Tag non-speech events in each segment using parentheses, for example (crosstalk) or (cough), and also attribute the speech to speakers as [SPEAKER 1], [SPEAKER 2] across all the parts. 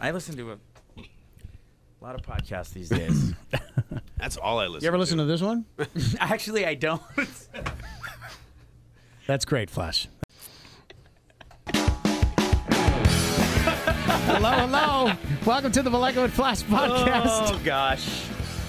[SPEAKER 1] I listen to a lot of podcasts these days. (laughs)
[SPEAKER 2] That's all I listen.
[SPEAKER 3] You ever listen to this (laughs) one?
[SPEAKER 1] Actually, I don't. (laughs)
[SPEAKER 3] That's great, Flash. hello, hello. Welcome to the Maleko and Flash podcast.
[SPEAKER 1] oh gosh.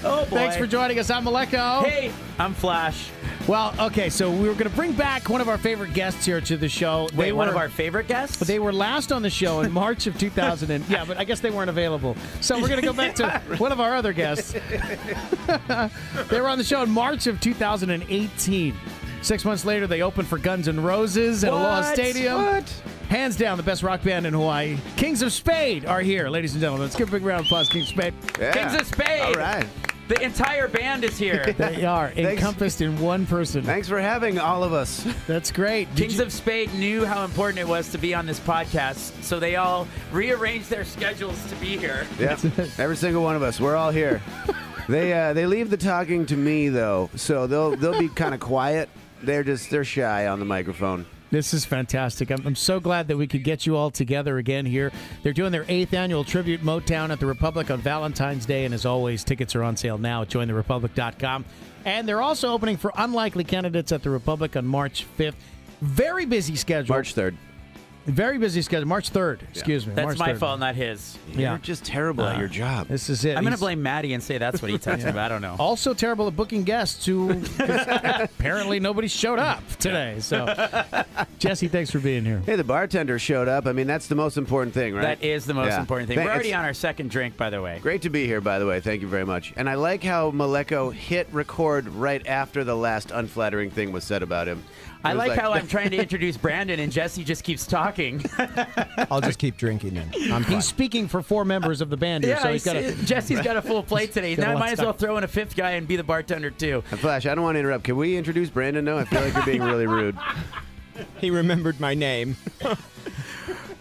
[SPEAKER 1] Oh boy.
[SPEAKER 3] Thanks for joining us. I'm Maleko.
[SPEAKER 1] Hey, I'm Flash.
[SPEAKER 3] Well, okay, so we were going to bring back one of our favorite guests here to the show.
[SPEAKER 1] Wait, one
[SPEAKER 3] were-
[SPEAKER 1] of our favorite guests.
[SPEAKER 3] They were last on the show in March of 2000, and yeah, but I guess they weren't available. So we're going to go
[SPEAKER 1] (laughs)
[SPEAKER 3] back to one of our other guests. they were on the show in March of 2018. Six months later, they opened for Guns N' Roses at Aloha
[SPEAKER 1] What?
[SPEAKER 3] Stadium.
[SPEAKER 1] What?
[SPEAKER 3] Hands down, the best rock band in Hawaii. Kings of Spade are here, ladies and gentlemen. Let's give a big round of applause, Kings of Spade.
[SPEAKER 4] Yeah.
[SPEAKER 1] Kings of Spade.
[SPEAKER 4] All right.
[SPEAKER 1] The entire band is here. (laughs)
[SPEAKER 3] They are encompassed in one person.
[SPEAKER 4] Thanks for having all of
[SPEAKER 1] (laughs)
[SPEAKER 4] us.
[SPEAKER 3] That's great. Did
[SPEAKER 1] Kings
[SPEAKER 3] you-
[SPEAKER 1] of Spade knew how important it was to be on this podcast, so they all rearranged their schedules to be here.
[SPEAKER 4] Yeah. Every single one of us. We're all here. They uh, they leave the talking to me though, so they'll they'll
[SPEAKER 1] (laughs)
[SPEAKER 4] be kind of quiet. They're just they're shy on the microphone.
[SPEAKER 3] This is fantastic. I'm, I'm so glad that we could get you all together again here. They're doing their eighth annual tribute Motown at the Republic on Valentine's Day. And as always, tickets are on sale now at jointherepublic.com. And they're also opening for unlikely candidates at the Republic on March 5th. Very busy schedule.
[SPEAKER 4] March third.
[SPEAKER 3] Very busy schedule. March 3rd. Excuse me.
[SPEAKER 1] That's
[SPEAKER 3] March
[SPEAKER 1] my
[SPEAKER 3] 3rd.
[SPEAKER 1] fault, not his.
[SPEAKER 3] Yeah.
[SPEAKER 4] You're just terrible at
[SPEAKER 1] Uh,
[SPEAKER 4] your job.
[SPEAKER 3] This is it.
[SPEAKER 1] I'm gonna
[SPEAKER 3] He's
[SPEAKER 1] blame Maddie and say that's what he texted me. I don't know.
[SPEAKER 3] Also terrible at booking guests
[SPEAKER 1] (laughs)
[SPEAKER 3] who apparently nobody showed up today. So, Jesse, thanks for being here.
[SPEAKER 4] Hey, the bartender showed up. I mean, that's the most important thing, right?
[SPEAKER 1] That is the most
[SPEAKER 4] Yeah.
[SPEAKER 1] important thing.
[SPEAKER 4] Thank-
[SPEAKER 1] We're already
[SPEAKER 4] it's
[SPEAKER 1] on our second drink, by the way.
[SPEAKER 4] Great to be here, by the way. Thank you very much. And I like how Maleko hit record right after the last unflattering thing was said about him.
[SPEAKER 1] I
[SPEAKER 4] It was
[SPEAKER 1] like,
[SPEAKER 4] (laughs)
[SPEAKER 1] how I'm trying to introduce Brandon and Jesse just keeps talking.
[SPEAKER 5] I'll just keep drinking then. (laughs) I'm fine.
[SPEAKER 3] He's speaking for four members of the band here, so he's got a.
[SPEAKER 1] Jesse's got a
[SPEAKER 3] (laughs)
[SPEAKER 1] full plate today.
[SPEAKER 3] Got a
[SPEAKER 1] Now I
[SPEAKER 3] lot
[SPEAKER 1] might as well
[SPEAKER 3] stuck.
[SPEAKER 1] throw in a fifth guy and be the bartender too.
[SPEAKER 4] Flash, I don't want to interrupt. Can we introduce Brandon now? I feel like you're being really
[SPEAKER 3] (laughs)
[SPEAKER 4] rude.
[SPEAKER 5] He remembered my name.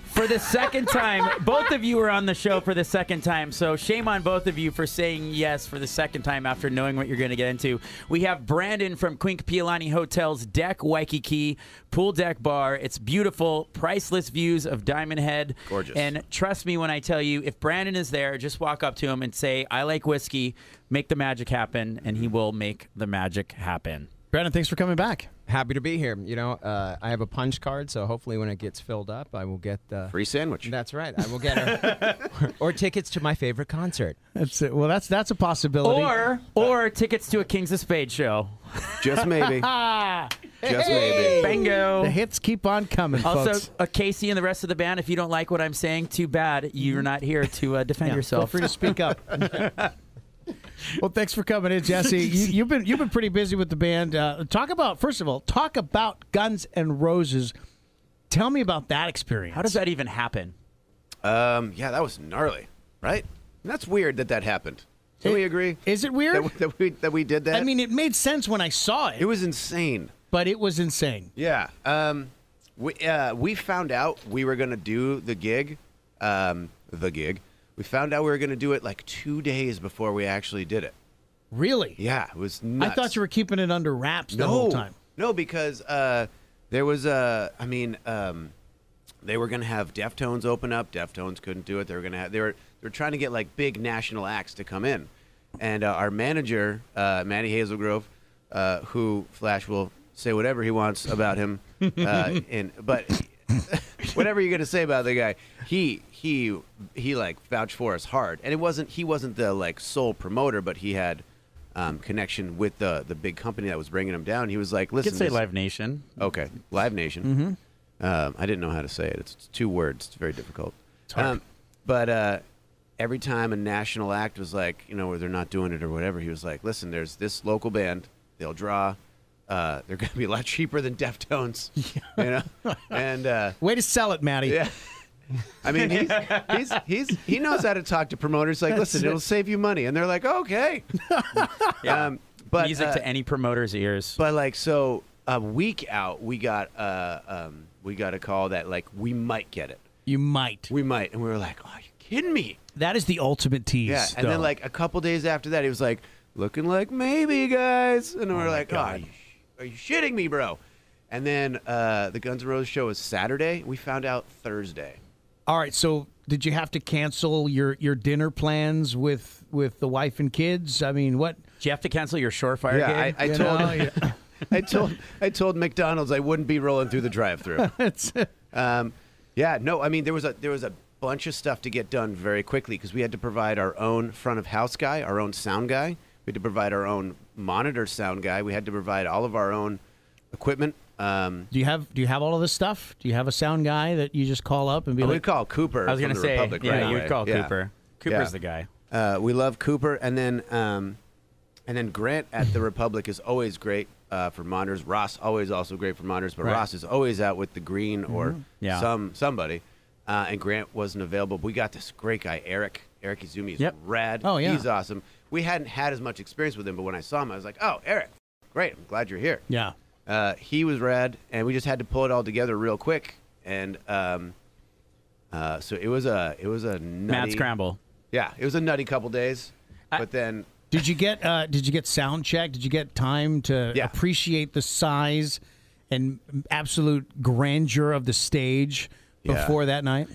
[SPEAKER 1] For the second
[SPEAKER 3] (laughs)
[SPEAKER 1] time, both of you are on the show for the second time, so shame on both of you for saying yes for the second time after knowing what you're going to get into. We have Brandon from Quink Pialani Hotel's Deck Waikiki Pool Deck Bar. It's beautiful, priceless views of Diamond Head.
[SPEAKER 4] Gorgeous.
[SPEAKER 1] And trust me when I tell you, if Brandon is there, just walk up to him and say, I like whiskey, make the magic happen, and he will make the magic happen.
[SPEAKER 3] Brandon, thanks for coming back.
[SPEAKER 5] Happy to be here. You know, uh, I have a punch card, so hopefully when it gets filled up, I will get the.
[SPEAKER 4] Free sandwich.
[SPEAKER 5] That's right. I will get a, (laughs) or tickets to my favorite concert.
[SPEAKER 3] That's it. Well, that's that's a possibility.
[SPEAKER 1] Or, or tickets to a Kings of Spades show.
[SPEAKER 4] Just
[SPEAKER 3] (laughs)
[SPEAKER 4] maybe.
[SPEAKER 3] ah,
[SPEAKER 4] Just maybe.
[SPEAKER 1] Bingo.
[SPEAKER 3] the hits keep on coming, folks.
[SPEAKER 1] Also, uh, Casey and the rest of the band, if you don't like what I'm saying, too bad. You're not here to uh, defend
[SPEAKER 3] Yeah, Feel
[SPEAKER 1] yourself.
[SPEAKER 3] free to
[SPEAKER 1] (laughs)
[SPEAKER 3] speak up. well, thanks for coming in, Jesse. You, you've been you've been pretty busy with the band. Uh, talk about first of all, talk about Guns and Roses. Tell me about that experience.
[SPEAKER 1] How does that even happen?
[SPEAKER 4] Um, yeah, that was gnarly, right? And that's weird that that happened. Can we agree?
[SPEAKER 3] Is it weird?
[SPEAKER 4] that we, that we that we did that?
[SPEAKER 3] I mean, it made sense when I saw it,
[SPEAKER 4] it was insane.
[SPEAKER 3] but it was insane.
[SPEAKER 4] Yeah. Um, we uh, we found out we were gonna do the gig, um, the gig. We found out we were gonna do it like two days before we actually did it.
[SPEAKER 3] Really?
[SPEAKER 4] Yeah, it was.
[SPEAKER 3] I
[SPEAKER 4] Nuts.
[SPEAKER 3] thought you were keeping it under wraps
[SPEAKER 4] no
[SPEAKER 3] the whole time.
[SPEAKER 4] no because uh, there was a. I mean, um, they were gonna have Deftones open up. Deftones couldn't do it. They were gonna have. They were they were trying to get like big national acts to come in, and uh, our manager, uh, Matty Hazelgrove, uh, who Flash will say whatever he wants about him, uh, and but (laughs) whatever you're gonna say about the guy, he he he like vouched for us hard, and it wasn't he wasn't the like sole promoter, but he had. Um, connection with the the big company that was bringing him down. He was like,
[SPEAKER 1] You
[SPEAKER 4] "Listen,
[SPEAKER 1] could say
[SPEAKER 4] this-
[SPEAKER 1] Live Nation. Mm-hmm.
[SPEAKER 4] Okay, Live Nation. Um, I didn't know how to say it. It's it's two words. It's very difficult. Um, but uh, every time a national act was like, you know, or they're not doing it or whatever, he was like, "Listen, there's this local band. They'll draw. Uh, they're going to be a lot cheaper
[SPEAKER 1] (laughs)
[SPEAKER 4] than Deftones. You know, and uh,
[SPEAKER 3] Way to sell it, Maddie.
[SPEAKER 4] yeah." I mean, he's, he's he's he knows how to talk to promoters. Like, listen, it'll save you money, and they're like,
[SPEAKER 1] (laughs)
[SPEAKER 4] okay. Um, but
[SPEAKER 1] Music
[SPEAKER 4] uh,
[SPEAKER 1] to any promoter's ears.
[SPEAKER 4] but like so a week out we got uh um we got a call that like we might get it.
[SPEAKER 3] You might.
[SPEAKER 4] We might and we were like, "Are you kidding me?"
[SPEAKER 3] That is the ultimate tease.
[SPEAKER 4] Yeah. And then
[SPEAKER 3] though.
[SPEAKER 4] like a couple days after that he was like, "Looking like maybe, guys." And we were like, "Oh, are you, sh- are you shitting me, bro?" And then uh the Guns N' Roses show was Saturday. We found out Thursday.
[SPEAKER 3] All right. So did you have to cancel your your dinner plans with with the wife and kids? I mean, what?
[SPEAKER 1] Do you have to cancel your Shorefire
[SPEAKER 4] Yeah,
[SPEAKER 1] gig?
[SPEAKER 4] I
[SPEAKER 3] you
[SPEAKER 4] told-
[SPEAKER 3] know, you-
[SPEAKER 4] (laughs) I told I told McDonald's I wouldn't be rolling through
[SPEAKER 1] (laughs)
[SPEAKER 4] the drive-through.
[SPEAKER 3] it's-
[SPEAKER 4] Um, yeah, no, I mean there was a there was a bunch of stuff to get done very quickly because we had to provide our own front of house guy, our own sound guy. We had to provide our own monitor sound guy. We had to provide all of our own equipment. Um,
[SPEAKER 3] do you have do you have all of this stuff? Do you have a sound guy that you just call up and be
[SPEAKER 4] we
[SPEAKER 3] like,
[SPEAKER 4] call Cooper.
[SPEAKER 1] I was
[SPEAKER 4] from
[SPEAKER 1] gonna
[SPEAKER 4] the
[SPEAKER 1] say,
[SPEAKER 4] Republic,
[SPEAKER 1] yeah,
[SPEAKER 4] right
[SPEAKER 1] you
[SPEAKER 4] away.
[SPEAKER 1] would call
[SPEAKER 4] Yeah.
[SPEAKER 1] Cooper's
[SPEAKER 4] Yeah.
[SPEAKER 1] the guy.
[SPEAKER 4] Uh, we love Cooper, and then um, and then Grant
[SPEAKER 1] (laughs)
[SPEAKER 4] at the Republic is always great uh, for monitors. Ross always also great for monitors, but
[SPEAKER 3] Right.
[SPEAKER 4] Ross is always out with the green or
[SPEAKER 1] Mm-hmm. Yeah.
[SPEAKER 4] some somebody. Uh, and Grant wasn't available. We got this great guy Eric. Eric Izumi is
[SPEAKER 1] Yep.
[SPEAKER 4] rad.
[SPEAKER 3] Oh, yeah.
[SPEAKER 4] he's awesome. We hadn't had as much experience with him, but when I saw him, I was like, "Oh, Eric, great! I'm glad you're here."
[SPEAKER 3] yeah,
[SPEAKER 4] Uh, he was rad, and we just had to pull it all together real quick. And um, uh, so it was a it was a
[SPEAKER 1] Matt
[SPEAKER 4] nutty, (laughs)
[SPEAKER 1] Scramble.
[SPEAKER 4] yeah, it was a nutty couple days,
[SPEAKER 1] I-
[SPEAKER 4] but then
[SPEAKER 3] Did you get uh, did you get sound check? Did you get time to
[SPEAKER 4] Yeah.
[SPEAKER 3] appreciate the size and absolute grandeur of the stage
[SPEAKER 4] Yeah.
[SPEAKER 3] before that night?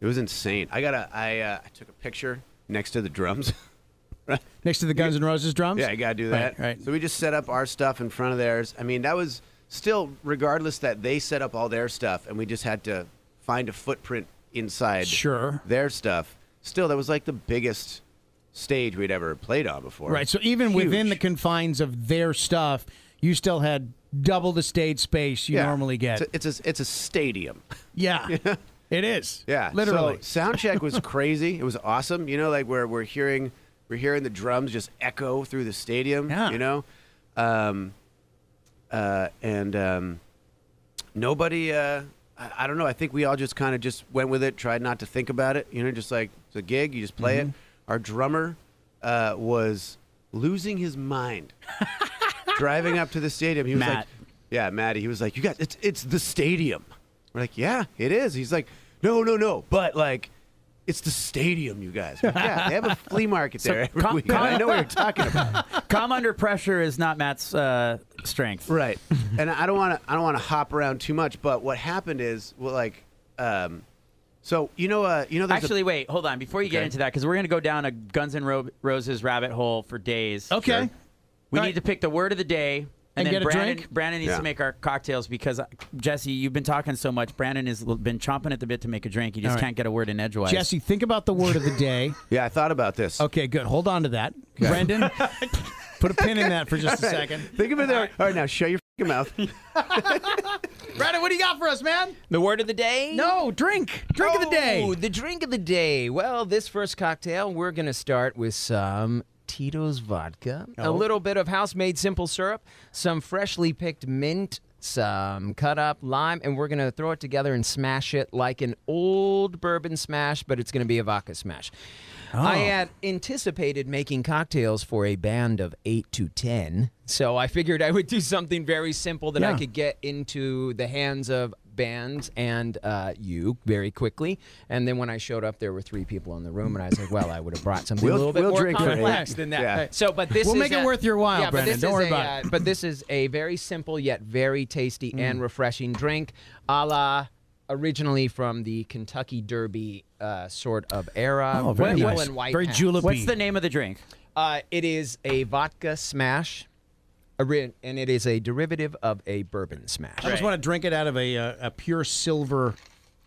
[SPEAKER 4] it was insane. I got a I uh, I took a picture next to the drums. (laughs)
[SPEAKER 3] Next to the Guns N' Roses drums?
[SPEAKER 4] yeah, I gotta do that.
[SPEAKER 3] Right, right.
[SPEAKER 4] So we just set up our stuff in front of theirs. I mean, that was still regardless that they set up all their stuff, and we just had to find a footprint inside
[SPEAKER 3] Sure.
[SPEAKER 4] their stuff. Still, that was like the biggest stage we'd ever played on before.
[SPEAKER 3] Right. So even within the
[SPEAKER 4] Huge.
[SPEAKER 3] confines of their stuff, you still had double the stage space you
[SPEAKER 4] Yeah.
[SPEAKER 3] normally get.
[SPEAKER 4] It's a, it's a, it's a stadium.
[SPEAKER 1] (laughs)
[SPEAKER 3] yeah. It is.
[SPEAKER 4] Yeah,
[SPEAKER 3] Literally.
[SPEAKER 4] So soundcheck
[SPEAKER 3] (laughs)
[SPEAKER 4] was crazy. it was awesome. You know, like where we're hearing we're hearing the drums just echo through the stadium.
[SPEAKER 3] Yeah.
[SPEAKER 4] You know, um, uh, and um, nobody. Uh, I, I don't know. I think we all just kind of just went with it. Tried not to think about it. You know, just like it's a gig. You just play it. Our drummer uh, was losing his mind driving up to the stadium. He was
[SPEAKER 1] Matt.
[SPEAKER 4] like, "Yeah, Matty." He was like, "You guys, it's it's the stadium." We're like, "Yeah, it is." He's like, "No, no, no, but like, it's the stadium, you guys." We're like, yeah, they have a flea market there every
[SPEAKER 1] com-
[SPEAKER 4] week.
[SPEAKER 1] com-
[SPEAKER 4] I know what you're talking about.
[SPEAKER 1] Calm under pressure is not Matt's uh, strength.
[SPEAKER 4] right. And I don't want to I don't want to hop around too much, but what happened is, well, like, um, so you know, uh, you know, there's a-
[SPEAKER 1] Actually, wait, hold on. Before you get
[SPEAKER 4] Okay.
[SPEAKER 1] into that, because we're going to go down a Guns N' Ro- Roses rabbit hole for days.
[SPEAKER 3] okay.
[SPEAKER 4] Sure.
[SPEAKER 1] We
[SPEAKER 3] All
[SPEAKER 1] need
[SPEAKER 3] right.
[SPEAKER 1] to pick the word of the day. And,
[SPEAKER 3] And get
[SPEAKER 1] then
[SPEAKER 3] a
[SPEAKER 1] Brandon,
[SPEAKER 3] drink?
[SPEAKER 1] Brandon needs
[SPEAKER 4] Yeah.
[SPEAKER 1] to make our cocktails because uh, Jesse, you've been talking so much. Brandon has l- been chomping at the bit to make a drink. He just
[SPEAKER 3] All right.
[SPEAKER 1] can't get a word in edgewise.
[SPEAKER 3] Jesse, think about the word of the
[SPEAKER 1] (laughs)
[SPEAKER 3] day.
[SPEAKER 4] yeah, I thought about this.
[SPEAKER 3] Okay, good. Hold on to that. Brendan, put a pin in that for just a second.
[SPEAKER 4] Think of it there. All right, now shut your fing mouth.
[SPEAKER 3] Brandon, what do you got for us, man?
[SPEAKER 5] The word of the day?
[SPEAKER 3] No, drink. Drink of the day.
[SPEAKER 5] Oh, the drink of the day. Well, this first cocktail, we're going to start with some Tito's vodka,
[SPEAKER 3] Oh.
[SPEAKER 5] a little bit of house made simple syrup, some freshly picked mint, some cut up lime, and we're going to throw it together and smash it like an old bourbon smash, but it's going to be a vodka smash.
[SPEAKER 3] Oh.
[SPEAKER 5] I had anticipated making cocktails for a band of eight to 10, so I figured I would do something very simple that
[SPEAKER 3] Yeah.
[SPEAKER 5] I could get into the hands of bands and uh, you very quickly. And then when I showed up, there were three people in the room, and I was like, "Well, I would have brought something
[SPEAKER 4] We'll-
[SPEAKER 5] a little bit
[SPEAKER 4] we'll
[SPEAKER 5] more
[SPEAKER 4] drink for
[SPEAKER 5] complex
[SPEAKER 4] eight.
[SPEAKER 5] than that."
[SPEAKER 4] Yeah.
[SPEAKER 5] So, but this
[SPEAKER 3] We'll
[SPEAKER 5] is
[SPEAKER 3] make it
[SPEAKER 5] a-
[SPEAKER 3] worth your while,
[SPEAKER 5] yeah, but
[SPEAKER 3] Brandon.
[SPEAKER 5] this
[SPEAKER 3] Don't
[SPEAKER 5] is
[SPEAKER 3] worry
[SPEAKER 5] a,
[SPEAKER 3] about Mm.
[SPEAKER 5] uh, But this is a very simple yet very tasty and refreshing drink, a la. Originally from the Kentucky Derby uh, sort of era,
[SPEAKER 3] Oh, very
[SPEAKER 5] people
[SPEAKER 3] nice.
[SPEAKER 5] in white
[SPEAKER 3] Very
[SPEAKER 5] hats.
[SPEAKER 3] julep
[SPEAKER 1] What's the name of the drink?
[SPEAKER 5] Uh, it is a vodka smash, a ri- and it is a derivative of a bourbon smash.
[SPEAKER 3] I just want to drink it out of a uh, a pure silver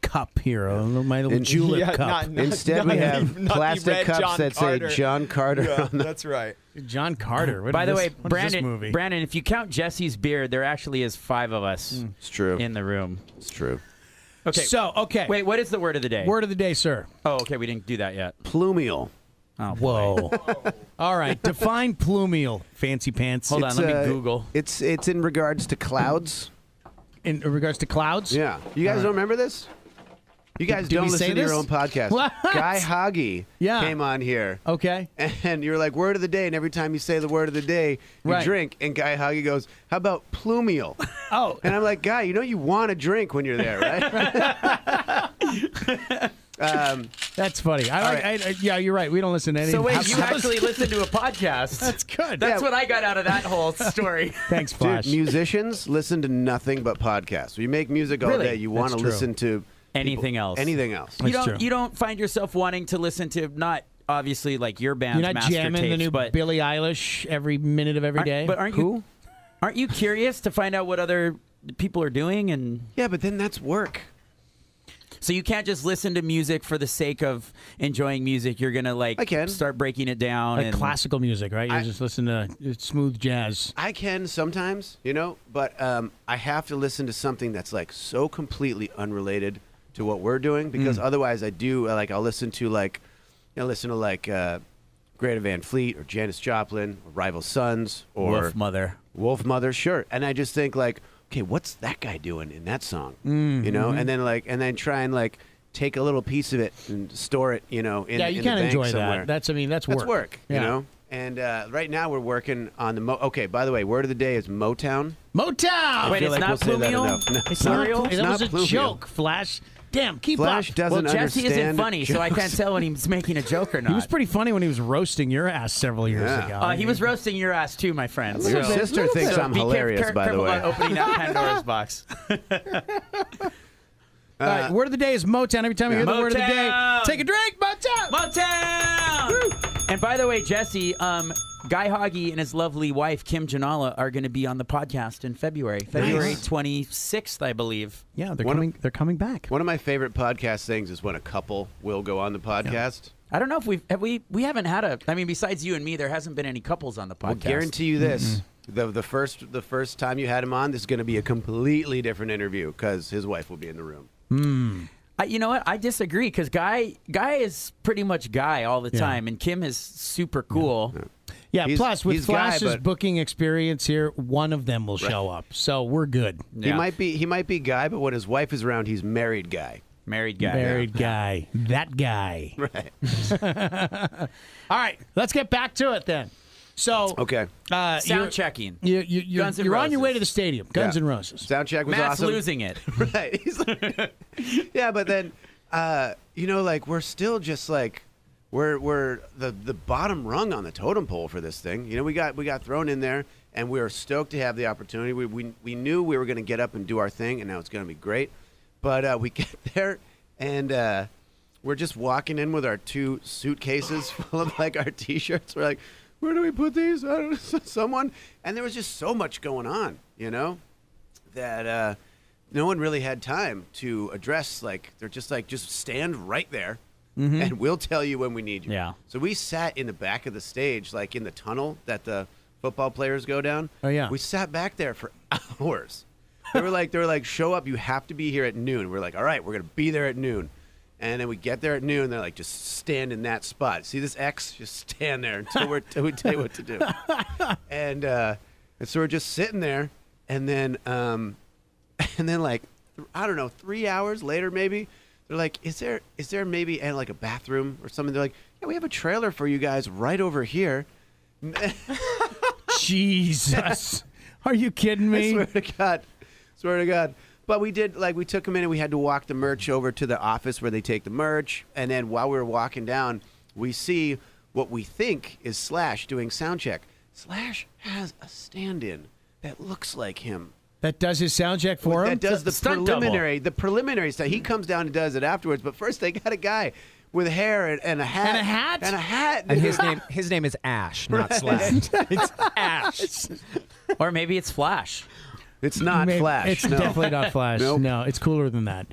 [SPEAKER 3] cup here, a little, my little
[SPEAKER 1] (laughs)
[SPEAKER 4] In-
[SPEAKER 3] julep
[SPEAKER 5] Yeah,
[SPEAKER 3] cup.
[SPEAKER 5] not- not-
[SPEAKER 4] Instead,
[SPEAKER 5] not
[SPEAKER 4] we
[SPEAKER 5] the-
[SPEAKER 4] have
[SPEAKER 5] not the
[SPEAKER 4] plastic
[SPEAKER 5] red
[SPEAKER 4] cups
[SPEAKER 5] John
[SPEAKER 4] that
[SPEAKER 5] Carter.
[SPEAKER 4] say John Carter
[SPEAKER 5] (laughs)
[SPEAKER 4] on them.
[SPEAKER 5] that's right.
[SPEAKER 3] John Carter. What
[SPEAKER 1] By
[SPEAKER 3] is
[SPEAKER 1] the
[SPEAKER 3] this-
[SPEAKER 1] way,
[SPEAKER 3] what is this
[SPEAKER 1] Brandon,
[SPEAKER 3] movie?
[SPEAKER 1] Brandon, if you count Jesse's beard, there actually is five of us
[SPEAKER 4] It's true.
[SPEAKER 1] in the room.
[SPEAKER 4] It's true.
[SPEAKER 1] Okay.
[SPEAKER 3] So Mm. okay,
[SPEAKER 1] wait, what is the word of the day?
[SPEAKER 3] word of the day, sir.
[SPEAKER 1] Oh, okay, we didn't do that yet.
[SPEAKER 4] Plumial.
[SPEAKER 1] Oh, boy.
[SPEAKER 3] Whoa.
[SPEAKER 1] (laughs)
[SPEAKER 3] All right, define plumial, fancy pants.
[SPEAKER 1] Hold on,
[SPEAKER 4] It's,
[SPEAKER 1] let me
[SPEAKER 4] uh,
[SPEAKER 1] Google.
[SPEAKER 4] It's it's in regards to clouds.
[SPEAKER 3] In, in regards to clouds,
[SPEAKER 4] Yeah, you guys don't remember this? You guys
[SPEAKER 3] did
[SPEAKER 4] don't
[SPEAKER 3] we say
[SPEAKER 4] listen to your
[SPEAKER 3] this?
[SPEAKER 4] own podcast.
[SPEAKER 3] What?
[SPEAKER 4] Guy Hoggy
[SPEAKER 3] Yeah.
[SPEAKER 4] came on here.
[SPEAKER 3] Okay.
[SPEAKER 4] And you were like, word of the day. And every time you say the word of the day, you
[SPEAKER 3] Right.
[SPEAKER 4] drink. And Guy Hoggy goes, how about plumial?
[SPEAKER 3] Oh,
[SPEAKER 4] and I'm like, Guy, you know you want to drink when you're there, right? um,
[SPEAKER 3] that's funny. I, like.
[SPEAKER 4] right.
[SPEAKER 3] I, I, yeah, you're right. We don't listen to any.
[SPEAKER 1] So wait,
[SPEAKER 3] house-
[SPEAKER 1] you
[SPEAKER 3] house-
[SPEAKER 1] actually listened to a podcast?
[SPEAKER 3] (laughs) That's good.
[SPEAKER 1] That's
[SPEAKER 4] Yeah.
[SPEAKER 1] what I got out of that whole
[SPEAKER 4] (laughs)
[SPEAKER 1] story. (laughs)
[SPEAKER 3] Thanks,
[SPEAKER 4] dude,
[SPEAKER 3] Flash.
[SPEAKER 4] musicians listen to nothing but podcasts. You make music all
[SPEAKER 1] Really?
[SPEAKER 4] day. You want to
[SPEAKER 3] That's true.
[SPEAKER 4] listen to
[SPEAKER 1] anything else.
[SPEAKER 4] Anything else?
[SPEAKER 1] You
[SPEAKER 3] That's
[SPEAKER 1] don't
[SPEAKER 3] true.
[SPEAKER 1] you don't find yourself wanting to listen to not obviously like your band's
[SPEAKER 3] You're not
[SPEAKER 1] master
[SPEAKER 3] jamming
[SPEAKER 1] tapes,
[SPEAKER 3] the new
[SPEAKER 1] but
[SPEAKER 3] Billie Eilish every minute of every
[SPEAKER 1] aren't-
[SPEAKER 3] day.
[SPEAKER 1] but aren't you aren't you curious to find out what other people are doing and
[SPEAKER 4] Yeah, but then that's work.
[SPEAKER 1] so you can't just listen to music for the sake of enjoying music. You're gonna like
[SPEAKER 4] I can.
[SPEAKER 1] start breaking it down
[SPEAKER 3] like
[SPEAKER 1] and
[SPEAKER 3] classical music, right? You
[SPEAKER 4] I-
[SPEAKER 3] just listen to smooth jazz.
[SPEAKER 4] I can sometimes, you know, but um, I have to listen to something that's like so completely unrelated to what we're doing
[SPEAKER 3] Hmm.
[SPEAKER 4] because otherwise I do uh, like I'll listen to like you know listen to like uh, Greta Van Fleet or Janis Joplin or Rival Sons or
[SPEAKER 1] Wolf Mother.
[SPEAKER 4] Wolf Mother, sure. And I just think like, okay, what's that guy doing in that song?
[SPEAKER 3] Mm-hmm.
[SPEAKER 4] You know, and then like, and then try and like take a little piece of it and store it. You know, in,
[SPEAKER 3] yeah,
[SPEAKER 4] in
[SPEAKER 3] you
[SPEAKER 4] the
[SPEAKER 3] can't
[SPEAKER 4] bank
[SPEAKER 3] enjoy
[SPEAKER 4] somewhere.
[SPEAKER 3] that. That's I mean, that's work.
[SPEAKER 4] That's work.
[SPEAKER 3] Yeah.
[SPEAKER 4] You know. And uh, right now we're working on the Mo. Okay, by the way, word of the day is Motown.
[SPEAKER 3] Motown.
[SPEAKER 1] Wait,
[SPEAKER 4] feel
[SPEAKER 1] it's
[SPEAKER 4] like
[SPEAKER 1] not
[SPEAKER 4] we'll say that
[SPEAKER 1] Plumio?
[SPEAKER 4] enough. No.
[SPEAKER 1] It's
[SPEAKER 3] It's not
[SPEAKER 1] Ariel?
[SPEAKER 3] pl- That
[SPEAKER 4] not
[SPEAKER 3] was a
[SPEAKER 4] Pluvio.
[SPEAKER 3] joke, Flash. Damn, keep
[SPEAKER 4] Flash
[SPEAKER 3] up.
[SPEAKER 1] Well,
[SPEAKER 4] doesn't
[SPEAKER 1] Jesse isn't
[SPEAKER 4] understand
[SPEAKER 1] funny, so I
[SPEAKER 4] jokes.
[SPEAKER 1] can't
[SPEAKER 4] (laughs)
[SPEAKER 1] tell when he's making a joke or not.
[SPEAKER 3] He was pretty funny when he was roasting your ass several years
[SPEAKER 4] Yeah.
[SPEAKER 3] ago.
[SPEAKER 1] Uh, he was roasting your ass too, my friend.
[SPEAKER 4] Your
[SPEAKER 1] so-
[SPEAKER 4] sister
[SPEAKER 1] so
[SPEAKER 4] thinks
[SPEAKER 1] be
[SPEAKER 4] I'm
[SPEAKER 1] care-
[SPEAKER 4] hilarious,
[SPEAKER 1] care-
[SPEAKER 4] by the
[SPEAKER 1] careful
[SPEAKER 4] way.
[SPEAKER 1] about opening up (laughs) Pandora's box.
[SPEAKER 4] Uh,
[SPEAKER 3] All right, word of the day is Motown. Every time you hear the word of the day,
[SPEAKER 1] Motown.
[SPEAKER 3] take a drink, Motown.
[SPEAKER 1] Motown! And by the way, Jesse, um, Guy Hoggy and his lovely wife Kim Janala are going to be on the podcast in February, February 26th, I believe.
[SPEAKER 3] yeah, they're
[SPEAKER 4] One of-
[SPEAKER 3] coming. They're coming back.
[SPEAKER 4] One of my favorite podcast things is when a couple will go on the podcast.
[SPEAKER 1] I don't know if we've have we we haven't had a. I mean, besides you and me, there hasn't been any couples on the podcast.
[SPEAKER 4] I'll guarantee you this: the the first the first time you had him on, this is going to be a completely different interview because his wife will be in the room.
[SPEAKER 1] I, you know what? I disagree because Guy Guy is pretty much Guy all the time, and Kim is super cool.
[SPEAKER 3] Yeah.
[SPEAKER 4] He's-
[SPEAKER 3] plus, with
[SPEAKER 4] he's guy,
[SPEAKER 3] Flash's
[SPEAKER 4] but-
[SPEAKER 3] booking experience here, one of them will show up, so we're good.
[SPEAKER 4] He
[SPEAKER 1] Yeah.
[SPEAKER 4] might be he might be guy, but when his wife is around, he's married guy.
[SPEAKER 1] Married guy.
[SPEAKER 3] Married guy, that
[SPEAKER 4] (laughs)
[SPEAKER 3] guy. Right. (laughs) All right, let's get back to it then. So,
[SPEAKER 4] Okay.
[SPEAKER 3] uh, you're-
[SPEAKER 1] Sound checking.
[SPEAKER 3] You, you, you're
[SPEAKER 1] Guns N'
[SPEAKER 3] you're on your
[SPEAKER 1] Roses.
[SPEAKER 3] way to the stadium. Guns
[SPEAKER 4] Yeah.
[SPEAKER 3] and Roses.
[SPEAKER 4] Sound check was
[SPEAKER 1] Matt's
[SPEAKER 4] awesome.
[SPEAKER 1] losing (laughs) it.
[SPEAKER 4] (laughs) right. He's like, (laughs) yeah, but then, uh, you know, like we're still just like we're we're the the bottom rung on the totem pole for this thing. You know, we got we got thrown in there, and we were stoked to have the opportunity. We we, we knew we were going to get up and do our thing, and now it's going to be great. But uh, we (laughs) get there, and uh, we're just walking in with our two suitcases (laughs) full of like our t-shirts. We're like. Where do we put these? I don't (laughs) know, someone. And there was just so much going on, you know? that uh, no one really had time to address. Like they're just like just stand right there, and we'll tell you when we need you.
[SPEAKER 1] Yeah.
[SPEAKER 4] So we sat in the back of the stage, like in the tunnel that the football players go down.
[SPEAKER 3] Oh, yeah.
[SPEAKER 4] We sat back there for (laughs) hours. They were like, they were like, show up. You have to be here at noon. We're like, all right, we're gonna be there at noon. And then we get there at noon. They're like, just stand in that spot. See this X? Just stand there until we're, until we tell you what to
[SPEAKER 3] (laughs)
[SPEAKER 4] do and uh, and so we're just sitting there, and then um, (laughs) and then like th- I don't know, three hours later maybe they're like, is there is there maybe and like a bathroom or something? They're like, yeah, we have a trailer for you guys right over here.
[SPEAKER 3] (laughs)
[SPEAKER 4] (laughs)
[SPEAKER 3] Jesus. Are you kidding
[SPEAKER 4] I
[SPEAKER 3] me?
[SPEAKER 4] swear to God, swear to God. But we did like we took a minute. We had to walk the merch over to the office where they take the merch, and then while we were walking down, we see what we think is Slash doing sound check. Slash has a stand-in that looks like him.
[SPEAKER 3] That does his sound check for him?
[SPEAKER 4] that does the
[SPEAKER 1] Stunt double.
[SPEAKER 3] (laughs)
[SPEAKER 4] preliminary, the preliminary stuff. He comes down and does it afterwards. But first, they got a guy with hair and, and a hat
[SPEAKER 3] And a hat?
[SPEAKER 4] and a hat.
[SPEAKER 5] And his name his name is Ash, not (laughs) Slash. it's Ash.
[SPEAKER 1] or maybe it's Flash.
[SPEAKER 4] it's not
[SPEAKER 3] Maybe-
[SPEAKER 4] Flash.
[SPEAKER 3] It's
[SPEAKER 4] no.
[SPEAKER 3] definitely not Flash.
[SPEAKER 4] (laughs) Nope.
[SPEAKER 3] No, it's cooler than that.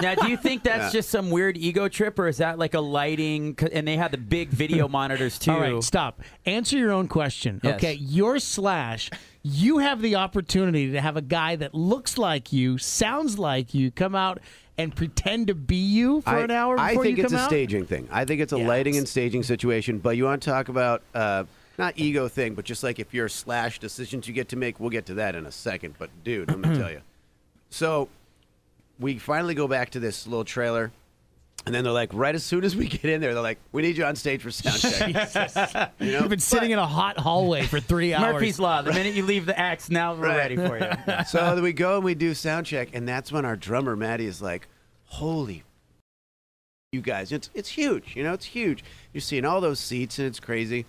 [SPEAKER 1] Now, do you think that's just some weird ego trip, or is that like a lighting? c- And they had the big (laughs) video monitors too.
[SPEAKER 3] All right, stop. Answer your own question.
[SPEAKER 1] Yes.
[SPEAKER 3] Okay, your slash, you have the opportunity to have a guy that looks like you, sounds like you, come out and pretend to be you for
[SPEAKER 4] I,
[SPEAKER 3] an hour before
[SPEAKER 4] I think
[SPEAKER 3] you
[SPEAKER 4] it's
[SPEAKER 3] come
[SPEAKER 4] a
[SPEAKER 3] out?
[SPEAKER 4] staging thing. I think it's a
[SPEAKER 3] Yeah,
[SPEAKER 4] lighting
[SPEAKER 3] it's-
[SPEAKER 4] and staging situation. But you want to talk about uh, not ego thing, but just like if you're Slash decisions you get to make. We'll get to that in a second. But dude, I'm
[SPEAKER 3] (clears throat)
[SPEAKER 4] gonna tell you. So we finally go back to this little trailer. And then they're like, right as soon as we get in there, they're like, we need you on stage for sound
[SPEAKER 3] (laughs)
[SPEAKER 4] check. You know?
[SPEAKER 3] You've been sitting in a hot hallway for
[SPEAKER 4] (laughs)
[SPEAKER 3] three hours.
[SPEAKER 1] Murphy's Law. The minute you leave the axe, now we're
[SPEAKER 4] Right.
[SPEAKER 1] ready for you.
[SPEAKER 4] (laughs) so we go and we do sound check, and that's when our drummer Maddie is like, "Holy, you guys, it's it's huge. You know, it's huge. You're seeing all those seats, and it's crazy.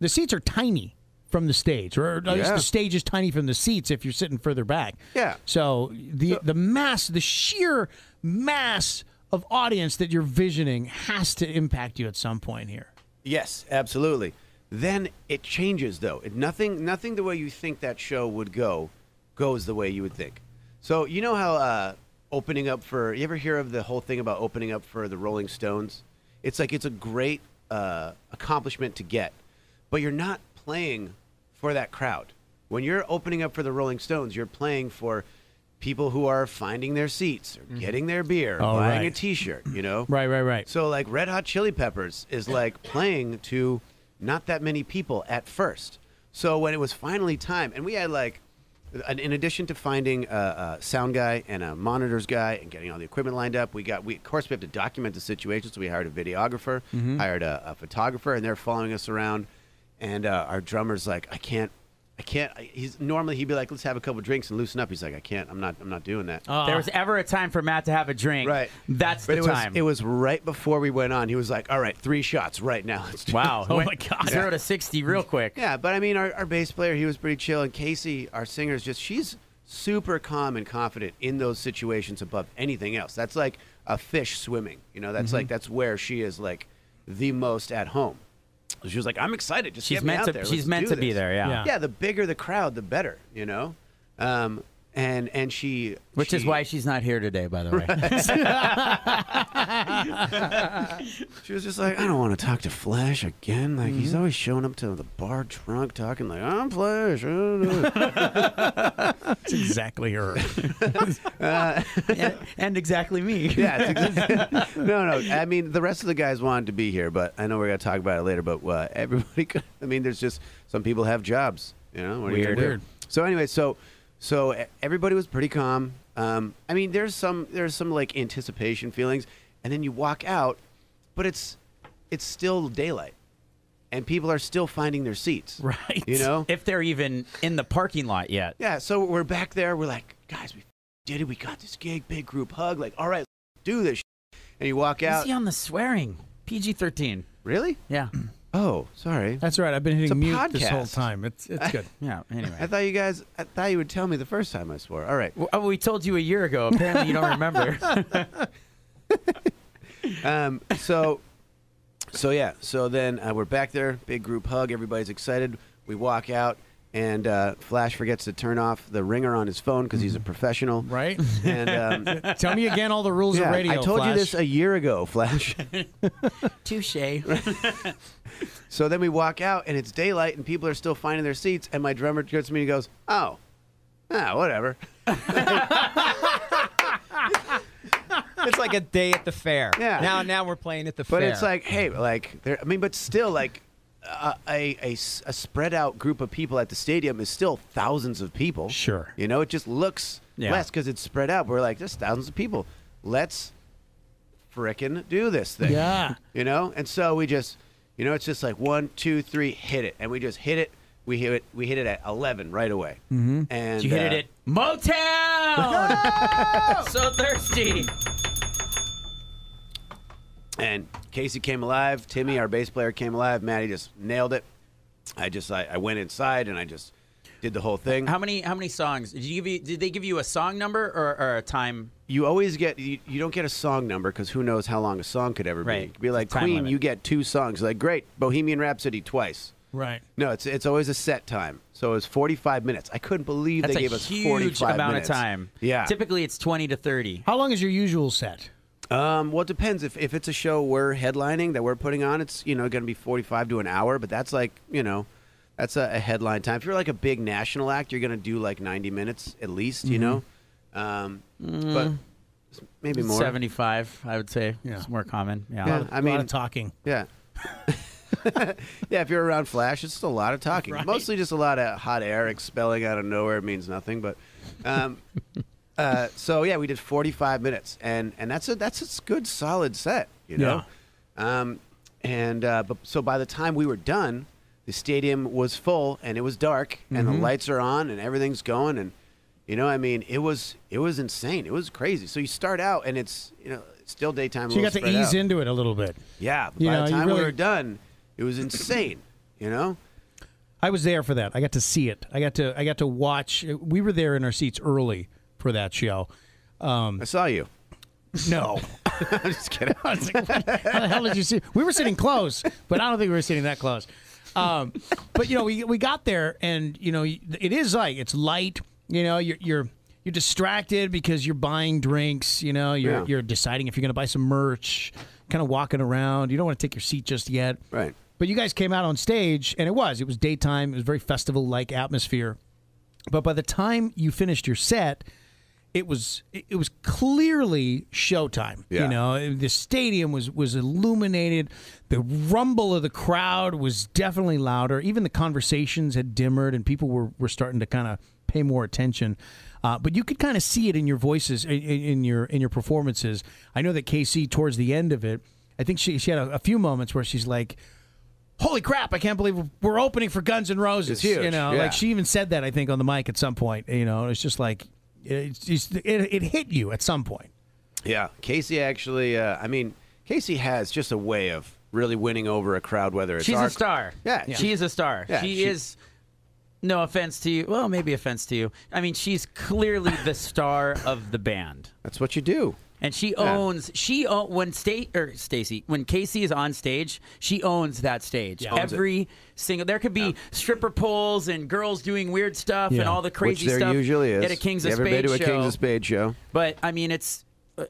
[SPEAKER 3] The seats are tiny. from the stage, or at least
[SPEAKER 4] Yeah.
[SPEAKER 3] the stage is tiny from the seats if you're sitting further back.
[SPEAKER 4] Yeah.
[SPEAKER 3] So the the mass, the sheer mass of audience that you're visioning has to impact you at some point here.
[SPEAKER 4] Yes, absolutely. Then it changes though. It, nothing, nothing the way you think that show would go goes the way you would think. So you know how uh, opening up for you ever hear of the whole thing about opening up for the Rolling Stones? It's like it's a great uh, accomplishment to get, but you're not playing for that crowd. When you're opening up for the Rolling Stones, you're playing for people who are finding their seats or getting their beer, or
[SPEAKER 3] Oh,
[SPEAKER 4] buying a
[SPEAKER 3] right.
[SPEAKER 4] T-shirt. You know,
[SPEAKER 3] (clears throat) Right, right, right.
[SPEAKER 4] so like Red Hot Chili Peppers is like playing to not that many people at first. So when it was finally time, and we had like, in in addition to finding a, a sound guy and a monitors guy and getting all the equipment lined up, we got we of course we have to document the situation. So we hired a videographer, hired a, a photographer, and they're following us around. And uh, our drummer's like, I can't, I can't. I- He's normally he'd be like, let's have a couple drinks and loosen up. He's like, I can't. I'm not. I'm not doing that.
[SPEAKER 1] If there was ever a time for Matt to have a drink.
[SPEAKER 4] (laughs) Right.
[SPEAKER 1] That's
[SPEAKER 4] But
[SPEAKER 1] the
[SPEAKER 4] it was,
[SPEAKER 1] time.
[SPEAKER 4] It was right before we went on. He was like, "All right, three shots right now." Let's
[SPEAKER 1] (laughs)
[SPEAKER 4] do
[SPEAKER 1] wow.
[SPEAKER 3] Oh
[SPEAKER 1] Went
[SPEAKER 3] my God.
[SPEAKER 1] Zero to sixty real quick.
[SPEAKER 4] it. Yeah, but I mean, our, our bass player, he was pretty chill, and Casey, our singer, is just she's super calm and confident in those situations above anything else. That's like a fish swimming. You know, that's like
[SPEAKER 1] Mm-hmm.
[SPEAKER 4] that's where she is like the most at home. She was like, "I'm excited. Just
[SPEAKER 1] She's
[SPEAKER 4] get me
[SPEAKER 1] meant
[SPEAKER 4] out
[SPEAKER 1] to-
[SPEAKER 4] there.
[SPEAKER 1] she's
[SPEAKER 4] Let's
[SPEAKER 1] meant
[SPEAKER 4] do
[SPEAKER 1] to be
[SPEAKER 4] this."
[SPEAKER 1] there, yeah.
[SPEAKER 3] Yeah.
[SPEAKER 4] Yeah. The bigger the crowd, the better. You know. Um, and and she
[SPEAKER 1] Which is
[SPEAKER 4] she-
[SPEAKER 1] why she's not here today, by the way.
[SPEAKER 4] She was just like, I don't want to talk to Flash again. Like
[SPEAKER 3] Mm-hmm.
[SPEAKER 4] he's always showing up to the bar drunk, talking like I'm Flash. (laughs) uh,
[SPEAKER 3] That's exactly her.
[SPEAKER 1] (laughs)
[SPEAKER 4] (laughs)
[SPEAKER 1] and, and exactly (laughs) me.
[SPEAKER 4] yeah, it's exa- (laughs) no, no. I mean, the rest of the guys wanted to be here, but I know we're gonna talk about it later. But uh, (laughs) everybody, could, I mean, there's just some people have jobs. You know, what are you gonna
[SPEAKER 1] Weird.
[SPEAKER 4] do?
[SPEAKER 3] Weird.
[SPEAKER 4] So anyway, so so e- everybody was pretty calm. Um, I mean, there's some there's some like anticipation feelings, and then you walk out, but it's it's still daylight, and people are still finding their seats.
[SPEAKER 3] Right.
[SPEAKER 4] You know.
[SPEAKER 1] If they're even in the parking lot yet.
[SPEAKER 4] Yeah, so we're back there. We're like, guys, we did it. We got this gig, big group hug. Like, all right, do this. And you walk
[SPEAKER 1] Is
[SPEAKER 4] out.
[SPEAKER 1] he on the swearing? PG thirteen.
[SPEAKER 4] Really?
[SPEAKER 1] Yeah. (clears throat)
[SPEAKER 4] Oh, sorry.
[SPEAKER 3] That's right. I've been hitting
[SPEAKER 4] It's a
[SPEAKER 3] mute this whole
[SPEAKER 4] podcast.
[SPEAKER 3] time. It's
[SPEAKER 4] (laughs)
[SPEAKER 3] it's good.
[SPEAKER 1] Yeah.
[SPEAKER 4] I
[SPEAKER 1] Anyway.
[SPEAKER 4] thought you guys. I thought you would tell me the first time I swore.
[SPEAKER 1] (laughs)
[SPEAKER 4] All right.
[SPEAKER 1] Well, oh, we told you a year ago. Apparently, you don't remember.
[SPEAKER 4] Um. So. So yeah. So then uh, we're back there. Big group hug. Everybody's excited. We walk out, and uh, Flash forgets to turn off the ringer on his phone because
[SPEAKER 1] Mm-hmm.
[SPEAKER 4] he's a professional.
[SPEAKER 3] Right?
[SPEAKER 1] (laughs)
[SPEAKER 4] And um,
[SPEAKER 3] Tell me again all the rules
[SPEAKER 4] yeah,
[SPEAKER 3] of radio.
[SPEAKER 4] I told you
[SPEAKER 3] Flash.
[SPEAKER 4] this a year ago, Flash.
[SPEAKER 1] (laughs) Touche.
[SPEAKER 4] So then we walk out and it's daylight and people are still finding their seats. And my drummer goes to me and goes, Oh, ah, whatever.
[SPEAKER 5] It's like a day at the fair.
[SPEAKER 4] Yeah.
[SPEAKER 5] Now, now we're playing at the
[SPEAKER 4] But
[SPEAKER 5] fair.
[SPEAKER 4] it's like, hey, like, there, I mean, but still, like, a, a, a s- a spread out group of people at the stadium is still thousands of people.
[SPEAKER 3] Sure.
[SPEAKER 4] You know, it just looks
[SPEAKER 1] Yeah.
[SPEAKER 4] less because it's spread out. We're like, there's thousands of people. Let's frickin' do this thing.
[SPEAKER 3] Yeah.
[SPEAKER 4] You know? And so we just, you know, it's just like one, two, three, hit it. And we just hit it. We hit it. We hit it at 11 right away. Mm-hmm. And
[SPEAKER 1] You hit
[SPEAKER 4] uh,
[SPEAKER 1] it at Motown. so thirsty.
[SPEAKER 4] And Casey came alive. Timmy, our bass player, came alive. Maddie just nailed it. I just I, I went inside and I just did the whole thing.
[SPEAKER 1] How many? How many songs? Did you give? You, did they give you a song number or, or a time?
[SPEAKER 4] you always get you, you don't get a song number because who knows how long a song could ever
[SPEAKER 1] Right.
[SPEAKER 4] be. It could be like
[SPEAKER 1] It's a time
[SPEAKER 4] Queen,
[SPEAKER 1] limit.
[SPEAKER 4] you get two songs. Like great, Bohemian Rhapsody twice.
[SPEAKER 3] Right.
[SPEAKER 4] No, it's it's always a set time. So it was 45 minutes. I couldn't believe
[SPEAKER 1] That's
[SPEAKER 4] they
[SPEAKER 1] a
[SPEAKER 4] gave us
[SPEAKER 1] huge
[SPEAKER 4] 45
[SPEAKER 1] amount
[SPEAKER 4] minutes.
[SPEAKER 1] of time.
[SPEAKER 4] Yeah.
[SPEAKER 1] Typically, it's twenty to thirty.
[SPEAKER 3] How long is your usual set?
[SPEAKER 4] Um, well, it depends. If, if it's a show we're headlining that we're putting on, it's you know going to be forty five to an hour, but that's like you know, that's a, a headline time. If you're like a big national act, you're going to do like ninety minutes at least, you know, um, but s- maybe more.
[SPEAKER 1] Seventy-five, I would say.
[SPEAKER 3] Yeah.
[SPEAKER 1] It's more common. Yeah.
[SPEAKER 4] Yeah. I
[SPEAKER 3] a lot
[SPEAKER 4] mean-
[SPEAKER 3] of talking.
[SPEAKER 4] Yeah. (laughs) yeah, if you're around Flash, it's just a lot of talking.
[SPEAKER 3] Right.
[SPEAKER 4] Mostly just a lot of hot air expelling out of nowhere. It means nothing, but.
[SPEAKER 3] (laughs)
[SPEAKER 4] Um, uh, so yeah, we did 45 minutes, and and that's a that's a s- good solid set, you know. Um, and uh, but so by the time we were done, the stadium was full, and it was dark, and
[SPEAKER 3] Mm-hmm.
[SPEAKER 4] the lights are on, and everything's going, and you know, I mean, it was it was insane. It was crazy. So you start out, and it's you know it's still daytime.
[SPEAKER 3] So you got to ease
[SPEAKER 4] in.
[SPEAKER 3] into it a little bit.
[SPEAKER 4] Yeah, but
[SPEAKER 3] You
[SPEAKER 4] by
[SPEAKER 3] know,
[SPEAKER 4] the
[SPEAKER 3] you
[SPEAKER 4] time we
[SPEAKER 3] really-
[SPEAKER 4] were done, it was insane. You know,
[SPEAKER 3] I was there for that. I got to see it. I got to I got to watch. We were there in our seats early for that show. Um,
[SPEAKER 4] I saw you.
[SPEAKER 3] no,
[SPEAKER 4] (laughs) I'm just kidding.
[SPEAKER 3] I was like, what- how the hell did you see? We were sitting close, but I don't think we were sitting that close. Um, but you know, we we got there, and you know, it is like it's light. You know, you're you're you're distracted because you're buying drinks. You know, you're
[SPEAKER 4] Yeah.
[SPEAKER 3] you're deciding if you're going to buy some merch, kind of walking around. You don't want to take your seat just yet.
[SPEAKER 4] Right.
[SPEAKER 3] But you guys came out on stage, and it was it was daytime. It was very festival like atmosphere. But by the time you finished your set, it was it was clearly showtime.
[SPEAKER 4] Yeah.
[SPEAKER 3] You know, the stadium was was illuminated. The rumble of the crowd was definitely louder. Even the conversations had dimmered, and people were were starting to kind of pay more attention. Uh, but you could kind of see it in your voices, in, in in your in your performances. I know that KC towards the end of it, I think she she had a, a few moments where she's like. Holy crap! I can't believe we're- we're opening for Guns N' Roses.
[SPEAKER 4] It's huge,
[SPEAKER 3] You know,
[SPEAKER 4] yeah.
[SPEAKER 3] like she even said that I think on the mic at some point. You know, it's just like it's just, it, it hit you at some point.
[SPEAKER 4] Yeah, Casey actually. Uh, I mean, Casey has just a way of really winning over a crowd, whether it's
[SPEAKER 1] She's
[SPEAKER 4] our-
[SPEAKER 1] a star.
[SPEAKER 4] Yeah,
[SPEAKER 1] she is a star.
[SPEAKER 4] Yeah,
[SPEAKER 1] she,
[SPEAKER 4] she-
[SPEAKER 1] is. No offense to you. Well, maybe offense to you. I mean, she's clearly the star of the band,
[SPEAKER 4] That's what you do.
[SPEAKER 1] and she
[SPEAKER 4] Yeah.
[SPEAKER 1] owns. She own, when state or Stacy when Casey is on stage, she owns that stage.
[SPEAKER 4] Owns it.
[SPEAKER 1] Every single there could be stripper poles and girls doing weird stuff
[SPEAKER 3] Yeah.
[SPEAKER 1] and all the crazy
[SPEAKER 4] Which there
[SPEAKER 1] stuff
[SPEAKER 4] usually is.
[SPEAKER 1] at a Kings
[SPEAKER 4] you
[SPEAKER 1] of
[SPEAKER 4] ever
[SPEAKER 1] Spades
[SPEAKER 4] been to a
[SPEAKER 1] show.
[SPEAKER 4] Kings of Spades show?
[SPEAKER 1] But I mean, it's uh,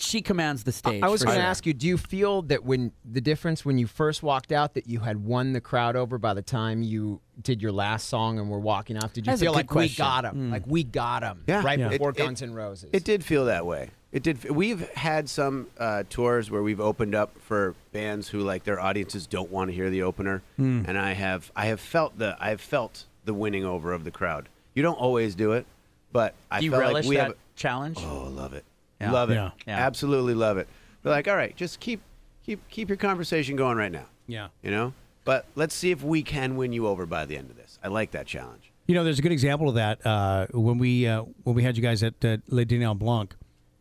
[SPEAKER 1] she commands the stage.
[SPEAKER 5] I was
[SPEAKER 1] going to
[SPEAKER 5] ask you, do you feel that when the difference when you first walked out that you had won the crowd over by the time you did your last song and were walking off? Did you
[SPEAKER 1] That's a
[SPEAKER 5] feel
[SPEAKER 1] good
[SPEAKER 5] like we
[SPEAKER 1] question.
[SPEAKER 5] got
[SPEAKER 3] Hmm.
[SPEAKER 5] him? Like we got him
[SPEAKER 4] Yeah.
[SPEAKER 5] right
[SPEAKER 4] Yeah.
[SPEAKER 5] before
[SPEAKER 4] It- it-
[SPEAKER 5] Guns N' Roses.
[SPEAKER 4] It did feel that way. It did. We've had some uh, tours where we've opened up for bands who like their audiences don't want to hear the opener,
[SPEAKER 1] Hmm.
[SPEAKER 4] and I have I have felt the I've felt the winning over of the crowd. You don't always do it, but I
[SPEAKER 1] Do you
[SPEAKER 4] felt
[SPEAKER 1] relish
[SPEAKER 4] like we
[SPEAKER 1] that
[SPEAKER 4] have.
[SPEAKER 1] challenge?
[SPEAKER 4] Oh, love it.
[SPEAKER 1] Yeah.
[SPEAKER 4] Love it.
[SPEAKER 3] Yeah.
[SPEAKER 1] Yeah.
[SPEAKER 4] Absolutely love it. But like, all right, just keep keep keep your conversation going right now.
[SPEAKER 3] Yeah.
[SPEAKER 4] You know? But let's see if we can win you over by the end of this. I like that challenge.
[SPEAKER 3] You know, there's a good example of that uh, when we uh, when we had you guys at uh, Le Dîner en Blanc.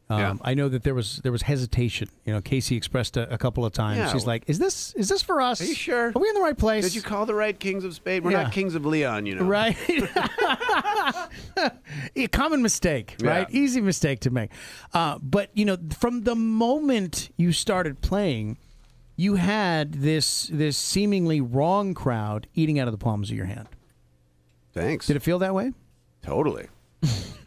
[SPEAKER 3] Um,
[SPEAKER 4] Yeah.
[SPEAKER 3] I know that there was there was hesitation. You know, Casey expressed a, a couple of times.
[SPEAKER 4] Yeah.
[SPEAKER 3] She's like, "Is this is this for us?
[SPEAKER 4] Are you sure?
[SPEAKER 3] Are we in the right place?
[SPEAKER 4] Did you call the right Kings of Spade? We're
[SPEAKER 3] Yeah.
[SPEAKER 4] not Kings of Leon, you know.
[SPEAKER 3] right? (laughs) A common mistake, right?
[SPEAKER 4] Yeah.
[SPEAKER 3] Easy mistake to make. Uh, but you know, from the moment you started playing, you had this this seemingly wrong crowd eating out of the palms of your hand.
[SPEAKER 4] Thanks.
[SPEAKER 3] Did it feel that way? (laughs)
[SPEAKER 4] Totally.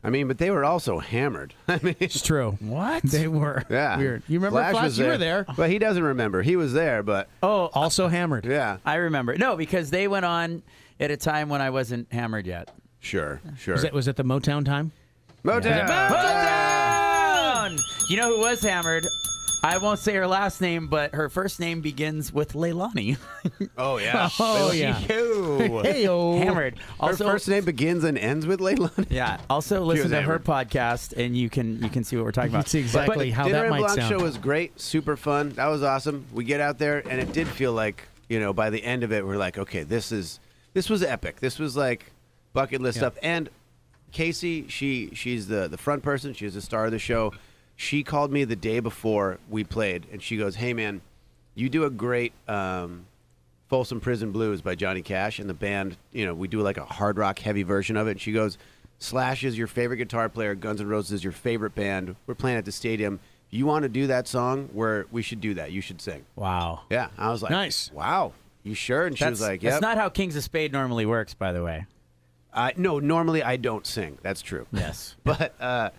[SPEAKER 4] I mean, but they were also hammered. (laughs) I mean,
[SPEAKER 3] It's true.
[SPEAKER 1] What?
[SPEAKER 3] They were.
[SPEAKER 4] yeah.
[SPEAKER 3] Weird. You remember Flash?
[SPEAKER 4] was
[SPEAKER 3] you were there.
[SPEAKER 4] But he doesn't remember. He was there, but
[SPEAKER 1] Oh,
[SPEAKER 3] Also hammered.
[SPEAKER 4] yeah.
[SPEAKER 1] I remember. No, because they went on at a time when I wasn't hammered yet.
[SPEAKER 4] Sure, sure.
[SPEAKER 3] Was that was that the Motown time?
[SPEAKER 4] Motown!
[SPEAKER 1] Down! You know who was hammered? I won't say her last name, but her first name begins with Leilani. (laughs)
[SPEAKER 4] Oh, yeah.
[SPEAKER 3] (laughs) Oh yeah. (laughs) Hey
[SPEAKER 1] hammered.
[SPEAKER 4] Her
[SPEAKER 1] Also,
[SPEAKER 4] first name begins and ends with Leilani.
[SPEAKER 1] yeah. Also, listen
[SPEAKER 4] was
[SPEAKER 1] to
[SPEAKER 4] hammered.
[SPEAKER 1] her podcast, and you can you can see what we're talking about.
[SPEAKER 3] (laughs) That's exactly
[SPEAKER 1] But-
[SPEAKER 3] how
[SPEAKER 4] Dinner
[SPEAKER 3] that
[SPEAKER 4] and
[SPEAKER 3] might
[SPEAKER 4] Blanc
[SPEAKER 3] sound.
[SPEAKER 4] show was great, super fun. That was awesome. We get out there, and it did feel like you know by the end of it, we're like, okay, this is this was epic. This was like bucket list stuff. And Casey, she she's the the front person. She's the star of the show. She called me the day before we played, and she goes, "Hey man, you do a great." Um, Folsom Prison Blues by Johnny Cash, and the band, you know, we do like a hard rock heavy version of it. And she goes, Slash is your favorite guitar player, Guns N' Roses is your favorite band. We're playing at the stadium. If you want to do that song, where we should do that, you should sing.
[SPEAKER 1] wow.
[SPEAKER 4] Yeah. I was like,
[SPEAKER 3] Nice.
[SPEAKER 4] Wow. You sure? And she
[SPEAKER 1] That's,
[SPEAKER 4] was like,
[SPEAKER 1] that's
[SPEAKER 4] Yep.
[SPEAKER 1] not how Kings of Spade normally works, by the way.
[SPEAKER 4] I- no, normally I don't sing. That's true.
[SPEAKER 1] (laughs) Yes.
[SPEAKER 4] (laughs) but uh,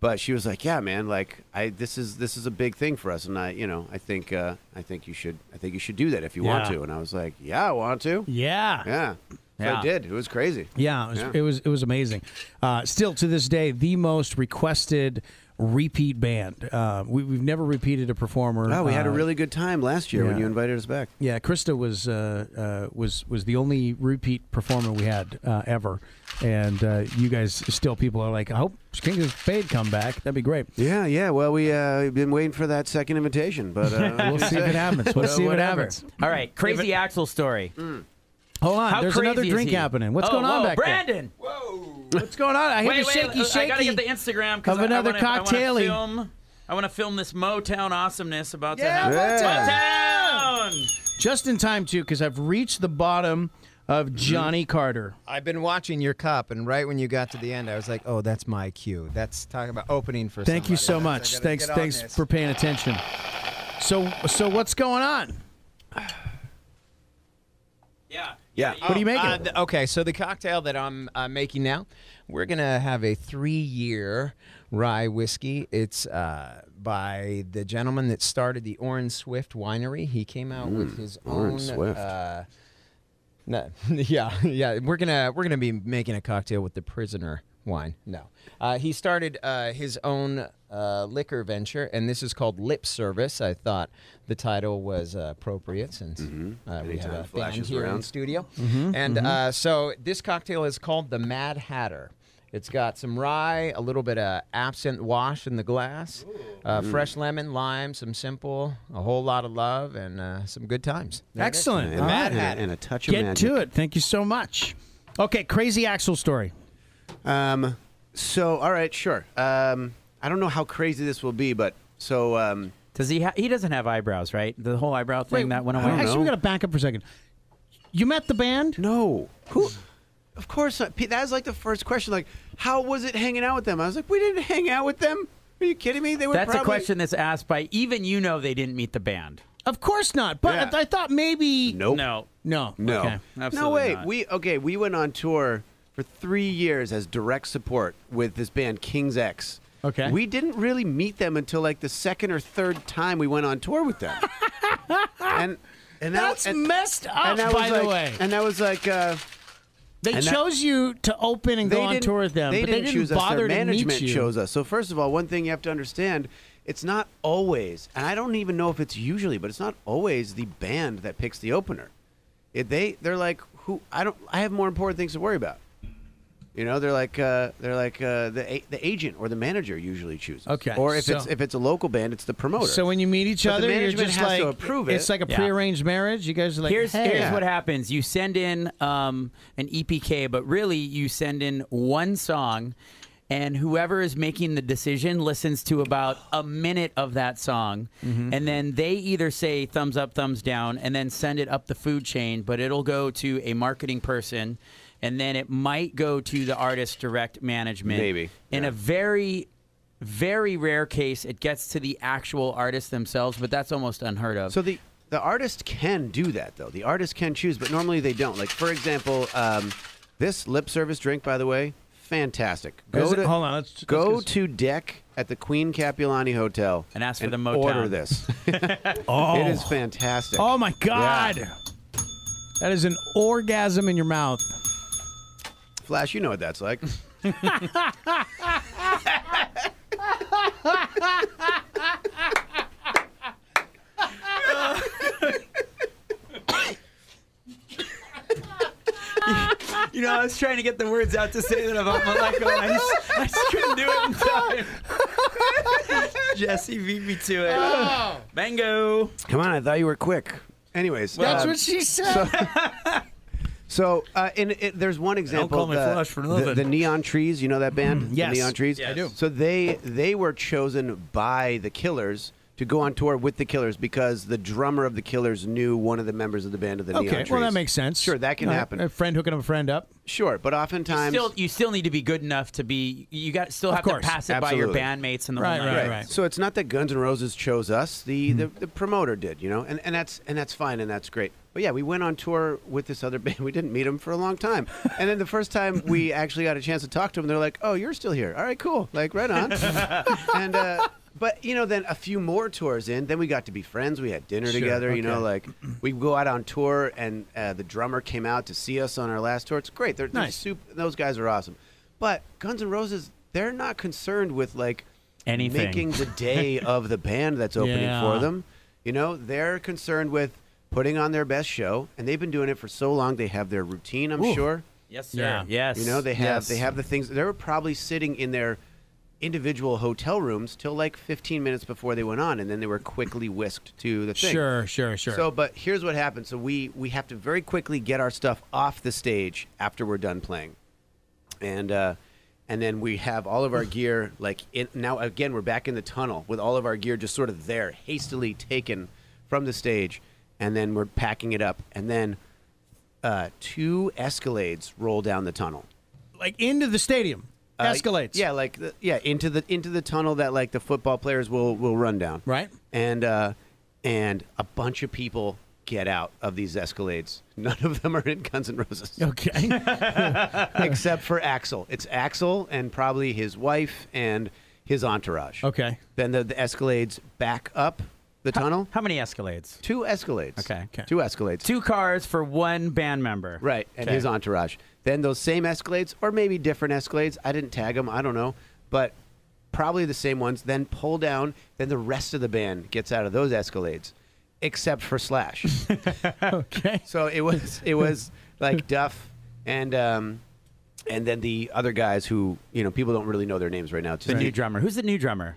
[SPEAKER 4] but she was like, "Yeah, man, like I this is this is a big thing for us, and I you know I think uh, I think you should I think you should do that if you want
[SPEAKER 3] Yeah.
[SPEAKER 4] to." And I was like, "Yeah, I want to."
[SPEAKER 3] Yeah.
[SPEAKER 4] Yeah, So
[SPEAKER 1] Yeah.
[SPEAKER 4] I did. It was crazy.
[SPEAKER 3] Yeah, it was
[SPEAKER 4] Yeah.
[SPEAKER 3] it was, it was amazing. Uh, still to this day, the most requested repeat band. Uh, we, we've never repeated a performer.
[SPEAKER 4] Wow, we had a
[SPEAKER 3] Uh,
[SPEAKER 4] really good time last year when
[SPEAKER 3] yeah.
[SPEAKER 4] you invited us back.
[SPEAKER 3] yeah. Krista was uh, uh, was was the only repeat performer we had uh, ever, and uh, you guys still people are like, I hope King of Spade come back. That'd be great.
[SPEAKER 4] Yeah, yeah. Well, we uh, we've been waiting for that second invitation, but uh,
[SPEAKER 3] We'll see if it
[SPEAKER 1] (laughs)
[SPEAKER 3] happens. We'll
[SPEAKER 1] Well,
[SPEAKER 3] see if it
[SPEAKER 1] whatever.
[SPEAKER 3] happens.
[SPEAKER 1] All right, crazy Axel story.
[SPEAKER 3] Hold on,
[SPEAKER 1] How
[SPEAKER 3] Mm. there's
[SPEAKER 1] crazy
[SPEAKER 3] another
[SPEAKER 1] is
[SPEAKER 3] drink
[SPEAKER 1] he?
[SPEAKER 3] happening. What's
[SPEAKER 1] Oh,
[SPEAKER 3] going on
[SPEAKER 1] whoa,
[SPEAKER 3] back there?
[SPEAKER 1] Brandon?
[SPEAKER 3] What's going on? I hear
[SPEAKER 1] Wait,
[SPEAKER 3] the
[SPEAKER 1] wait,
[SPEAKER 3] shaky,
[SPEAKER 1] uh, I
[SPEAKER 3] shaky.
[SPEAKER 1] gotta get the Instagram because
[SPEAKER 3] of another
[SPEAKER 1] I wanna,
[SPEAKER 3] cocktail-y.
[SPEAKER 1] I want to film. I want to film this Motown awesomeness about
[SPEAKER 3] Yeah,
[SPEAKER 1] to happen.
[SPEAKER 4] Motown!
[SPEAKER 1] Motown!
[SPEAKER 3] just in time too because i've reached the bottom
[SPEAKER 1] Mm-hmm.
[SPEAKER 3] of Johnny Carter.
[SPEAKER 5] I've been watching your cup, and right when you got to the end, I was like, "Oh, that's my cue. That's talking about opening for."
[SPEAKER 3] Thank you so
[SPEAKER 5] somebody else. I
[SPEAKER 3] much.
[SPEAKER 5] gotta
[SPEAKER 3] Thanks
[SPEAKER 5] get on
[SPEAKER 3] thanks
[SPEAKER 5] this.
[SPEAKER 3] for paying attention. So so what's going on?
[SPEAKER 1] Yeah.
[SPEAKER 4] Yeah.
[SPEAKER 3] What are you making?
[SPEAKER 5] Uh, th- okay, so the cocktail that I'm uh, making now, we're gonna have a three-year rye whiskey. It's uh, by the gentleman that started the Orange Swift Winery. He came out with his own.
[SPEAKER 4] Mm, Orange Swift.
[SPEAKER 5] Uh, no, (laughs) yeah, yeah. We're gonna we're gonna be making a cocktail with the Prisoner wine. No, uh, he started uh, his own uh, liquor venture, and this is called Lip Service. I thought the title was uh, appropriate since uh, we
[SPEAKER 4] Mm-hmm. Anytime
[SPEAKER 5] have a band
[SPEAKER 4] flashes
[SPEAKER 5] here in
[SPEAKER 4] around.
[SPEAKER 5] the studio.
[SPEAKER 4] Mm-hmm,
[SPEAKER 5] and Uh, so this cocktail is called the Mad Hatter. It's got some rye, a little bit of absinthe wash in the glass, uh,
[SPEAKER 4] Mm.
[SPEAKER 5] fresh lemon, lime, some simple, a whole lot of love, and uh, some good times. There it is.
[SPEAKER 3] Excellent.
[SPEAKER 4] And,
[SPEAKER 3] All right.
[SPEAKER 5] Mad
[SPEAKER 4] and a-
[SPEAKER 5] Hatter.
[SPEAKER 4] and a touch of
[SPEAKER 3] Get
[SPEAKER 4] magic.
[SPEAKER 3] to it. Thank you so much. Okay, crazy Axel story.
[SPEAKER 4] Um, so, all right, sure. Um, I don't know how crazy this will be, but so um,
[SPEAKER 1] Does he? Ha- he doesn't have eyebrows, right? The whole eyebrow thing that went
[SPEAKER 4] I don't
[SPEAKER 1] away.
[SPEAKER 3] Actually,
[SPEAKER 4] know.
[SPEAKER 3] we got to back up for a second. You met the band?
[SPEAKER 4] no, who? Of course, not. Pete, that was like the first question. Like, how was it hanging out with them? I was like, we didn't hang out with them. Are you kidding me? They were.
[SPEAKER 1] That's a
[SPEAKER 4] probably-
[SPEAKER 1] question that's asked by even you know they didn't meet the band.
[SPEAKER 3] Of course not. But
[SPEAKER 4] Yeah.
[SPEAKER 3] I, I thought maybe
[SPEAKER 4] Nope.
[SPEAKER 1] No.
[SPEAKER 3] No.
[SPEAKER 4] No.
[SPEAKER 3] Okay.
[SPEAKER 4] No
[SPEAKER 1] Absolutely
[SPEAKER 4] way.
[SPEAKER 1] not.
[SPEAKER 4] We okay. We went on tour for three years as direct support with this band King's X.
[SPEAKER 3] Okay.
[SPEAKER 4] We didn't really meet them until like the second or third time we went on tour with
[SPEAKER 3] (laughs)
[SPEAKER 4] them. and and that-
[SPEAKER 3] That's
[SPEAKER 4] and-
[SPEAKER 3] messed up.
[SPEAKER 4] and that
[SPEAKER 3] By
[SPEAKER 4] was
[SPEAKER 3] the
[SPEAKER 4] like-
[SPEAKER 3] way,
[SPEAKER 4] And that was like. Uh,
[SPEAKER 3] they
[SPEAKER 4] and that-
[SPEAKER 3] chose you to open and go on
[SPEAKER 4] didn't-
[SPEAKER 3] tour with them,
[SPEAKER 4] They
[SPEAKER 3] but
[SPEAKER 4] didn't,
[SPEAKER 3] they didn't
[SPEAKER 4] choose us.
[SPEAKER 3] bother
[SPEAKER 4] Their
[SPEAKER 3] to
[SPEAKER 4] management
[SPEAKER 3] meet you.
[SPEAKER 4] chose us. So first of all, one thing you have to understand, it's not always, and I don't even know if it's usually, but it's not always the band that picks the opener. It, they they're like who I don't I have more important things to worry about. You know, they're like uh, they're like uh, the a- the agent or the manager usually chooses.
[SPEAKER 3] Okay,
[SPEAKER 4] Or if
[SPEAKER 3] so-
[SPEAKER 4] it's if it's a local band, it's the promoter.
[SPEAKER 3] So when you meet each
[SPEAKER 4] But the
[SPEAKER 3] other, you're
[SPEAKER 4] management
[SPEAKER 3] just
[SPEAKER 4] has
[SPEAKER 3] like
[SPEAKER 4] to approve it.
[SPEAKER 3] it's like a
[SPEAKER 1] Yeah.
[SPEAKER 3] prearranged marriage. You guys are like,
[SPEAKER 1] Here's,
[SPEAKER 3] hey.
[SPEAKER 1] here's what happens. You send in um, an EPK, but really you send in one song, and whoever is making the decision listens to about a minute of that song, and then they either say thumbs up, thumbs down, and then send it up the food chain. But it'll go to a marketing person, and then it might go to the artist direct management.
[SPEAKER 4] Maybe,
[SPEAKER 1] in
[SPEAKER 4] yeah.
[SPEAKER 1] a very very rare case it gets to the actual artist themselves but that's almost unheard of
[SPEAKER 4] So the the artist can do that though. The artist can choose, but normally they don't. Like for example, um, this lip service drink, by the way, fantastic. Go
[SPEAKER 3] Is it-
[SPEAKER 4] to
[SPEAKER 3] hold on, let's- let's
[SPEAKER 4] go
[SPEAKER 3] get-
[SPEAKER 4] to deck at the Queen Capulani Hotel
[SPEAKER 1] And ask for the Motown. (laughs)
[SPEAKER 4] Order this. (laughs)
[SPEAKER 3] Oh,
[SPEAKER 4] It is fantastic.
[SPEAKER 3] oh my God.
[SPEAKER 4] Yeah.
[SPEAKER 3] That is an orgasm in your mouth.
[SPEAKER 4] Flash, you know what that's like.
[SPEAKER 1] (laughs) You know, I was trying to get the words out to say that (laughs) about Maleko. oh, I just, I just couldn't do it in time.
[SPEAKER 4] (laughs)
[SPEAKER 1] Jesse beat me to it. Mango.
[SPEAKER 4] Come on, I thought you were quick. Anyways,
[SPEAKER 3] That's
[SPEAKER 4] um,
[SPEAKER 3] what she said.
[SPEAKER 4] So, uh, and it, there's one example.
[SPEAKER 2] call me
[SPEAKER 4] the,
[SPEAKER 2] Flash for
[SPEAKER 4] the-
[SPEAKER 2] nothing.
[SPEAKER 4] The, Neon Trees, you know that band? The
[SPEAKER 3] yes.
[SPEAKER 4] Neon Trees?
[SPEAKER 1] Yes. I do.
[SPEAKER 4] So they they were chosen by the Killers to go on tour with the Killers because the drummer of the Killers knew one of the members of the band of the Neon
[SPEAKER 3] okay,
[SPEAKER 4] Trees.
[SPEAKER 3] well that makes sense.
[SPEAKER 4] Sure, that can
[SPEAKER 3] You know,
[SPEAKER 4] happen.
[SPEAKER 3] A friend hooking up a friend up.
[SPEAKER 4] Sure, but oftentimes.
[SPEAKER 1] Still, you still need to be good enough to be. You got still have to
[SPEAKER 3] course.
[SPEAKER 1] pass it by
[SPEAKER 4] Absolutely.
[SPEAKER 1] your bandmates and the
[SPEAKER 3] Right,
[SPEAKER 1] whole
[SPEAKER 3] right,
[SPEAKER 1] nine
[SPEAKER 4] Right.
[SPEAKER 1] yards.
[SPEAKER 3] right. Hmm.
[SPEAKER 4] So it's not that Guns N' Roses chose us; the, the the promoter did, you know, and and that's and that's fine and that's great. But yeah, we went on tour with this other (laughs) band. We didn't meet them for a long time, and then the first time we
[SPEAKER 3] (laughs)
[SPEAKER 4] actually got a chance to talk to them, they're like, "Oh, you're still here? All right, cool. Like, right
[SPEAKER 3] (laughs)
[SPEAKER 4] on." and uh, but you know, then a few more tours in, then we got to be friends. We had dinner together. You know, like we go out on tour, and uh, the drummer came out to see us on our last tour. It's great. They're, they're
[SPEAKER 3] Nice.
[SPEAKER 4] super. Those guys are awesome. But Guns N' Roses, they're not concerned with like
[SPEAKER 1] Anything.
[SPEAKER 4] making the day of the band that's opening
[SPEAKER 3] Yeah.
[SPEAKER 4] for them. You know, they're concerned with putting on their best show, and they've been doing it for so long. They have their routine, I'm sure.
[SPEAKER 1] Yes, sir.
[SPEAKER 3] Yeah.
[SPEAKER 1] Yes.
[SPEAKER 4] You know, they have
[SPEAKER 5] Yes.
[SPEAKER 4] they have the things. They were probably sitting in their individual hotel rooms till like 15 minutes before they went on, and then they were quickly whisked to the thing.
[SPEAKER 3] Sure, sure, sure.
[SPEAKER 4] So, but here's what happens. So we we have to very quickly get our stuff off the stage after we're done playing, and uh, and then we have all of our gear like in, now again we're back in the tunnel with all of our gear just sort of there hastily taken from the stage, and then we're packing it up, and then uh, two Escalades roll down the tunnel.
[SPEAKER 3] Like into the stadium.
[SPEAKER 4] Uh,
[SPEAKER 3] Escalates.
[SPEAKER 4] Yeah, like the, yeah, into the into the tunnel that like the football players will will run down.
[SPEAKER 3] Right.
[SPEAKER 4] And uh and a bunch of people get out of these Escalades. None of them are in Guns N'
[SPEAKER 3] (laughs)
[SPEAKER 4] Roses
[SPEAKER 3] Okay.
[SPEAKER 4] except for Axel. It's Axel and probably his wife and his entourage.
[SPEAKER 3] Okay.
[SPEAKER 4] Then the, the Escalades back up the tunnel.
[SPEAKER 1] How many Escalades?
[SPEAKER 4] Two Escalades.
[SPEAKER 1] Okay. Okay.
[SPEAKER 4] Two Escalades.
[SPEAKER 1] Two cars for one band member.
[SPEAKER 4] Right, and his entourage. Then those same Escalades, or maybe different Escalades. I didn't tag them. I don't know, but probably the same ones. Then pull down. Then the rest of the band gets out of those Escalades, except
[SPEAKER 1] (laughs)
[SPEAKER 4] for Slash.
[SPEAKER 3] okay.
[SPEAKER 4] so it was it was like Duff and um, and then the other guys who you know people don't really know their names right now. It's
[SPEAKER 1] The
[SPEAKER 4] just
[SPEAKER 1] new drummer. Who's the new drummer?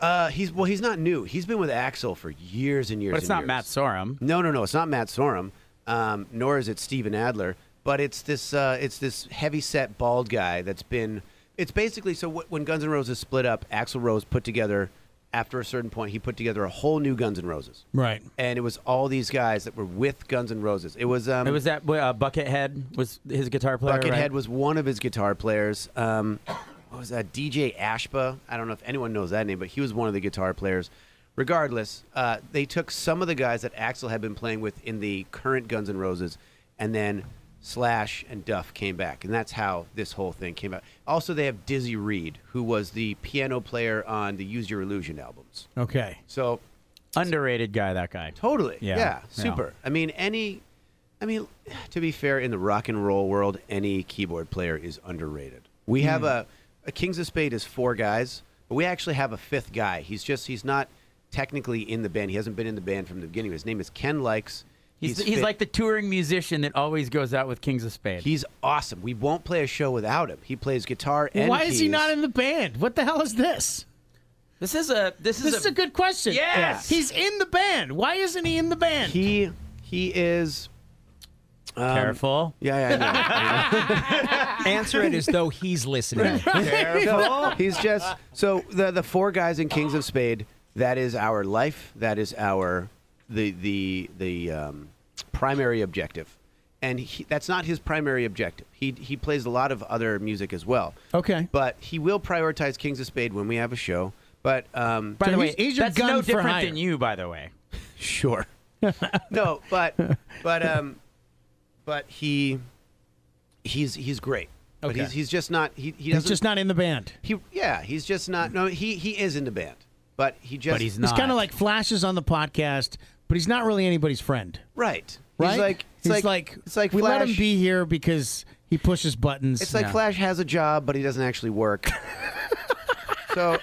[SPEAKER 4] uh, he's well, he's not new. He's been with Axel for years and years.
[SPEAKER 1] But it's
[SPEAKER 4] and
[SPEAKER 1] not
[SPEAKER 4] years.
[SPEAKER 1] Matt Sorum.
[SPEAKER 4] No, no, no. It's not Matt Sorum, um, nor is it Steven Adler. But it's this uh, it's this heavy set bald guy that's been. It's basically so wh- when Guns N' Roses split up, Axl Rose put together. After a certain point, he put together a whole new Guns N' Roses,
[SPEAKER 3] Right.
[SPEAKER 4] and it was all these guys that were with Guns N' Roses. It was um,
[SPEAKER 1] It was that uh, Buckethead was his guitar player.
[SPEAKER 4] Buckethead
[SPEAKER 1] right?
[SPEAKER 4] was one of his guitar players. Um, what was that? DJ Ashba. I don't know if anyone knows that name, but he was one of the guitar players. Regardless, uh, they took some of the guys that Axel had been playing with in the current Guns N' Roses, and then Slash and Duff came back, and that's how this whole thing came out. Also, they have Dizzy Reed, who was the piano player on the Use Your Illusion albums.
[SPEAKER 3] Okay.
[SPEAKER 4] So
[SPEAKER 1] underrated guy. That guy.
[SPEAKER 4] Totally.
[SPEAKER 1] Yeah.
[SPEAKER 4] Yeah.
[SPEAKER 1] Yeah.
[SPEAKER 4] Super. I mean, any. I mean, to be fair, in the rock and roll world, any keyboard player is underrated. We have a, a Kings of Spade is four guys, but we actually have a fifth guy. He's just he's not technically in the band. He hasn't been in the band from the beginning. His name is Ken Likes.
[SPEAKER 1] He's, he's,
[SPEAKER 4] fit-
[SPEAKER 1] like the touring musician that always goes out with Kings of Spade.
[SPEAKER 4] he's awesome. We won't play a show without him. He plays guitar and
[SPEAKER 3] Why is he
[SPEAKER 4] keys.
[SPEAKER 3] not in the band? What the hell is this?
[SPEAKER 1] this is a this is
[SPEAKER 3] This is a good question.
[SPEAKER 1] Yes!
[SPEAKER 3] He's in the band. Why isn't he in the band?
[SPEAKER 4] He he is.
[SPEAKER 1] Um, careful.
[SPEAKER 4] Yeah, yeah, I know.
[SPEAKER 5] Answer it as though
[SPEAKER 3] (laughs)
[SPEAKER 5] he's listening.
[SPEAKER 4] No, (laughs) he's just so the the four guys in Kings of Spade. That is our life. That is our the the the um, primary objective, and he, that's not his primary objective. He he plays a lot of other music as well.
[SPEAKER 3] Okay.
[SPEAKER 4] but he will prioritize Kings of Spade when we have a show. But um,
[SPEAKER 1] By
[SPEAKER 3] So
[SPEAKER 1] the way,
[SPEAKER 3] he's- he's your
[SPEAKER 1] that's
[SPEAKER 3] gun
[SPEAKER 1] no
[SPEAKER 3] for
[SPEAKER 1] different
[SPEAKER 3] hire.
[SPEAKER 1] than you. By the way,
[SPEAKER 4] Sure. (laughs) no, but but um but he he's he's great. But
[SPEAKER 3] Okay.
[SPEAKER 4] he's he's just not he he
[SPEAKER 3] He's
[SPEAKER 4] doesn't
[SPEAKER 3] just not in the band.
[SPEAKER 4] he yeah, he's just not no he he is in the band. But he just
[SPEAKER 1] but he's
[SPEAKER 3] He's
[SPEAKER 1] not.
[SPEAKER 3] kind of like flashes on the podcast, but he's not really anybody's friend.
[SPEAKER 4] right.
[SPEAKER 3] Right?
[SPEAKER 4] He's like it's
[SPEAKER 3] He's
[SPEAKER 4] like, it's like
[SPEAKER 3] we
[SPEAKER 4] Flash,
[SPEAKER 3] let him be here because he pushes buttons.
[SPEAKER 4] It's like
[SPEAKER 3] Yeah.
[SPEAKER 4] Flash has a job but he doesn't actually work. so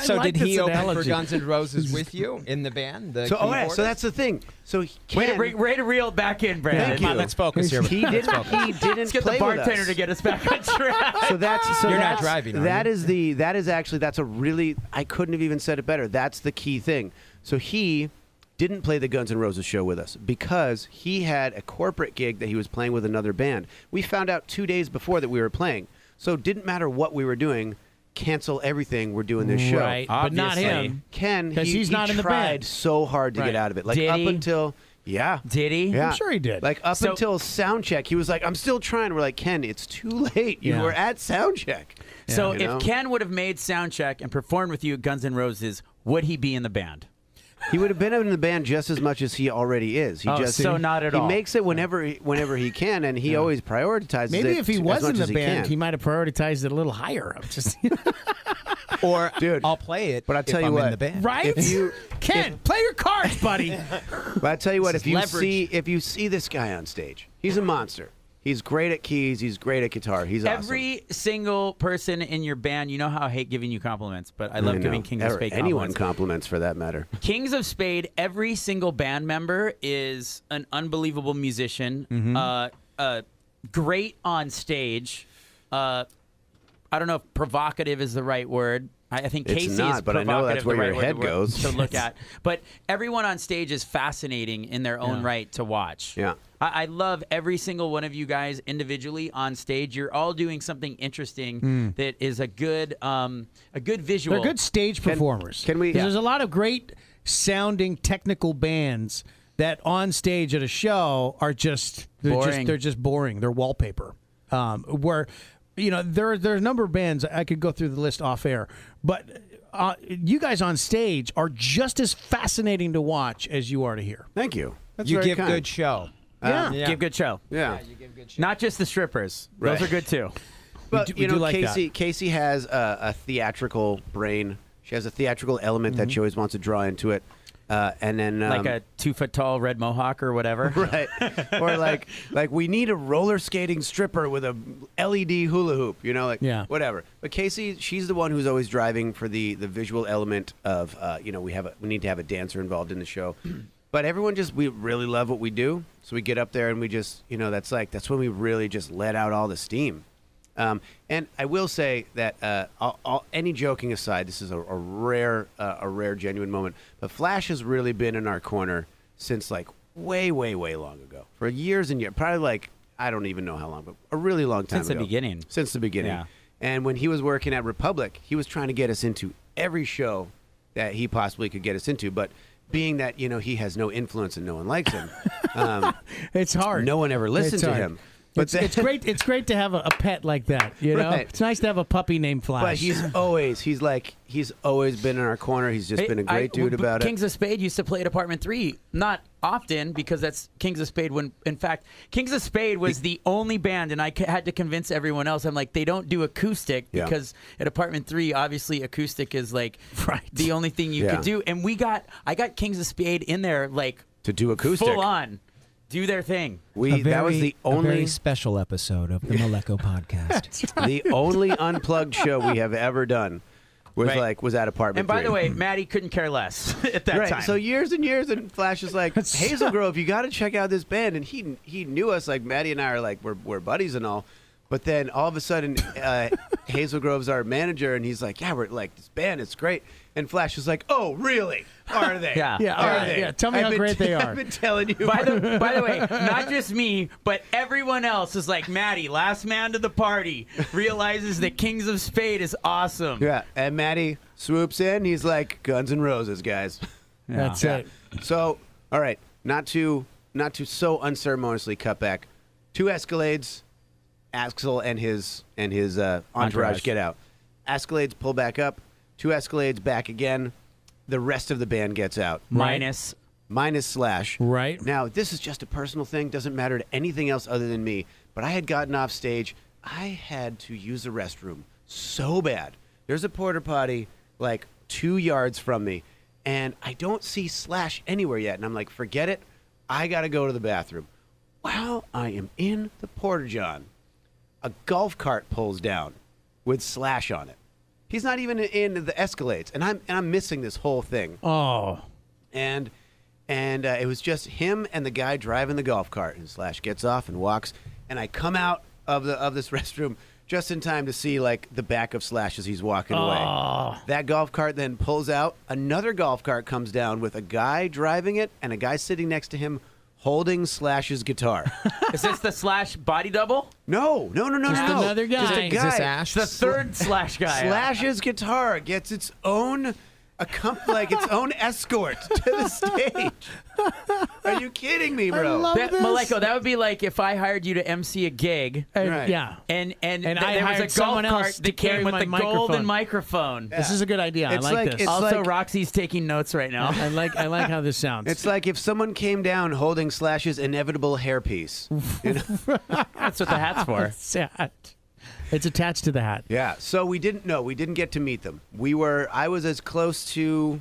[SPEAKER 5] so
[SPEAKER 3] like
[SPEAKER 5] did he
[SPEAKER 3] this
[SPEAKER 5] open for
[SPEAKER 3] analogy.
[SPEAKER 5] Guns
[SPEAKER 4] (laughs)
[SPEAKER 5] N' Roses with you in the band? The
[SPEAKER 4] so oh yeah,
[SPEAKER 5] keyboardist?
[SPEAKER 4] so that's the thing. So he
[SPEAKER 1] way to,
[SPEAKER 4] Ken-
[SPEAKER 1] re- way to reel it back in, Brandon.
[SPEAKER 4] Thank
[SPEAKER 5] Come on,
[SPEAKER 4] you.
[SPEAKER 5] let's focus here.
[SPEAKER 4] he didn't he didn't
[SPEAKER 1] Let's get
[SPEAKER 4] play
[SPEAKER 1] the
[SPEAKER 4] with
[SPEAKER 1] bartender
[SPEAKER 4] us.
[SPEAKER 1] to get us back on track.
[SPEAKER 4] So that's so
[SPEAKER 5] You're not
[SPEAKER 4] that's-
[SPEAKER 5] driving, are
[SPEAKER 4] that
[SPEAKER 5] you?
[SPEAKER 4] is the that is actually that's a really I couldn't have even said it better. That's the key thing. So he didn't play the Guns N' Roses show with us because he had a corporate gig that he was playing with another band. We found out two days before that we were playing, so it didn't matter what we were doing. Cancel everything. We're doing this show.
[SPEAKER 3] right, but not
[SPEAKER 1] Obviously.
[SPEAKER 3] him.
[SPEAKER 4] Ken,
[SPEAKER 3] 'Cause
[SPEAKER 4] he,
[SPEAKER 3] he's
[SPEAKER 4] he
[SPEAKER 3] not in the
[SPEAKER 4] tried
[SPEAKER 3] band.
[SPEAKER 4] so hard to
[SPEAKER 3] Right.
[SPEAKER 4] get out of it. Like
[SPEAKER 1] Did
[SPEAKER 4] up
[SPEAKER 1] he?
[SPEAKER 4] until yeah,
[SPEAKER 1] (laughs) Did he?
[SPEAKER 4] yeah,
[SPEAKER 3] I'm sure he did.
[SPEAKER 4] Like up
[SPEAKER 1] So-
[SPEAKER 4] until sound check, he was like, "I'm still trying." We're like, "Ken, it's too (laughs) late. You
[SPEAKER 3] Yeah.
[SPEAKER 4] were at sound check."
[SPEAKER 1] So
[SPEAKER 4] You
[SPEAKER 1] if
[SPEAKER 4] know?
[SPEAKER 1] Ken would have made Soundcheck and performed with you at Guns N' Roses, would he be in the band?
[SPEAKER 4] He would have been in the band just as much as he already is. He
[SPEAKER 1] Oh,
[SPEAKER 4] just
[SPEAKER 1] so not at
[SPEAKER 4] he
[SPEAKER 1] all.
[SPEAKER 4] He makes it whenever he- whenever he can, and he always prioritizes.
[SPEAKER 3] Maybe
[SPEAKER 4] it
[SPEAKER 3] if he
[SPEAKER 4] as
[SPEAKER 3] was
[SPEAKER 4] much
[SPEAKER 3] in the
[SPEAKER 4] as
[SPEAKER 3] band,
[SPEAKER 4] can.
[SPEAKER 3] he, might have prioritized it a little higher. I'm
[SPEAKER 4] (laughs)
[SPEAKER 3] just (laughs)
[SPEAKER 5] or
[SPEAKER 4] Dude.
[SPEAKER 5] I'll play it.
[SPEAKER 4] But I'll
[SPEAKER 5] if
[SPEAKER 4] tell you
[SPEAKER 5] I'm in
[SPEAKER 4] what.
[SPEAKER 5] the band.
[SPEAKER 3] right.
[SPEAKER 4] If you-
[SPEAKER 3] Ken, play your cards,
[SPEAKER 4] (laughs)
[SPEAKER 3] buddy.
[SPEAKER 4] But I tell you what,
[SPEAKER 5] This
[SPEAKER 4] if
[SPEAKER 5] is
[SPEAKER 4] you
[SPEAKER 5] leverage.
[SPEAKER 4] see if you see this guy on stage, he's a monster. He's great at keys. He's great at guitar. He's awesome.
[SPEAKER 1] Every single person in your band, you know how I hate giving you compliments, but I love
[SPEAKER 4] I know.
[SPEAKER 1] giving Kings
[SPEAKER 4] Ever-
[SPEAKER 1] of Spade
[SPEAKER 4] anyone
[SPEAKER 1] compliments.
[SPEAKER 4] compliments for that matter.
[SPEAKER 1] Kings of Spade, every single band member is an unbelievable musician,
[SPEAKER 4] Mm-hmm.
[SPEAKER 1] uh, uh, great on stage. Uh, I don't know if provocative is the right word. I, I think
[SPEAKER 4] It's
[SPEAKER 1] Casey is
[SPEAKER 4] not, but I know
[SPEAKER 1] provocative
[SPEAKER 4] that's where
[SPEAKER 1] the right
[SPEAKER 4] your
[SPEAKER 1] word
[SPEAKER 4] head
[SPEAKER 1] to wor-
[SPEAKER 4] goes.
[SPEAKER 1] To
[SPEAKER 4] (laughs)
[SPEAKER 1] look at, but everyone on stage is fascinating in their own right to watch.
[SPEAKER 4] Yeah.
[SPEAKER 1] I, I love every single one of you guys individually on stage. You're all doing something interesting
[SPEAKER 4] Hmm.
[SPEAKER 1] that is a good, um, a good visual.
[SPEAKER 3] They're good stage performers.
[SPEAKER 4] can we-
[SPEAKER 3] 'Cause There's a lot of great sounding technical bands that on stage at a show are just They're
[SPEAKER 1] Boring.
[SPEAKER 3] Just, they're just boring. They're wallpaper. Um, where, you know, there there are a number of bands I could go through the list off air, but uh, you guys on stage are just as fascinating to watch as you are to hear.
[SPEAKER 4] Thank you. That's
[SPEAKER 5] you
[SPEAKER 4] very
[SPEAKER 5] give
[SPEAKER 4] kind.
[SPEAKER 5] good show.
[SPEAKER 3] Yeah.
[SPEAKER 5] Yeah.
[SPEAKER 1] Give good show.
[SPEAKER 4] Um, yeah.
[SPEAKER 5] You give good show.
[SPEAKER 1] Not just the strippers.
[SPEAKER 4] Right.
[SPEAKER 1] Those are good
[SPEAKER 4] (laughs)
[SPEAKER 1] too.
[SPEAKER 4] But
[SPEAKER 3] do- we
[SPEAKER 4] you
[SPEAKER 3] do
[SPEAKER 4] know,
[SPEAKER 3] like that.
[SPEAKER 4] Casey. Casey has a, a theatrical brain. She has a theatrical element
[SPEAKER 3] Mm-hmm.
[SPEAKER 4] that she always wants to draw into it, uh, and then um,
[SPEAKER 1] Like a two foot tall red mohawk or whatever.
[SPEAKER 4] (laughs) right, or like like we need a roller skating stripper with a LED hula hoop. You know, like
[SPEAKER 3] Yeah.
[SPEAKER 4] whatever. But Casey, she's the one who's always driving for the the visual element of uh, you know we have a, we need to have a dancer involved in
[SPEAKER 1] (clears throat)
[SPEAKER 4] the show. But everyone just we really love what we do, so we get up there and we just you know that's like that's when we really just let out all the steam. Um, and I will say that uh, all, all, any joking aside, this is a, a rare, uh, a rare genuine moment. But Flash has really been in our corner since like way, way, way long ago, for years and years. Probably like I don't even know how long, but a really long time
[SPEAKER 1] Since the
[SPEAKER 4] ago.
[SPEAKER 1] beginning.
[SPEAKER 4] Since the beginning.
[SPEAKER 1] Yeah.
[SPEAKER 4] And when he was working at Republic, he was trying to get us into every show that he possibly could get us into. But being that you know he has no influence and no one likes him, um,
[SPEAKER 3] It's hard.
[SPEAKER 4] No one ever listened
[SPEAKER 3] It's
[SPEAKER 4] to
[SPEAKER 3] hard.
[SPEAKER 4] him. But
[SPEAKER 3] it's,
[SPEAKER 4] then-
[SPEAKER 3] it's great. It's great to have a, a pet like that.
[SPEAKER 4] (laughs)
[SPEAKER 3] You know,
[SPEAKER 4] Right.
[SPEAKER 3] it's nice to have a puppy named
[SPEAKER 4] (laughs)
[SPEAKER 3] Flash.
[SPEAKER 4] But he's always he's like he's always been in our corner. He's just been a
[SPEAKER 1] I-
[SPEAKER 4] great dude
[SPEAKER 1] but
[SPEAKER 4] about
[SPEAKER 1] Kings of Spade used to play at Apartment Three, not often because that's Kings of Spade. When in fact, Kings of Spade was the only band, and I c- had to convince everyone else. I'm like, they don't do acoustic
[SPEAKER 4] Yeah.
[SPEAKER 1] because at Apartment Three, obviously, acoustic is
[SPEAKER 4] (laughs)
[SPEAKER 1] like
[SPEAKER 3] Right.
[SPEAKER 1] the only thing you
[SPEAKER 4] Yeah.
[SPEAKER 1] could do. And we got, I got Kings of Spade in there like
[SPEAKER 4] it to do acoustic.
[SPEAKER 1] full on, do their thing.
[SPEAKER 4] We
[SPEAKER 5] A
[SPEAKER 4] that was
[SPEAKER 5] very-
[SPEAKER 4] the
[SPEAKER 5] a very
[SPEAKER 4] only
[SPEAKER 5] special episode of the Maleko
[SPEAKER 4] (laughs)
[SPEAKER 5] podcast.
[SPEAKER 4] the only unplugged show we have ever done was
[SPEAKER 1] Right.
[SPEAKER 4] like was at apartment.
[SPEAKER 1] And by the
[SPEAKER 4] Three.
[SPEAKER 1] way, Maddie couldn't care less (laughs) at that
[SPEAKER 4] Mm. right?
[SPEAKER 1] time.
[SPEAKER 4] So years and years, and Flash is like Hazel Grove. You got to check out this band, and he he knew us. Like Maddie and I are like we're we're buddies and all. But then all of a sudden,
[SPEAKER 3] (laughs)
[SPEAKER 4] uh, Hazel Grove's our manager, and he's like, "Yeah, we're like this band. It's great." And Flash is like, "Oh, really? Are they?
[SPEAKER 1] (laughs) Yeah.
[SPEAKER 3] Yeah,
[SPEAKER 4] are
[SPEAKER 3] yeah,
[SPEAKER 4] they?
[SPEAKER 3] yeah. Tell me
[SPEAKER 4] I've
[SPEAKER 3] how
[SPEAKER 4] been-
[SPEAKER 3] great they are."
[SPEAKER 4] I've been telling you.
[SPEAKER 1] By the, by the way, not just me, but everyone else is like, Maddie, last man to the party, realizes that Kings of Spade is awesome.
[SPEAKER 4] (laughs) Yeah, and Maddie swoops in. He's like, "Guns and Roses, guys."
[SPEAKER 3] That's
[SPEAKER 4] Yeah.
[SPEAKER 3] it.
[SPEAKER 4] So, all right, not to not to so unceremoniously cut back. Two Escalades, Axel and his and his uh, entourage,
[SPEAKER 1] Entourage.
[SPEAKER 4] get out. Escalades pull back up. Two Escalades back again. The rest of the band gets out.
[SPEAKER 1] Minus.
[SPEAKER 4] Minus slash.
[SPEAKER 3] Right.
[SPEAKER 4] Now, this is just a personal thing, doesn't matter to anything else other than me. But I had gotten off stage. I had to use the restroom so bad. There's a porter potty like two yards from me, and I don't see Slash anywhere yet. And I'm like, forget it. I got to go to the bathroom. While I am in the porter john, a golf cart pulls down with Slash on it. He's not even in the Escalades, and I'm, and I'm missing this whole thing
[SPEAKER 3] Oh,
[SPEAKER 4] and and uh, it was just him and the guy driving the golf cart. And Slash gets off and walks, and I come out of the of this (laughs) restroom just in time to see like the back of Slash as he's walking away. That golf cart then pulls out. Another golf cart comes down with a guy driving it and a guy sitting next to him holding Slash's
[SPEAKER 3] (laughs)
[SPEAKER 4] guitar.
[SPEAKER 1] Is this the slash body double?
[SPEAKER 4] no, no, no, no,
[SPEAKER 3] Just
[SPEAKER 4] no.
[SPEAKER 3] another
[SPEAKER 4] Just
[SPEAKER 3] guy.
[SPEAKER 4] a
[SPEAKER 3] Is
[SPEAKER 4] guy.
[SPEAKER 5] Is this Ash?
[SPEAKER 1] It's the third slash guy.
[SPEAKER 4] Slash's guitar gets its own accomp- like its own escort to
[SPEAKER 3] (laughs)
[SPEAKER 4] the stage. Are you kidding me, bro?
[SPEAKER 3] love
[SPEAKER 1] That, Maleko, that would be like if I hired you to MC a gig.
[SPEAKER 3] And-
[SPEAKER 4] Right.
[SPEAKER 3] yeah.
[SPEAKER 1] And and,
[SPEAKER 3] And
[SPEAKER 1] th-
[SPEAKER 3] I
[SPEAKER 1] there
[SPEAKER 3] hired
[SPEAKER 1] was a golf
[SPEAKER 3] someone else
[SPEAKER 1] cart
[SPEAKER 3] to
[SPEAKER 1] that came
[SPEAKER 3] carry
[SPEAKER 1] with
[SPEAKER 3] my
[SPEAKER 1] the golden
[SPEAKER 3] microphone.
[SPEAKER 1] microphone.
[SPEAKER 3] This is a good idea. I
[SPEAKER 4] It's
[SPEAKER 3] like,
[SPEAKER 4] like-
[SPEAKER 3] this.
[SPEAKER 4] it's
[SPEAKER 3] I'll-
[SPEAKER 1] also,
[SPEAKER 4] like-
[SPEAKER 1] Roxy's taking notes right
[SPEAKER 3] (laughs)
[SPEAKER 1] now.
[SPEAKER 3] I like I like how this sounds.
[SPEAKER 4] It's like if someone came down holding Slash's inevitable hairpiece. You know?
[SPEAKER 1] That's what the hat's for.
[SPEAKER 3] sad. It's attached to the hat.
[SPEAKER 4] yeah. So we didn't know. We didn't get to meet them. We were. I was as close to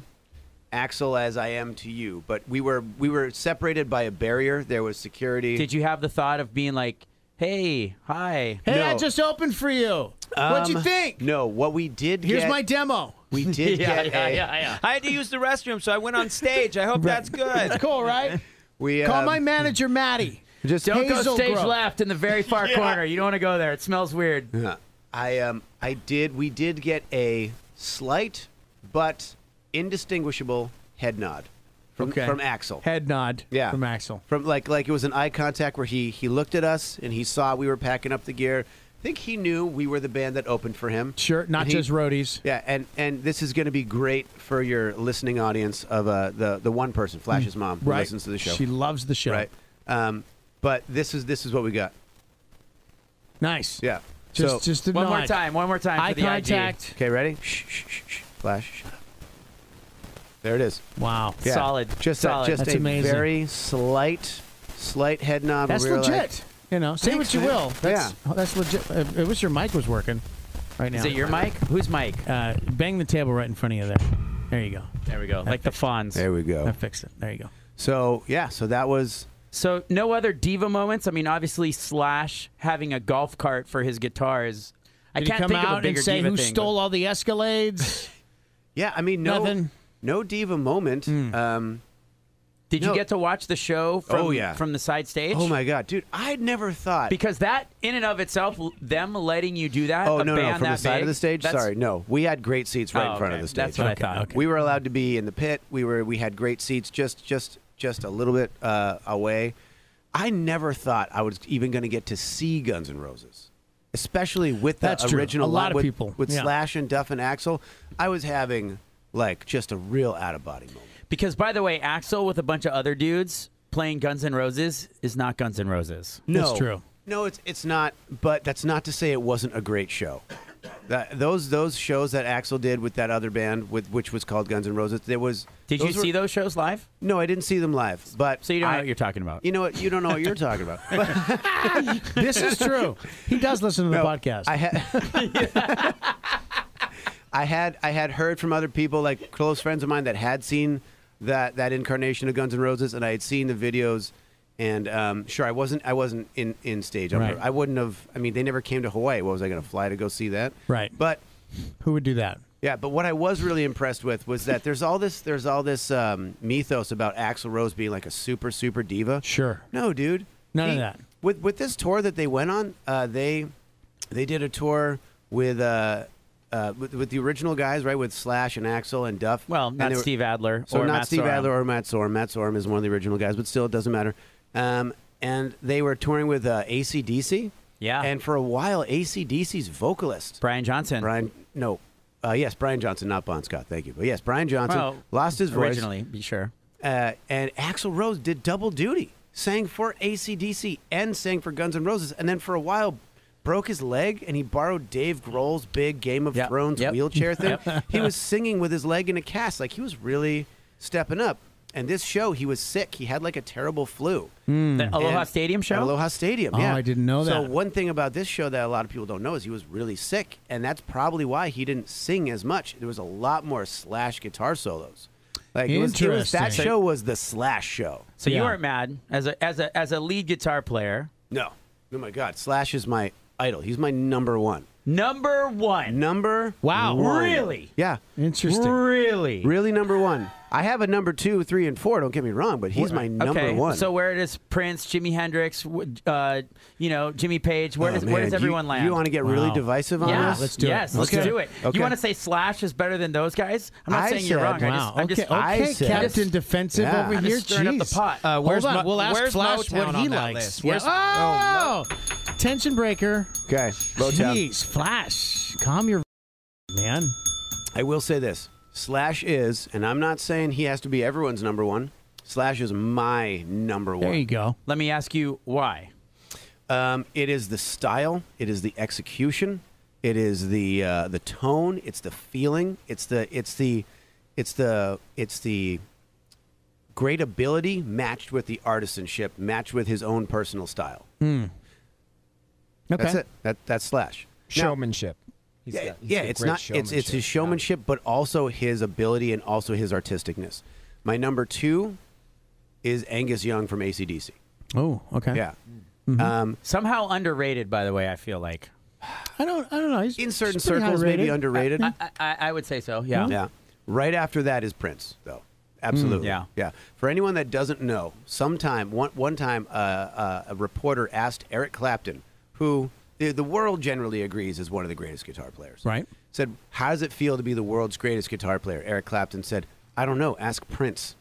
[SPEAKER 4] Axel as I am to you, but we were we were separated by a barrier. There was security.
[SPEAKER 1] Did you have the thought of being like, hey, hi?
[SPEAKER 3] Hey,
[SPEAKER 4] No.
[SPEAKER 3] I just opened for you. What'd you
[SPEAKER 4] Um,
[SPEAKER 3] think?
[SPEAKER 4] No. What we did.
[SPEAKER 3] Here's
[SPEAKER 4] get-
[SPEAKER 3] my demo. (laughs)
[SPEAKER 4] We did get. a-
[SPEAKER 1] yeah.
[SPEAKER 5] I had to use the restroom, so I went on stage. I hope that's good.
[SPEAKER 4] (laughs)
[SPEAKER 3] Cool, right?
[SPEAKER 4] We
[SPEAKER 3] Call
[SPEAKER 4] um,
[SPEAKER 3] my manager, Maddie.
[SPEAKER 4] Just
[SPEAKER 1] Don't go
[SPEAKER 3] Hazel
[SPEAKER 1] stage
[SPEAKER 3] Grove.
[SPEAKER 1] left in the very
[SPEAKER 5] (laughs)
[SPEAKER 1] far corner. You don't want to go there. It smells weird.
[SPEAKER 4] Yeah. I um I did we did get a slight but indistinguishable head nod from
[SPEAKER 3] Okay.
[SPEAKER 4] from Axel.
[SPEAKER 3] Head nod
[SPEAKER 4] yeah.
[SPEAKER 3] from Axel.
[SPEAKER 4] From like like it was an eye contact where he he looked at us and he saw we were packing up the gear. I think he knew we were the band that opened for him.
[SPEAKER 3] Sure, not
[SPEAKER 4] And he-
[SPEAKER 3] just roadies.
[SPEAKER 4] Yeah, and and this is going to be great for your listening audience of uh the the one person Flash's mom who
[SPEAKER 3] Mm. Right.
[SPEAKER 4] listens to the show.
[SPEAKER 3] She loves the show.
[SPEAKER 4] Right. Um, But this is this is what we got.
[SPEAKER 3] Nice.
[SPEAKER 4] Yeah.
[SPEAKER 3] Just,
[SPEAKER 4] so
[SPEAKER 3] just a
[SPEAKER 1] One more
[SPEAKER 3] nod.
[SPEAKER 1] time. One more time
[SPEAKER 3] Eye
[SPEAKER 1] for the
[SPEAKER 3] contact.
[SPEAKER 4] okay, ready? Shh, shh, shh, shh. Flash. There it is.
[SPEAKER 3] Wow.
[SPEAKER 1] Yeah. Solid.
[SPEAKER 4] Just
[SPEAKER 1] Solid.
[SPEAKER 4] A, just
[SPEAKER 3] That's
[SPEAKER 4] a
[SPEAKER 3] amazing.
[SPEAKER 4] very slight, slight head nod.
[SPEAKER 3] That's
[SPEAKER 4] where we were
[SPEAKER 3] legit.
[SPEAKER 4] like-
[SPEAKER 3] you know, say
[SPEAKER 4] Thanks,
[SPEAKER 3] what you
[SPEAKER 4] man.
[SPEAKER 3] will. That's, yeah. That's legit. I, I wish your mic was working right now.
[SPEAKER 1] Is it your mic? Who's mic?
[SPEAKER 3] Uh, bang the table right in front of you there. There you go.
[SPEAKER 1] There we go. Like the Fonz.
[SPEAKER 4] there we go.
[SPEAKER 3] I fixed it. There you go.
[SPEAKER 4] So yeah, so that was
[SPEAKER 1] So no other diva moments. I mean, obviously Slash having a golf cart for his guitars. I
[SPEAKER 3] Did
[SPEAKER 1] can't
[SPEAKER 3] he come
[SPEAKER 1] think
[SPEAKER 3] out
[SPEAKER 1] of a bigger
[SPEAKER 3] and say
[SPEAKER 1] diva
[SPEAKER 3] who
[SPEAKER 1] thing, but-
[SPEAKER 3] stole all
[SPEAKER 1] (laughs)
[SPEAKER 3] the Escalades?
[SPEAKER 4] yeah. I mean, no,
[SPEAKER 3] Nothing.
[SPEAKER 4] no diva moment.
[SPEAKER 1] Hmm.
[SPEAKER 4] Um,
[SPEAKER 1] Did you
[SPEAKER 4] No.
[SPEAKER 1] get to watch the show from
[SPEAKER 4] Oh, yeah.
[SPEAKER 1] from the side stage?
[SPEAKER 4] oh my god, dude, I'd never thought.
[SPEAKER 1] Because that in and of itself, l- them letting you do that.
[SPEAKER 4] oh
[SPEAKER 1] a
[SPEAKER 4] no, no,
[SPEAKER 1] band
[SPEAKER 4] from the
[SPEAKER 1] that
[SPEAKER 4] side
[SPEAKER 1] big,
[SPEAKER 4] of the stage.
[SPEAKER 1] that's-
[SPEAKER 4] Sorry, no, we had great seats right
[SPEAKER 1] Oh,
[SPEAKER 4] in front
[SPEAKER 1] okay.
[SPEAKER 4] of the stage.
[SPEAKER 1] That's what I thought.
[SPEAKER 3] okay.
[SPEAKER 4] We were allowed to be in the pit. We were we had great seats, just just just a little bit uh, away. I never thought I was even going to get to see Guns N' Roses, especially with that
[SPEAKER 3] That's true.
[SPEAKER 4] original.
[SPEAKER 3] A lot
[SPEAKER 4] line
[SPEAKER 3] of
[SPEAKER 4] with,
[SPEAKER 3] people.
[SPEAKER 4] with
[SPEAKER 3] Yeah.
[SPEAKER 4] Slash and Duff and Axel. I was having like just a real out of body moment.
[SPEAKER 1] Because by the way, Axel with a bunch of other dudes playing Guns N' Roses is not Guns N' Roses.
[SPEAKER 4] No,
[SPEAKER 3] That's true.
[SPEAKER 4] No, it's it's not. But that's not to say it wasn't a great show. That those those shows that Axel did with that other band, with which was called Guns N' Roses, there was.
[SPEAKER 1] Did you
[SPEAKER 4] were-
[SPEAKER 1] see those shows live?
[SPEAKER 4] No, I didn't see them live. But
[SPEAKER 1] So you don't
[SPEAKER 4] I- e-
[SPEAKER 1] know what you're talking about.
[SPEAKER 4] You know what? You don't know what you're talking
[SPEAKER 3] (laughs)
[SPEAKER 4] about. But
[SPEAKER 3] this is true. He does listen to the podcast.
[SPEAKER 4] I had.
[SPEAKER 3] (laughs)
[SPEAKER 4] (laughs) I had I had heard from other people, like close friends of mine, that had seen that that incarnation of Guns N' Roses, and I had seen the videos. And um, sure, I wasn't I wasn't in in stage.
[SPEAKER 3] Right.
[SPEAKER 4] I wouldn't have. I mean, they never came to Hawaii. What was I going to fly to go see that?
[SPEAKER 3] Right.
[SPEAKER 4] But
[SPEAKER 3] Who would do that?
[SPEAKER 4] yeah, but what I was really impressed with was that there's all this there's all this um, mythos about Axl Rose being like a super super diva.
[SPEAKER 3] Sure.
[SPEAKER 4] No, dude.
[SPEAKER 3] None of that.
[SPEAKER 4] With with this tour that they went on, uh, they they did a tour with uh, uh, with, with the original guys, right? With Slash and Axel and Duff.
[SPEAKER 1] Well,
[SPEAKER 4] And
[SPEAKER 1] not
[SPEAKER 4] they were-
[SPEAKER 1] Steve Adler
[SPEAKER 4] So
[SPEAKER 1] or
[SPEAKER 4] not
[SPEAKER 1] Matt
[SPEAKER 4] Steve
[SPEAKER 1] Sorum.
[SPEAKER 4] Adler or Matt Sorum. Matt Sorum is one of the original guys, but still, it doesn't matter. Um, and they were touring with uh, ACDC.
[SPEAKER 1] Yeah.
[SPEAKER 4] And for a while, ACDC's vocalist
[SPEAKER 1] Brian Johnson.
[SPEAKER 4] Brian, no, uh, yes, Brian Johnson, not Bon Scott. Thank you, but yes, Brian Johnson
[SPEAKER 1] Well,
[SPEAKER 4] lost his voice
[SPEAKER 1] originally, be sure.
[SPEAKER 4] uh, and Axl Rose did double duty, sang for ACDC and sang for Guns N' Roses, and then for a while broke his leg and he borrowed Dave Grohl's big Game of
[SPEAKER 1] Yep,
[SPEAKER 4] Thrones
[SPEAKER 1] yep,
[SPEAKER 4] wheelchair thing.
[SPEAKER 1] (laughs) yep.
[SPEAKER 4] He was singing with his leg in a cast, like he was really stepping up. And this show, he was sick. He had like a terrible flu.
[SPEAKER 1] The Aloha
[SPEAKER 4] Hmm. And-
[SPEAKER 1] Stadium show.
[SPEAKER 4] At Aloha Stadium.
[SPEAKER 3] Oh,
[SPEAKER 4] yeah.
[SPEAKER 3] I didn't know
[SPEAKER 4] So
[SPEAKER 3] that.
[SPEAKER 4] one thing about this show that a lot of people don't know is he was really sick, and that's probably why he didn't sing as much. There was a lot more slash guitar solos. Like it was, it was- that
[SPEAKER 3] Interesting.
[SPEAKER 4] show was the slash show.
[SPEAKER 1] So you
[SPEAKER 3] Yeah.
[SPEAKER 1] weren't mad as a as a as a lead guitar player.
[SPEAKER 4] No, oh my God, Slash is my idol. He's my number one.
[SPEAKER 1] Number one.
[SPEAKER 4] Number
[SPEAKER 3] Wow.
[SPEAKER 4] one.
[SPEAKER 1] Really?
[SPEAKER 4] Yeah,
[SPEAKER 3] Interesting.
[SPEAKER 1] Really?
[SPEAKER 4] really number one. I have a number two, three, and four. Don't get me wrong, but he's my number
[SPEAKER 1] okay.
[SPEAKER 4] one.
[SPEAKER 1] So where does Prince, Jimi Hendrix, w- uh, you know, Jimmy Page? Where
[SPEAKER 4] Oh,
[SPEAKER 1] does where
[SPEAKER 4] man,
[SPEAKER 1] does everyone
[SPEAKER 4] you,
[SPEAKER 1] land?
[SPEAKER 4] You want to get really
[SPEAKER 3] Wow.
[SPEAKER 4] divisive on
[SPEAKER 1] yeah,
[SPEAKER 4] this?
[SPEAKER 3] Let's do it.
[SPEAKER 1] yes,
[SPEAKER 3] Let's
[SPEAKER 1] let's
[SPEAKER 3] do
[SPEAKER 1] do
[SPEAKER 4] it.
[SPEAKER 1] it.
[SPEAKER 4] Okay.
[SPEAKER 1] You want to say Slash is better than those guys? I'm not
[SPEAKER 4] I
[SPEAKER 1] saying you're
[SPEAKER 4] said-
[SPEAKER 1] wrong. I
[SPEAKER 3] Wow.
[SPEAKER 1] just, I'm
[SPEAKER 3] okay.
[SPEAKER 1] just
[SPEAKER 4] I
[SPEAKER 3] okay.
[SPEAKER 4] said-
[SPEAKER 3] Captain Defensive
[SPEAKER 4] Yeah.
[SPEAKER 3] over
[SPEAKER 4] I'm
[SPEAKER 1] just
[SPEAKER 3] here.
[SPEAKER 1] stirring up the
[SPEAKER 3] Jeez.
[SPEAKER 1] pot. Uh,
[SPEAKER 5] where's
[SPEAKER 3] Hold on.
[SPEAKER 5] Mo-
[SPEAKER 3] we'll ask
[SPEAKER 5] where's
[SPEAKER 3] Flash
[SPEAKER 5] Motown
[SPEAKER 3] what
[SPEAKER 5] on
[SPEAKER 3] he
[SPEAKER 5] that
[SPEAKER 3] likes.
[SPEAKER 5] list? Where's-
[SPEAKER 3] oh, tension breaker.
[SPEAKER 4] Okay, Motown.
[SPEAKER 3] Jeez, Flash, calm your man.
[SPEAKER 4] I will say this. Slash is, and I'm not saying he has to be everyone's number one. Slash is my number
[SPEAKER 3] There you
[SPEAKER 4] one.
[SPEAKER 3] go.
[SPEAKER 1] Let me ask you why.
[SPEAKER 4] Um, it is the style. It is the execution. It is the uh, the tone. It's the feeling. It's the it's the it's the it's the great ability matched with the artisanship, matched with his own personal style.
[SPEAKER 3] Okay.
[SPEAKER 4] That's it. That that's Slash. Now-
[SPEAKER 5] Showmanship. He's
[SPEAKER 4] yeah,
[SPEAKER 5] got- he's
[SPEAKER 4] yeah,
[SPEAKER 5] got
[SPEAKER 4] it's
[SPEAKER 5] great
[SPEAKER 4] not it's it's his showmanship,
[SPEAKER 5] showmanship.
[SPEAKER 4] but also his ability and also his artisticness. My number two is Angus Young from ACDC.
[SPEAKER 3] Oh, okay.
[SPEAKER 4] Yeah, um,
[SPEAKER 1] Somehow underrated, by the way. I feel like
[SPEAKER 3] I don't. I don't know. He's
[SPEAKER 4] in certain
[SPEAKER 3] he's pretty
[SPEAKER 4] circles
[SPEAKER 3] high
[SPEAKER 4] maybe
[SPEAKER 3] rated.
[SPEAKER 4] underrated.
[SPEAKER 1] I, I, I would say so. Yeah.
[SPEAKER 4] yeah, right after that is Prince though. Absolutely.
[SPEAKER 1] yeah.
[SPEAKER 4] yeah. For anyone that doesn't know, sometime one one time uh, uh, a reporter asked Eric Clapton, who the, the world generally agrees is one of the greatest guitar players.
[SPEAKER 3] Right.
[SPEAKER 4] said, How does it feel to be the world's greatest guitar player? Eric Clapton said, I don't know. Ask Prince.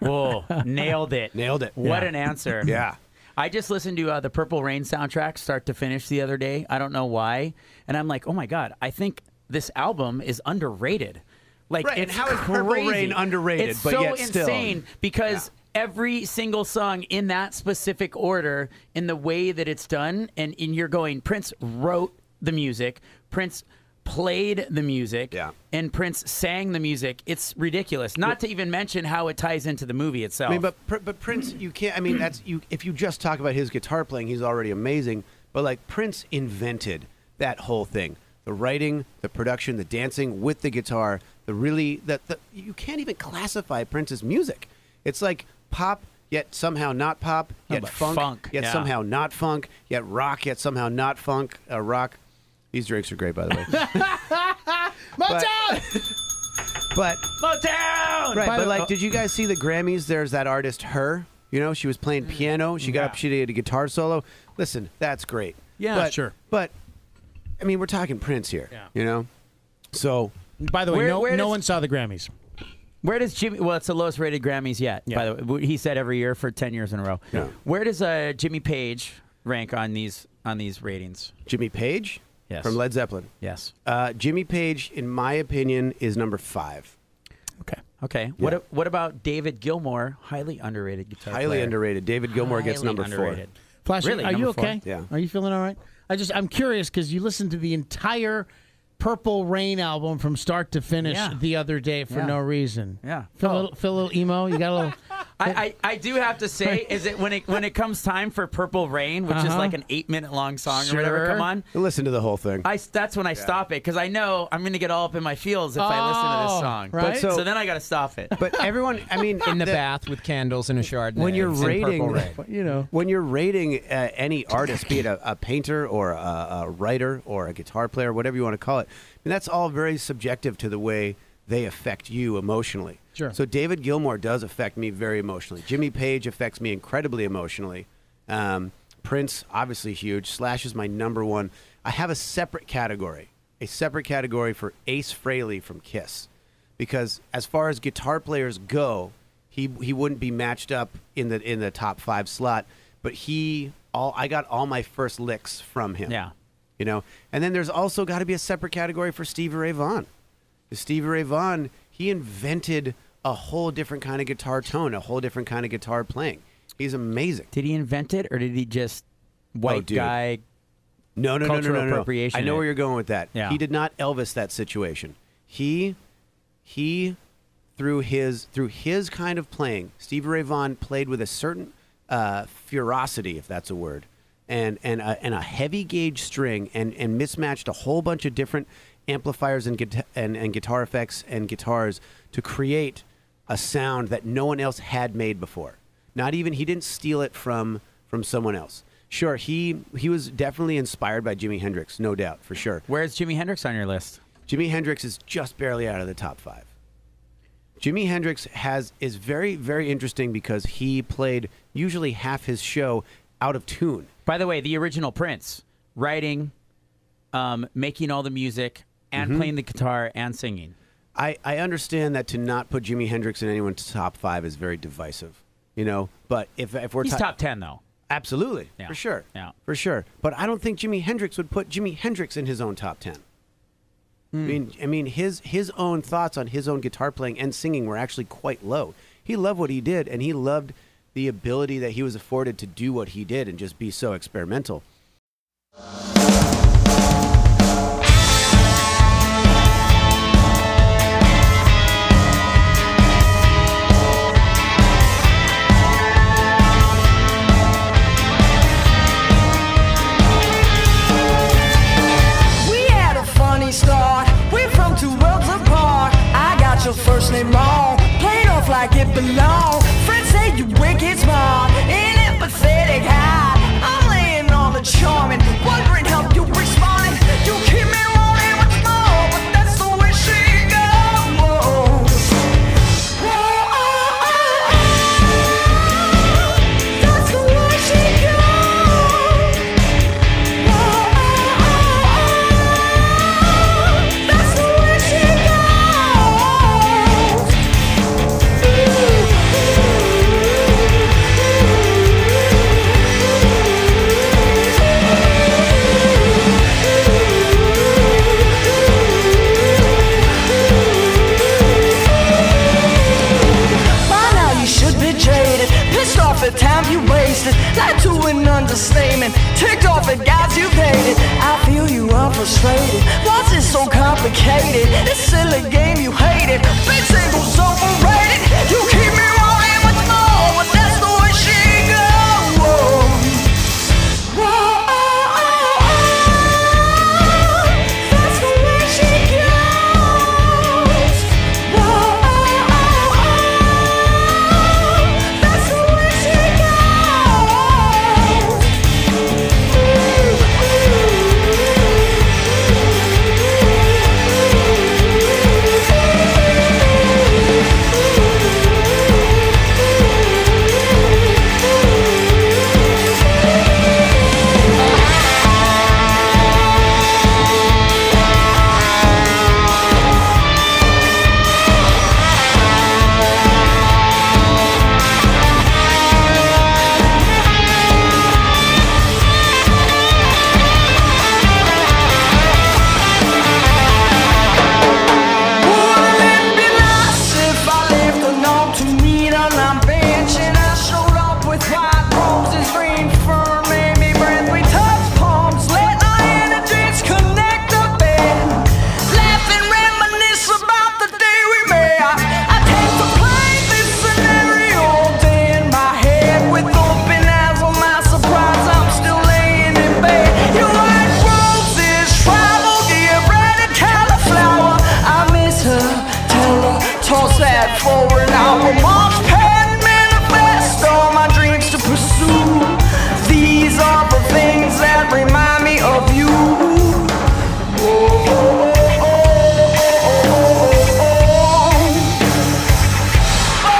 [SPEAKER 1] Whoa! Nailed it.
[SPEAKER 4] Nailed it.
[SPEAKER 1] What
[SPEAKER 4] Yeah.
[SPEAKER 1] an answer.
[SPEAKER 4] (laughs) Yeah.
[SPEAKER 1] I just listened to uh, the Purple Rain soundtrack start to finish the other day. I don't know why, and I'm like, oh my god, I think this album is underrated. Like,
[SPEAKER 4] Right, and
[SPEAKER 1] it's
[SPEAKER 4] how is Purple
[SPEAKER 1] crazy.
[SPEAKER 4] Rain underrated,
[SPEAKER 1] It's
[SPEAKER 4] but
[SPEAKER 1] so
[SPEAKER 4] yet still-
[SPEAKER 1] insane because every single song in that specific order in the way that it's done. And in you're going, Prince wrote the music, Prince played the music,
[SPEAKER 4] Yeah.
[SPEAKER 1] and Prince sang the music. It's ridiculous. Not to even mention how it ties into the movie itself.
[SPEAKER 4] I mean, but Pr- but Prince, you can't. I mean, that's you. If you just talk about his guitar playing, he's already amazing. But like Prince invented that whole thing: the writing, the production, the dancing with the guitar. The really that the, you can't even classify Prince's music. It's like pop, yet somehow not pop, yet
[SPEAKER 1] but
[SPEAKER 4] funk,
[SPEAKER 1] funk,
[SPEAKER 4] yet
[SPEAKER 1] yeah.
[SPEAKER 4] somehow not funk, yet rock, yet somehow not funk, uh, rock. These drinks are great, by the way.
[SPEAKER 1] (laughs)
[SPEAKER 4] Motown! but
[SPEAKER 3] (laughs)
[SPEAKER 1] Motown!
[SPEAKER 4] Right,
[SPEAKER 3] By
[SPEAKER 4] but
[SPEAKER 3] the-
[SPEAKER 4] like,
[SPEAKER 3] uh,
[SPEAKER 4] did you guys see the Grammys? There's that artist, her. You know, she was playing piano. She got up, she did a guitar solo. Listen, that's great.
[SPEAKER 3] Yeah,
[SPEAKER 4] but,
[SPEAKER 3] sure.
[SPEAKER 4] But, I mean, we're talking Prince here.
[SPEAKER 3] Yeah.
[SPEAKER 4] You know, so
[SPEAKER 3] By the way,
[SPEAKER 1] Where-
[SPEAKER 3] no,
[SPEAKER 1] where
[SPEAKER 3] no
[SPEAKER 1] does-
[SPEAKER 3] one saw the Grammys.
[SPEAKER 1] Where does Jimmy? Well, it's the lowest rated Grammys yet. By
[SPEAKER 3] Yeah.
[SPEAKER 1] the way, W- he said every year for ten years in a row.
[SPEAKER 4] Yeah.
[SPEAKER 1] Where does uh, Jimmy Page rank on these on these ratings?
[SPEAKER 4] Jimmy Page,
[SPEAKER 1] Yes.
[SPEAKER 4] from Led Zeppelin.
[SPEAKER 1] Yes.
[SPEAKER 4] Uh, Jimmy Page, in my opinion, is number five.
[SPEAKER 3] Okay.
[SPEAKER 1] Okay. What a- What about David Gilmour? Highly underrated guitar
[SPEAKER 4] Highly
[SPEAKER 1] player.
[SPEAKER 4] underrated. David Gilmour gets
[SPEAKER 1] Highly
[SPEAKER 4] number
[SPEAKER 1] underrated.
[SPEAKER 4] four.
[SPEAKER 3] Flash,
[SPEAKER 1] Really?
[SPEAKER 3] are you
[SPEAKER 1] Number four.
[SPEAKER 3] okay?
[SPEAKER 4] Yeah.
[SPEAKER 3] Are you feeling all right? I just I'm curious because you listened to the entire Purple Rain album from start to finish
[SPEAKER 1] Yeah.
[SPEAKER 3] the other day for
[SPEAKER 1] Yeah.
[SPEAKER 3] no reason.
[SPEAKER 1] Yeah.
[SPEAKER 3] Feel, a
[SPEAKER 1] Oh.
[SPEAKER 3] little, feel a little emo. You got a little.
[SPEAKER 1] I, I, I do have to say is that when it when it comes time for Purple Rain, which is
[SPEAKER 3] Uh-huh.
[SPEAKER 1] like an eight minute long song or whatever,
[SPEAKER 3] Sure.
[SPEAKER 1] come on.
[SPEAKER 4] Listen to the whole thing.
[SPEAKER 1] I, that's when I stop it because I know I'm going to get all up in my feels if I listen to
[SPEAKER 3] Oh,
[SPEAKER 1] this song.
[SPEAKER 3] right?
[SPEAKER 1] So,
[SPEAKER 4] So-
[SPEAKER 1] then I got to stop
[SPEAKER 4] (laughs)
[SPEAKER 1] it.
[SPEAKER 4] but everyone, I mean,
[SPEAKER 5] in the
[SPEAKER 4] back.
[SPEAKER 5] bath with candles and a chardonnay.
[SPEAKER 4] When you're
[SPEAKER 5] It's in
[SPEAKER 4] rating-
[SPEAKER 5] Purple Rain.
[SPEAKER 3] you know.
[SPEAKER 4] When you're rating uh, any artist, be it a, a painter or a, a writer or a guitar player, whatever you want to call it, I mean, that's all very subjective to the way they affect you emotionally.
[SPEAKER 3] Sure.
[SPEAKER 4] So David Gilmour does affect me very emotionally. Jimmy Page affects me incredibly emotionally. Um, Prince, obviously huge. Slash is my number one. I have a separate category, a separate category for Ace Frehley from Kiss, because as far as guitar players go, he he wouldn't be matched up in the in the top five slot. But he all I got all my first licks from him.
[SPEAKER 1] Yeah.
[SPEAKER 4] You know, and then there's also got to be a separate category for Stevie Ray Vaughan. Stevie Ray Vaughan, he invented a whole different kind of guitar tone, a whole different kind of guitar playing. He's amazing.
[SPEAKER 1] Did he invent it or did he just
[SPEAKER 4] Oh,
[SPEAKER 1] white
[SPEAKER 4] dude.
[SPEAKER 1] guy
[SPEAKER 4] No, no, no, no,
[SPEAKER 1] Cultural
[SPEAKER 4] no, no.
[SPEAKER 1] appropriation
[SPEAKER 4] I know
[SPEAKER 1] it.
[SPEAKER 4] where you're going with that.
[SPEAKER 1] Yeah.
[SPEAKER 4] He did not Elvis that situation. He, he, through his through his kind of playing, Stevie Ray Vaughan played with a certain uh, ferocity, if that's a word, and and a, and a heavy gauge string, and and mismatched a whole bunch of different amplifiers and guita- and and guitar effects and guitars to create a sound that no one else had made before. Not even he didn't steal it from from someone else. Sure, he he was definitely inspired by Jimi Hendrix, no doubt, for sure.
[SPEAKER 1] Where's Jimi Hendrix on your list?
[SPEAKER 4] Jimi Hendrix is just barely out of the top five. Jimi Hendrix has is very very interesting because he played usually half his show out of tune.
[SPEAKER 1] By the way, the original Prince, writing, um, making all the music, and
[SPEAKER 4] Mm-hmm.
[SPEAKER 1] playing the guitar and singing.
[SPEAKER 4] I, I understand that to not put Jimi Hendrix in anyone's top five is very divisive, you know. But if if we're
[SPEAKER 1] He's
[SPEAKER 4] ta-
[SPEAKER 1] top ten though.
[SPEAKER 4] absolutely
[SPEAKER 1] Yeah.
[SPEAKER 4] for sure,
[SPEAKER 1] Yeah.
[SPEAKER 4] for sure. But I don't think Jimi Hendrix would put Jimi Hendrix in his own top ten.
[SPEAKER 1] Hmm.
[SPEAKER 4] I mean, I mean, his his own thoughts on his own guitar playing and singing were actually quite low. He loved what he did, and he loved the ability that he was afforded to do what he did and just be so experimental.
[SPEAKER 2] We had a funny start. We're from two worlds apart. I got your first name wrong. Played off like it belonged. Friends say you wicked smart. Inapathetic high. I'm laying on the oh, oh, understatement. Ticked off at guys you've hated. I feel you are frustrated. Why's it so complicated? This silly game you hated. Big singles overrated. You keep me rolling with more, but that's the way she goes. Whoa, oh, oh, oh. That's the way she goes. Whoa, oh, oh, oh. That's the way she goes. Wouldn't it be nice if I lived alone to meet on a bench and I showed up with white roses, green fern, maybe breath we touch palms, let our energies connect a bit, laugh and reminisce about the day we met. I tend to play this scenario day in my head with open eyes on my surprise. I'm still laying in bed. You like roses, travel, get ready, cauliflower. I miss her, tell her, toss that forward hour. Mom's pen manifest all my dreams to pursue. These are the things that remind me of you. Oh, oh, oh, oh, oh, oh, oh, oh.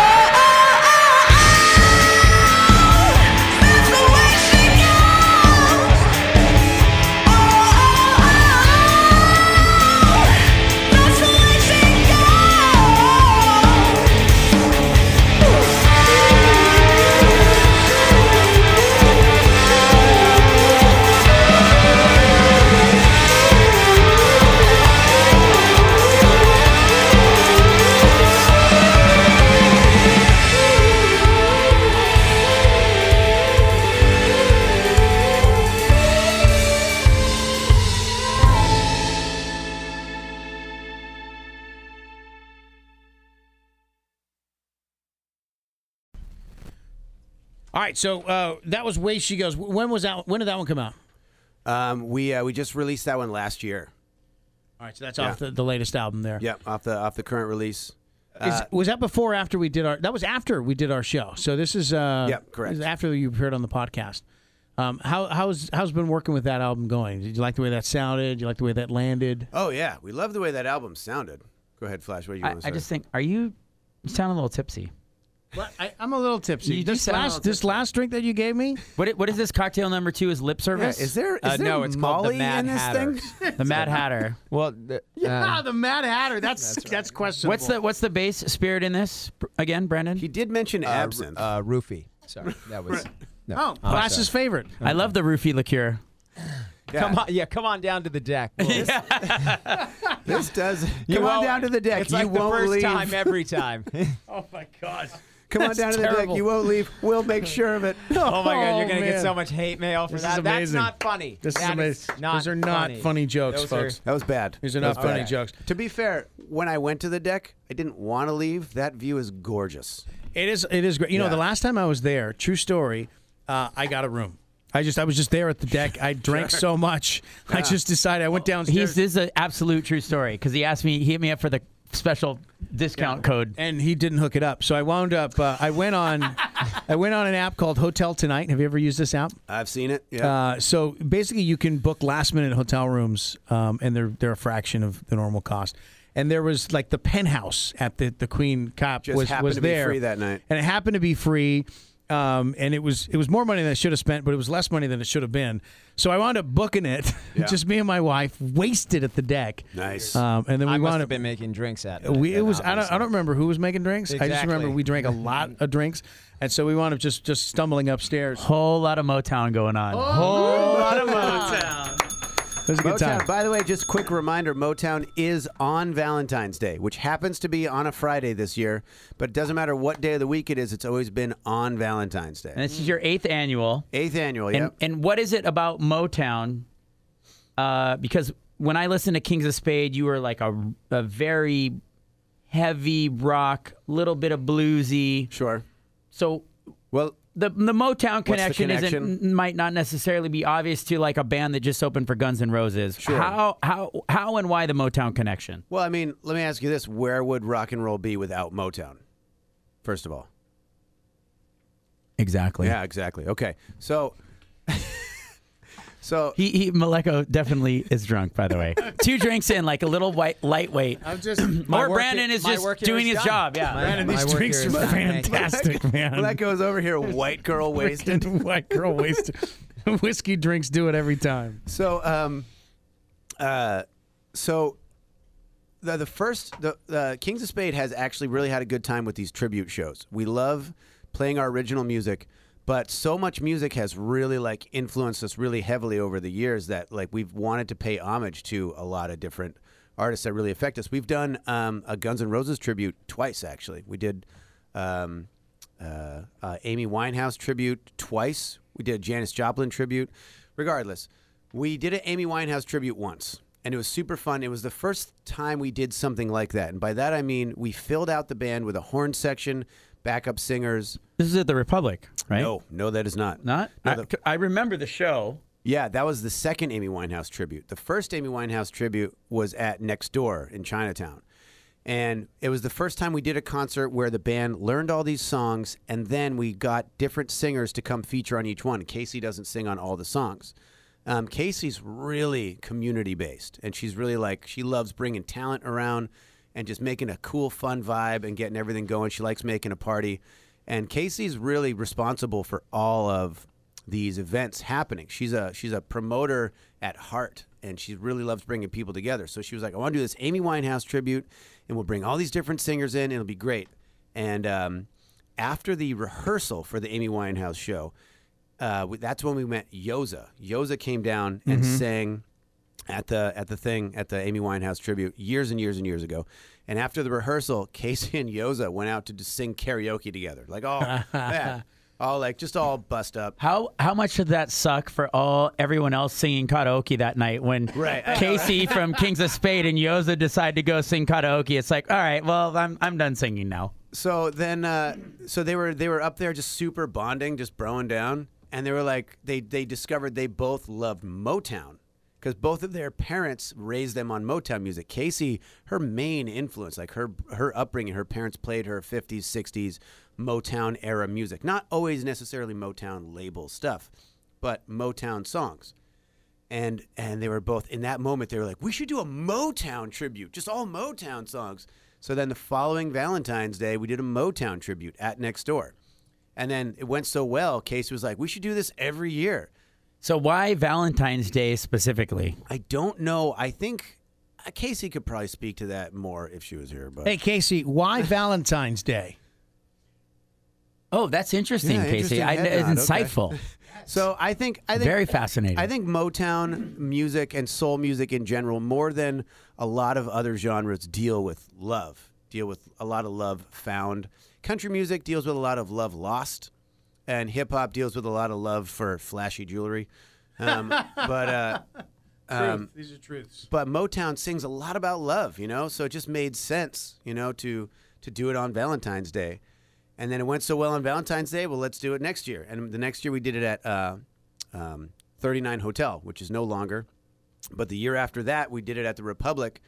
[SPEAKER 2] That's the way she goes. Oh, oh, oh. That's the way she goes.
[SPEAKER 3] All right, so uh, that was Way She Goes. When was that? When did that one come out?
[SPEAKER 4] Um, we uh, we just released that one last year.
[SPEAKER 3] All right, so that's
[SPEAKER 4] Yeah.
[SPEAKER 3] off the, the latest album there.
[SPEAKER 4] Yep, off the off the current release.
[SPEAKER 3] Is, was that before or after we did our? That was after we did our show. So this is uh,
[SPEAKER 4] Yep, correct.
[SPEAKER 3] this is after you appeared on the podcast. Um, how how's how's been working with that album going? Did you like the way that sounded? Did you like the way that landed?
[SPEAKER 4] Oh yeah, we love the way that album sounded. Go ahead, Flash. What do you
[SPEAKER 1] I,
[SPEAKER 4] want to say?
[SPEAKER 1] I just think, are you? You sound a little tipsy.
[SPEAKER 3] I, I'm a little tipsy.
[SPEAKER 1] You do
[SPEAKER 3] this
[SPEAKER 1] sound a
[SPEAKER 3] last
[SPEAKER 1] little
[SPEAKER 3] this last drink that you gave me,
[SPEAKER 1] What, i- what is this cocktail number two? Is lip
[SPEAKER 4] Yeah,
[SPEAKER 1] service?
[SPEAKER 4] is there is
[SPEAKER 5] Uh,
[SPEAKER 4] there
[SPEAKER 5] no, it's called the
[SPEAKER 4] Molly
[SPEAKER 5] Mad
[SPEAKER 4] in this
[SPEAKER 5] Hatter.
[SPEAKER 4] thing?
[SPEAKER 1] the
[SPEAKER 4] (laughs)
[SPEAKER 1] Mad Hatter?
[SPEAKER 5] (laughs) Well, th-
[SPEAKER 3] (laughs) yeah,
[SPEAKER 5] uh,
[SPEAKER 3] Ah, the Mad Hatter. That's that's, questionable.
[SPEAKER 1] What's the what's the base spirit in this br- again, Brandon?
[SPEAKER 4] He did mention
[SPEAKER 5] uh,
[SPEAKER 4] absinthe.
[SPEAKER 5] Uh, roofie.
[SPEAKER 3] (laughs)
[SPEAKER 5] Sorry, that was. No.
[SPEAKER 3] oh
[SPEAKER 5] I'm
[SPEAKER 3] Glass's
[SPEAKER 5] sorry.
[SPEAKER 3] favorite?
[SPEAKER 1] I love the roofie liqueur.
[SPEAKER 4] Yeah.
[SPEAKER 5] (laughs) Come on, yeah, come on down to
[SPEAKER 4] (laughs)
[SPEAKER 5] the deck.
[SPEAKER 4] This does. Come on
[SPEAKER 5] won't-
[SPEAKER 4] down to the deck.
[SPEAKER 5] It's
[SPEAKER 4] you
[SPEAKER 5] like
[SPEAKER 4] won't
[SPEAKER 5] the first
[SPEAKER 4] leave.
[SPEAKER 5] time
[SPEAKER 4] (laughs)
[SPEAKER 5] every time.
[SPEAKER 3] Oh my gosh.
[SPEAKER 4] Come on down to the deck.
[SPEAKER 3] terrible.
[SPEAKER 4] You won't leave. We'll make sure of it.
[SPEAKER 5] Oh my god, you're gonna get
[SPEAKER 3] man.
[SPEAKER 5] so much hate mail for
[SPEAKER 3] This
[SPEAKER 5] that.
[SPEAKER 3] is
[SPEAKER 5] That's
[SPEAKER 3] amazing.
[SPEAKER 5] not funny.
[SPEAKER 3] This is
[SPEAKER 5] That
[SPEAKER 3] amazing.
[SPEAKER 5] not
[SPEAKER 3] Those are not funny, jokes,
[SPEAKER 5] Those
[SPEAKER 3] folks.
[SPEAKER 4] That was bad.
[SPEAKER 3] These are
[SPEAKER 4] That
[SPEAKER 3] not
[SPEAKER 4] was bad.
[SPEAKER 3] funny jokes.
[SPEAKER 4] To be fair, when I went to the deck, I didn't want to leave. That view is gorgeous.
[SPEAKER 3] It is. It is great. You know,
[SPEAKER 4] Yeah.
[SPEAKER 3] the last time I was there, true story, uh, I got a room. I just I was just there at the deck. I drank so much, I just decided I went downstairs.
[SPEAKER 1] He's this is an absolute true story because he asked me, he hit me up for the special discount code.
[SPEAKER 3] and he didn't hook it up, so I wound up. Uh, I went on, I went on an app called Hotel Tonight. Have you ever used this app?
[SPEAKER 4] I've seen it. Yeah.
[SPEAKER 3] Uh, so basically, you can book last minute hotel rooms, um, and they're they're a fraction of the normal cost. And there was like the penthouse at the the Queen Cop
[SPEAKER 4] Just
[SPEAKER 3] was
[SPEAKER 4] happened
[SPEAKER 3] was
[SPEAKER 4] to be
[SPEAKER 3] there
[SPEAKER 4] free that night.
[SPEAKER 3] and it happened to be free. Um, and it was it was more money than I should have spent, but it was less money than it should have been. So I wound up booking it, (laughs)
[SPEAKER 4] Yeah.
[SPEAKER 3] just me and my wife, wasted at the deck.
[SPEAKER 4] Nice.
[SPEAKER 3] Um, and then we
[SPEAKER 5] I must
[SPEAKER 3] wound
[SPEAKER 5] have
[SPEAKER 3] up.
[SPEAKER 5] been making drinks at.
[SPEAKER 3] We, it was I don't, I
[SPEAKER 5] (clears throat)
[SPEAKER 3] don't remember who was making drinks. I just remember
[SPEAKER 5] Exactly.
[SPEAKER 3] we drank a lot of drinks, and so we wound up just just stumbling upstairs.
[SPEAKER 4] Oh.
[SPEAKER 1] Whole lot of Motown going on. Whole lot of Motown.
[SPEAKER 3] was a good
[SPEAKER 4] Motown,
[SPEAKER 3] time.
[SPEAKER 4] by the way, just quick reminder Motown is on Valentine's Day, which happens to be on a Friday this year, but it doesn't matter what day of the week it is, it's always been on Valentine's
[SPEAKER 1] And
[SPEAKER 4] Day.
[SPEAKER 1] this is your eighth annual.
[SPEAKER 4] Eighth annual,
[SPEAKER 1] And,
[SPEAKER 4] yep.
[SPEAKER 1] and what is it about Motown? Uh, because when I listened to Kings of Spade, you were like a, a very heavy rock, little bit of bluesy.
[SPEAKER 4] sure.
[SPEAKER 1] So
[SPEAKER 4] Well,
[SPEAKER 1] the the Motown
[SPEAKER 4] the
[SPEAKER 1] connection, isn't
[SPEAKER 4] connection?
[SPEAKER 1] might not necessarily be obvious to like a band that just opened for Guns N' Roses.
[SPEAKER 4] Sure.
[SPEAKER 1] How how how and why the Motown connection?
[SPEAKER 4] well, I mean, let me ask you this: Where would rock and roll be without Motown? First of all,
[SPEAKER 1] Exactly.
[SPEAKER 4] yeah, exactly. Okay, so, (laughs) so
[SPEAKER 1] He, he Maleko definitely is drunk, by the (laughs) way. Two drinks in, like a little white lightweight.
[SPEAKER 3] I'm just.
[SPEAKER 1] Or Brandon is
[SPEAKER 5] my
[SPEAKER 1] just
[SPEAKER 5] work here
[SPEAKER 1] doing
[SPEAKER 5] is
[SPEAKER 1] his
[SPEAKER 5] done.
[SPEAKER 1] job. Yeah.
[SPEAKER 5] My-
[SPEAKER 3] Brandon, these
[SPEAKER 5] work
[SPEAKER 3] drinks
[SPEAKER 5] here
[SPEAKER 3] are
[SPEAKER 5] is done. Thank you.
[SPEAKER 3] fantastic,
[SPEAKER 4] (laughs)
[SPEAKER 3] man.
[SPEAKER 4] well, that goes over here, white
[SPEAKER 3] (laughs)
[SPEAKER 4] girl wasted.
[SPEAKER 3] White girl wasted. (laughs) Whiskey drinks do it every time.
[SPEAKER 4] So, um, uh, so the the first the, the Kings of Spade has actually really had a good time with these tribute shows. We love playing our original music, but so much music has really like influenced us really heavily over the years that like we've wanted to pay homage to a lot of different artists that really affect us. We've done um, a Guns N' Roses tribute twice actually. We did um, uh, uh, Amy Winehouse tribute twice. We did a Janis Joplin tribute. Regardless, we did an Amy Winehouse tribute once, and it was super fun. It was the first time we did something like that, and by that I mean we filled out the band with a horn section, backup singers.
[SPEAKER 1] This is at the Republic, right?
[SPEAKER 4] No, no, that is not.
[SPEAKER 1] Not?
[SPEAKER 4] No,
[SPEAKER 1] I,
[SPEAKER 4] the-
[SPEAKER 1] I remember the show.
[SPEAKER 4] yeah, that was the second Amy Winehouse tribute. The first Amy Winehouse tribute was at Next Door in Chinatown. And it was the first time we did a concert where the band learned all these songs and then we got different singers to come feature on each one. Casey doesn't sing on all the songs. Um, Casey's really community based and she's really like, she loves bringing talent around and just making a cool, fun vibe and getting everything going. She likes making a party. And Casey's really responsible for all of these events happening. She's a she's a promoter at heart, and she really loves bringing people together. So she was like, "I want to do this Amy Winehouse tribute, and we'll bring all these different singers in, and it'll be great." And um, after the rehearsal for the Amy Winehouse show, uh, we- that's when we met Yoza. Yoza came down and sang at the at the thing at the Amy Winehouse tribute years and years and years ago. And after the rehearsal, (laughs) Casey and Yoza went out to just sing karaoke together, like all yeah, all like just all bust up.
[SPEAKER 1] How how much did that suck for all everyone else singing karaoke that night when
[SPEAKER 4] Right, I
[SPEAKER 1] (laughs)
[SPEAKER 4] know,
[SPEAKER 1] Casey from Kings of Spade and Yoza decide to go sing karaoke? It's like, all right, well, I'm I'm done singing now.
[SPEAKER 4] So then, uh, so they were they were up there just super bonding, just broing down, and they were like they they discovered they both loved Motown because both of their parents raised them on Motown music. Casey, her main influence, like her her upbringing, her parents played her 50s, 60s Motown era music, not always necessarily Motown label stuff, but Motown songs and and they were both in that moment they were like we should do a motown tribute just all motown songs so then the following valentine's day we did a motown tribute at next door and then it went so well casey was like we should do this every year
[SPEAKER 1] So why Valentine's Day specifically?
[SPEAKER 4] i don't know i think uh, casey could probably speak to that more if she was here but
[SPEAKER 3] Hey, Casey, why Valentine's Day?
[SPEAKER 1] Oh, that's interesting,
[SPEAKER 4] Yeah,
[SPEAKER 1] Casey.
[SPEAKER 4] interesting
[SPEAKER 1] I,
[SPEAKER 4] head nod,
[SPEAKER 1] it's
[SPEAKER 4] okay.
[SPEAKER 1] insightful.
[SPEAKER 4] so i think i think
[SPEAKER 1] Very fascinating.
[SPEAKER 4] I think Motown music and soul music in general, more than a lot of other genres, deal with love, deal with a lot of love found. Country music deals with a lot of love lost, and hip hop deals with a lot of love for flashy jewelry.
[SPEAKER 3] (laughs)
[SPEAKER 4] Um, but uh,
[SPEAKER 3] These are truths.
[SPEAKER 4] but Motown sings a lot about love, you know, so it just made sense, you know, to to do it on Valentine's Day, and then it went so well on Valentine's Day. Well, let's do it next year, and the next year we did it at uh, um, 39 Hotel, which is no longer, but the year after that we did it at the Republic,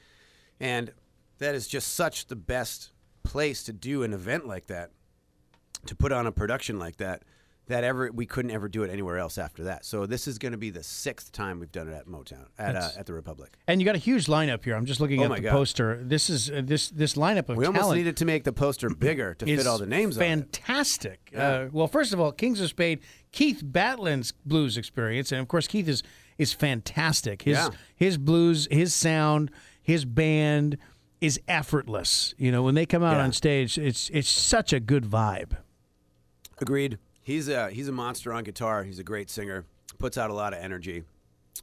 [SPEAKER 4] and that is just such the best place to do an event like that, to put on a production like that. That ever we couldn't ever do it anywhere else after that. So this is going to be the sixth time we've done it at Motown at uh, at the Republic.
[SPEAKER 3] And you got a huge lineup here. I'm just looking
[SPEAKER 4] Oh
[SPEAKER 3] at
[SPEAKER 4] my
[SPEAKER 3] the
[SPEAKER 4] God.
[SPEAKER 3] poster. This is uh, this this lineup of
[SPEAKER 4] We
[SPEAKER 3] talent.
[SPEAKER 4] almost needed to make the poster bigger to
[SPEAKER 3] is
[SPEAKER 4] fit all the names on it.
[SPEAKER 3] fantastic. Uh, well, first of all, Kings of Spade, Keith Batlin's blues experience, and of course, Keith is is fantastic. His
[SPEAKER 4] Yeah.
[SPEAKER 3] his blues, his sound, his band is effortless. You know, when they come out
[SPEAKER 4] Yeah.
[SPEAKER 3] on stage, it's it's such a good vibe.
[SPEAKER 4] Agreed. He's a he's a monster on guitar. He's a great singer. Puts out a lot of energy.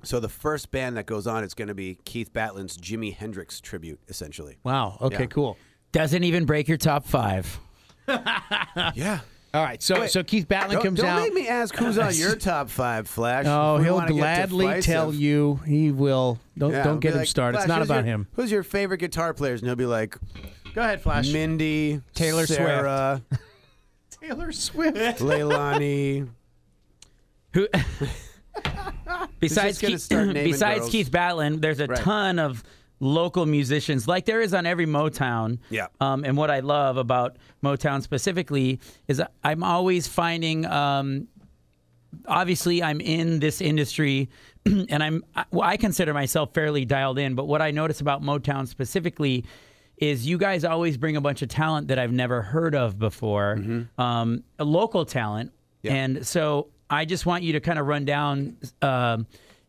[SPEAKER 4] So the first band that goes on is going to be Keith Batlin's Jimi Hendrix tribute, essentially.
[SPEAKER 3] Wow. Okay.
[SPEAKER 4] Yeah.
[SPEAKER 3] Cool.
[SPEAKER 1] Doesn't even break your top five.
[SPEAKER 4] Yeah.
[SPEAKER 3] All right. So so Keith Batlin
[SPEAKER 4] Don't,
[SPEAKER 3] comes
[SPEAKER 4] don't
[SPEAKER 3] out.
[SPEAKER 4] make me ask who's on your top five, Flash.
[SPEAKER 3] oh,
[SPEAKER 4] We
[SPEAKER 3] he'll
[SPEAKER 4] wanna get
[SPEAKER 3] gladly
[SPEAKER 4] divisive.
[SPEAKER 3] tell you. He will. Don't
[SPEAKER 4] Yeah,
[SPEAKER 3] don't
[SPEAKER 4] I'll be
[SPEAKER 3] get him
[SPEAKER 4] like,
[SPEAKER 3] started. It's
[SPEAKER 4] "Flash,
[SPEAKER 3] not
[SPEAKER 4] who's
[SPEAKER 3] about
[SPEAKER 4] your-
[SPEAKER 3] him.
[SPEAKER 4] Who's your favorite guitar players? And he'll be like,
[SPEAKER 3] Go ahead, Flash.
[SPEAKER 4] Mindy,
[SPEAKER 3] Taylor Swift. (laughs)
[SPEAKER 4] Sarah,
[SPEAKER 1] (laughs)
[SPEAKER 3] Taylor Swift.
[SPEAKER 4] Leilani.
[SPEAKER 1] Who? besides
[SPEAKER 4] gonna
[SPEAKER 1] Keith, (clears throat)
[SPEAKER 4] start naming
[SPEAKER 1] besides
[SPEAKER 4] girls.
[SPEAKER 1] Keith Batlin, there's a
[SPEAKER 4] Right.
[SPEAKER 1] ton of local musicians, like there is on every Motown.
[SPEAKER 4] Yeah.
[SPEAKER 1] Um, and what I love about Motown specifically is I- I'm always finding. Um, obviously, I'm in this industry, (clears throat) and I'm I, well, I consider myself fairly dialed in. But what I notice about Motown specifically. Is you guys always bring a bunch of talent that I've never heard of before, um, a local talent,
[SPEAKER 4] Mm-hmm. Yeah.
[SPEAKER 1] and so I just want you to kind of run down um,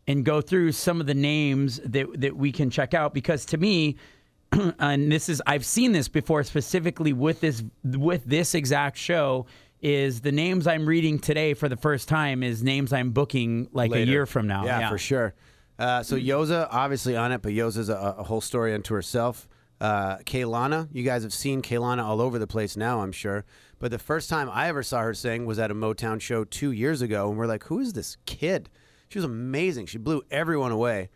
[SPEAKER 1] and go through some of the names that that we can check out because to me, (clears throat) and this is I've seen this before specifically with this with this exact show is the names I'm reading today for the first time is names I'm booking like a
[SPEAKER 4] later.
[SPEAKER 1] year from now. Mm.
[SPEAKER 4] Yeah, for sure. Uh, so Yoza, obviously on it, but Yoza's a, a whole story unto herself. Uh, Kaylana, you guys have seen Kaylana all over the place now, I'm sure. But the first time I ever saw her sing was at a Motown show two years ago, and we're like, who is this kid? She was amazing. She blew everyone away.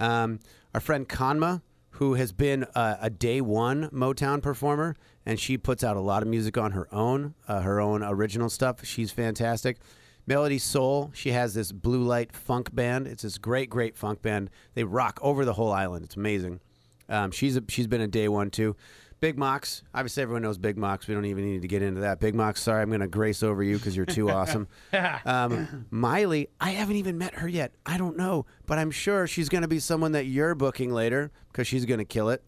[SPEAKER 4] Um, our friend Kanma, who has been uh, a day one Motown performer, and she puts out a lot of music on her own, uh, her own original stuff. She's fantastic. Melody Soul, she has this blue light funk band. It's this great, great funk band. They rock over the whole island. It's amazing. Um, she's a, she's been a day one too. Big Mox, obviously everyone knows Big Mox. We don't even need to get into that. Big Mox, sorry, I'm going to grace over you because you're too awesome. Um, Miley, I haven't even met her yet. I don't know, but I'm sure she's going to be someone that you're booking later because she's going to kill it.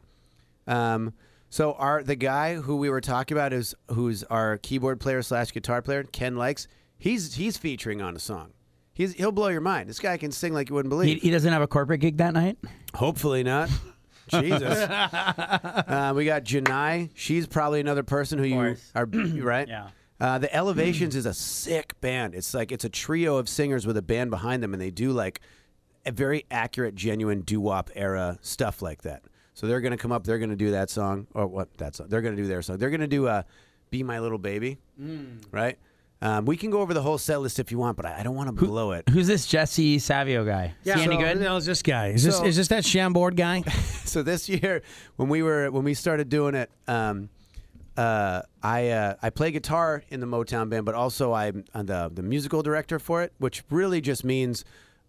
[SPEAKER 4] Um, so our the guy who we were talking about is who's our keyboard player slash guitar player, Ken likes. He's he's featuring on a song. He's he'll blow your mind. This guy can sing like you wouldn't believe.
[SPEAKER 1] He, he doesn't have a corporate gig that night.
[SPEAKER 4] Hopefully not.
[SPEAKER 1] (laughs)
[SPEAKER 4] Jesus. uh, we got Janai. She's probably another person who you
[SPEAKER 1] course.
[SPEAKER 4] are (clears throat) right.
[SPEAKER 1] Yeah.
[SPEAKER 4] Uh,
[SPEAKER 1] (clears throat)
[SPEAKER 4] the Elevations is a sick band. It's like it's a trio of singers with a band behind them, and they do like a very accurate, genuine doo wop era stuff like that. So they're gonna come up. They're gonna do that song or what that song. They're gonna do their song. They're gonna do uh, "Be My Little Baby,"
[SPEAKER 1] Mm.
[SPEAKER 4] right? Um, we can go over the whole set list if you want, but I I don't want to blow it.
[SPEAKER 1] Who's this Jesse Savio guy? Is he any
[SPEAKER 3] So,
[SPEAKER 1] good?
[SPEAKER 3] No, it's this guy. Is this
[SPEAKER 4] uh, So-
[SPEAKER 3] is this that
[SPEAKER 4] (laughs)
[SPEAKER 3] Shamboard guy?
[SPEAKER 4] so this year when we were when we started doing it um uh, I uh, I play guitar in the Motown band, but also I'm uh, the the musical director for it, which really just means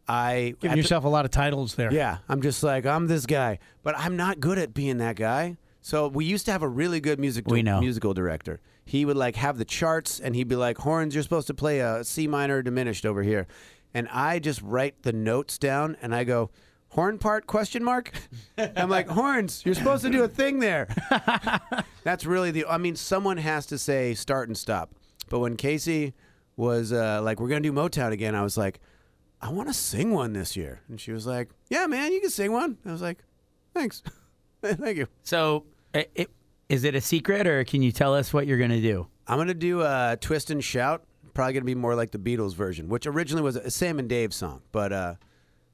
[SPEAKER 4] I
[SPEAKER 3] Giving
[SPEAKER 4] at the-
[SPEAKER 3] yourself a lot of titles there.
[SPEAKER 4] yeah, I'm just like I'm this guy, but I'm not good at being that guy. So we used to have a really good music
[SPEAKER 1] We know.
[SPEAKER 4] musical director. He would like have the charts, and he'd be like, "Horns, you're supposed to play a C minor diminished over here," and I just write the notes down, and I go, "Horn part question mark." (laughs) I'm like, "Horns, you're supposed to do a thing there." That's really the. I mean, someone has to say start and stop. But when Casey was uh, like, "We're gonna do Motown again," I was like, "I want to sing one this year," and she was like, "Yeah, man, you can sing one." I was like, "Thanks, (laughs) thank you."
[SPEAKER 1] So, i it, is it a secret or can you tell us what you're gonna do?
[SPEAKER 4] I'm gonna do uh, "Twist and Shout." Probably gonna be more like the Beatles version, which originally was a Sam and Dave song, but uh,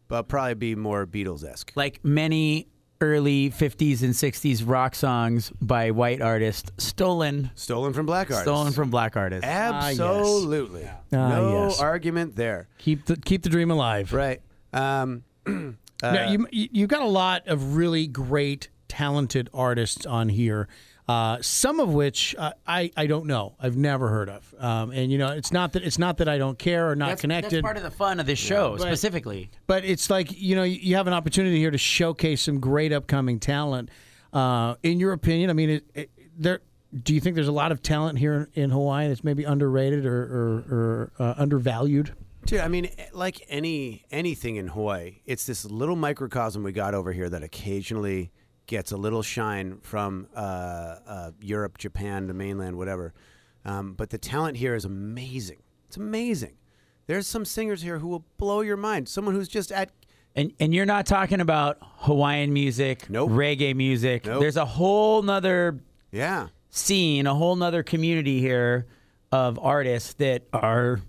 [SPEAKER 4] but probably be more Beatles esque.
[SPEAKER 1] like many early 50s and 60s rock songs by white artists stolen
[SPEAKER 4] Stolen from Black Artists.
[SPEAKER 1] stolen from black artists
[SPEAKER 3] Ah, yes.
[SPEAKER 4] Absolutely.
[SPEAKER 3] Ah,
[SPEAKER 4] no
[SPEAKER 3] yes.
[SPEAKER 4] argument there.
[SPEAKER 3] Keep the keep the dream alive.
[SPEAKER 4] Right. Um, (clears throat)
[SPEAKER 3] Yeah, you, you- you've got a lot of really great, talented artists on here. Uh, some of which uh, I I don't know. I've never heard of. Um, and you know, it's not that it's not that I don't care or not connected.
[SPEAKER 1] that's part of the fun of this show specifically
[SPEAKER 3] but it's like you know you have an opportunity here to showcase some great upcoming talent. Uh, in your opinion, I mean, it, it, there. Do you think there's a lot of talent here in Hawaii that's maybe underrated or or, or uh, undervalued?
[SPEAKER 4] Dude, I mean, eh, like any anything in Hawaii, it's this little microcosm we got over here that occasionally gets a little shine from uh, uh, Europe, Japan, the mainland, whatever. Um, but the talent here is amazing. It's amazing. There's some singers here who will blow your mind. Someone who's just at
[SPEAKER 1] and and you're not talking about hawaiian music
[SPEAKER 4] Nope.
[SPEAKER 1] reggae music
[SPEAKER 4] Nope.
[SPEAKER 1] there's a whole nother
[SPEAKER 4] yeah,
[SPEAKER 1] scene a whole nother community here of artists that are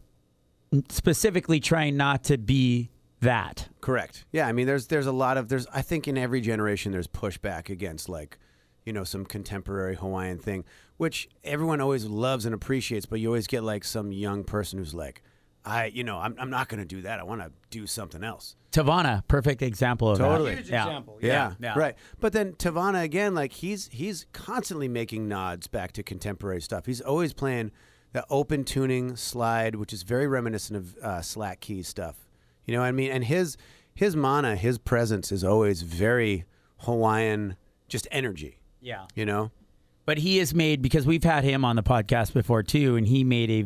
[SPEAKER 1] specifically trying not to be that.
[SPEAKER 4] Correct. Yeah, I mean, there's there's a lot of there's I think in every generation there's pushback against like, you know, some contemporary Hawaiian thing, which everyone always loves and appreciates, but you always get like some young person who's like, I, you know, I'm I'm not gonna do that. I want to do something else.
[SPEAKER 1] Tavana, perfect example of
[SPEAKER 4] Totally.
[SPEAKER 1] that.
[SPEAKER 4] Huge
[SPEAKER 1] yeah.
[SPEAKER 3] example.
[SPEAKER 4] Yeah,
[SPEAKER 1] Yeah.
[SPEAKER 4] right. But then Tavana again, like he's he's constantly making nods back to contemporary stuff. He's always playing the open tuning slide, which is very reminiscent of uh, slack key stuff. You know what I mean? And his his mana, his presence is always very Hawaiian, just energy.
[SPEAKER 1] Yeah.
[SPEAKER 4] You know,
[SPEAKER 1] But he has made because we've had him on the podcast before too, and he made a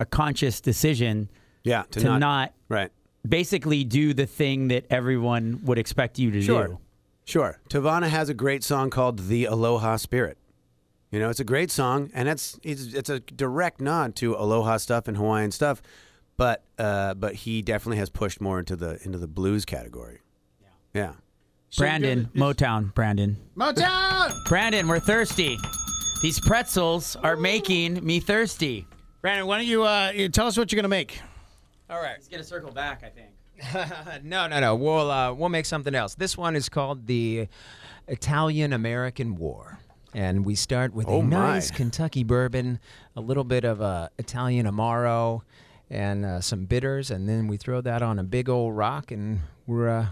[SPEAKER 1] a conscious decision
[SPEAKER 4] yeah, to,
[SPEAKER 1] to not
[SPEAKER 4] right.
[SPEAKER 1] basically do the thing that everyone would expect you to do.
[SPEAKER 4] Sure. Tavana has a great song called The Aloha Spirit. You know, it's a great song, and it's it's, it's a direct nod to Aloha stuff and Hawaiian stuff, but uh, but he definitely has pushed more into the into the blues category. Yeah. Yeah.
[SPEAKER 1] Brandon, Motown, Brandon.
[SPEAKER 3] Motown.
[SPEAKER 1] Brandon, we're thirsty. These pretzels are making me thirsty.
[SPEAKER 3] Brandon, why don't you, uh, you tell us what you're gonna make?
[SPEAKER 5] All right.
[SPEAKER 1] He's gonna circle back, I think.
[SPEAKER 5] No, no, no. We'll uh, we'll make something else. This one is called the Italian American War, and we start with
[SPEAKER 4] Oh,
[SPEAKER 5] a
[SPEAKER 4] my.
[SPEAKER 5] nice Kentucky bourbon, a little bit of uh, Italian amaro, and uh, some bitters, and then we throw that on a big old rock, and we're uh,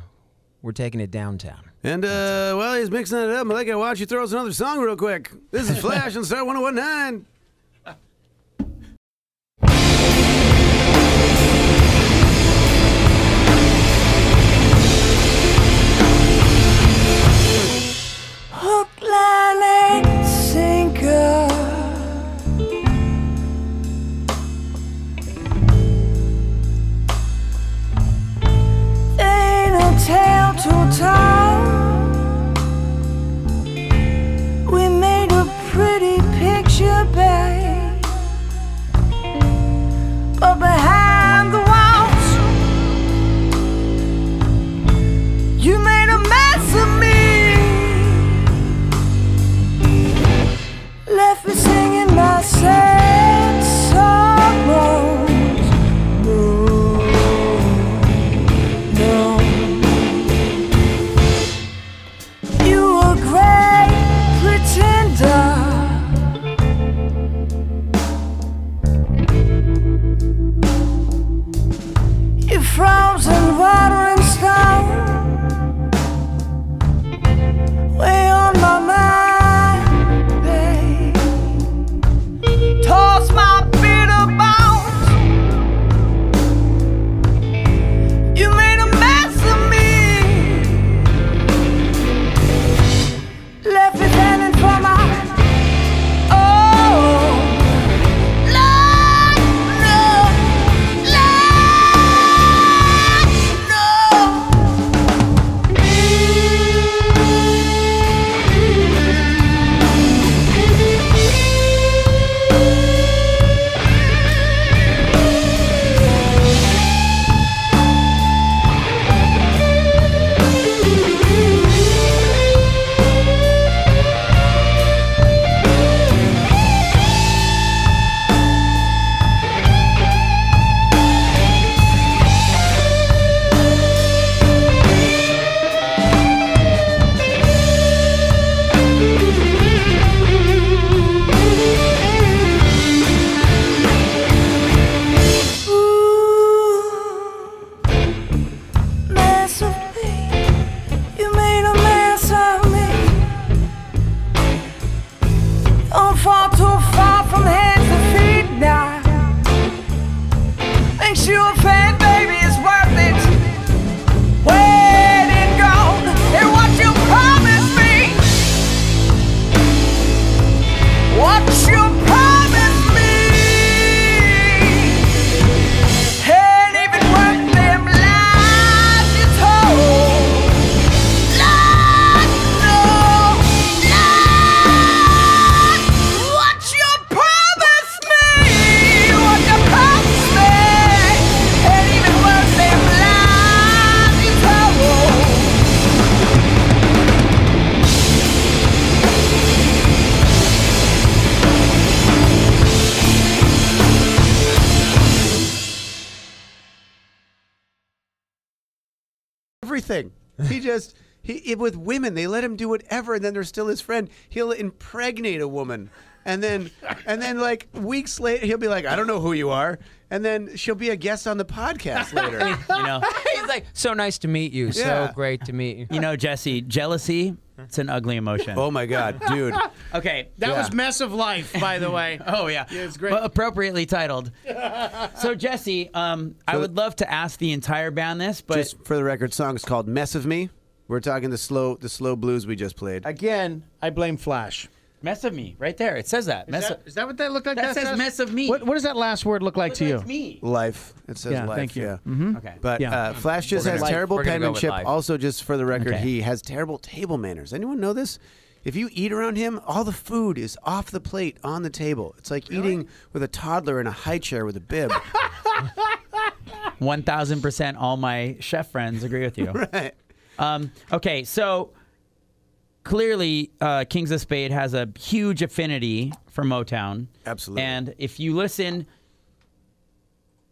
[SPEAKER 5] we're taking it downtown.
[SPEAKER 4] And uh, while he's mixing it up, Malika, why don't you throw us another song real quick? This is Flash and Star 1019.
[SPEAKER 2] Hook, line, and sinker. Ain't no tale to tell. We made a pretty picture, babe. But behind the walls, you made a mess of me left me singing my sad sorrows. No, no. You were a great pretender. You frozen water and stone. Way on my mind. Babe, toss my bitter bones. You made a mess of me, left me standing for my oh, Lord, no, Lord, no.
[SPEAKER 4] everything. (laughs) He just he it, with women they let him do whatever, and then they're still his friend. He'll impregnate a woman, and then and then like weeks later he'll be like, I don't know who you are, and then she'll be a guest on the podcast (laughs) later.
[SPEAKER 1] You know,
[SPEAKER 5] He's like, so nice to meet you.
[SPEAKER 4] Yeah.
[SPEAKER 5] So great to meet you.
[SPEAKER 1] you know, Jesse, jealousy, it's an ugly emotion.
[SPEAKER 4] oh my god, dude!
[SPEAKER 1] Okay.
[SPEAKER 3] That
[SPEAKER 4] Yeah.
[SPEAKER 3] was mess of life, by the way.
[SPEAKER 1] Oh yeah, yeah
[SPEAKER 3] it's great.
[SPEAKER 1] But appropriately
[SPEAKER 3] (laughs)
[SPEAKER 1] titled. so Jesse, um, I would love to ask the entire band this, but
[SPEAKER 4] Just for the record, song's called "Mess of Me." We're talking the slow the slow blues we just played.
[SPEAKER 3] Again, I blame Flash.
[SPEAKER 1] mess of me right there. It says that. mess
[SPEAKER 3] Is that, is that what that looked like?
[SPEAKER 1] That says
[SPEAKER 3] fast?
[SPEAKER 1] mess of me.
[SPEAKER 3] What, what does that last word look like to you?
[SPEAKER 1] That's me.
[SPEAKER 4] Life. It says
[SPEAKER 3] Yeah,
[SPEAKER 4] life.
[SPEAKER 3] thank you. Mm-hmm.
[SPEAKER 4] Yeah.
[SPEAKER 1] Okay.
[SPEAKER 4] But
[SPEAKER 3] Yeah.
[SPEAKER 4] uh, Flash just
[SPEAKER 5] We're
[SPEAKER 4] has
[SPEAKER 5] gonna-
[SPEAKER 4] terrible
[SPEAKER 5] we're gonna go with
[SPEAKER 4] penmanship.
[SPEAKER 5] life.
[SPEAKER 4] Also, just for the record,
[SPEAKER 1] Okay.
[SPEAKER 4] he has terrible table manners. Anyone know this? If you eat around him, all the food is off the plate on the table. It's like eating with a toddler in a high chair with a
[SPEAKER 5] (laughs)
[SPEAKER 4] bib. (laughs)
[SPEAKER 1] One thousand percent. All my chef friends agree with you.
[SPEAKER 4] Right.
[SPEAKER 1] Um, okay, so clearly, uh, Kings of Spade has a huge affinity for Motown.
[SPEAKER 4] Absolutely.
[SPEAKER 1] And if you listen,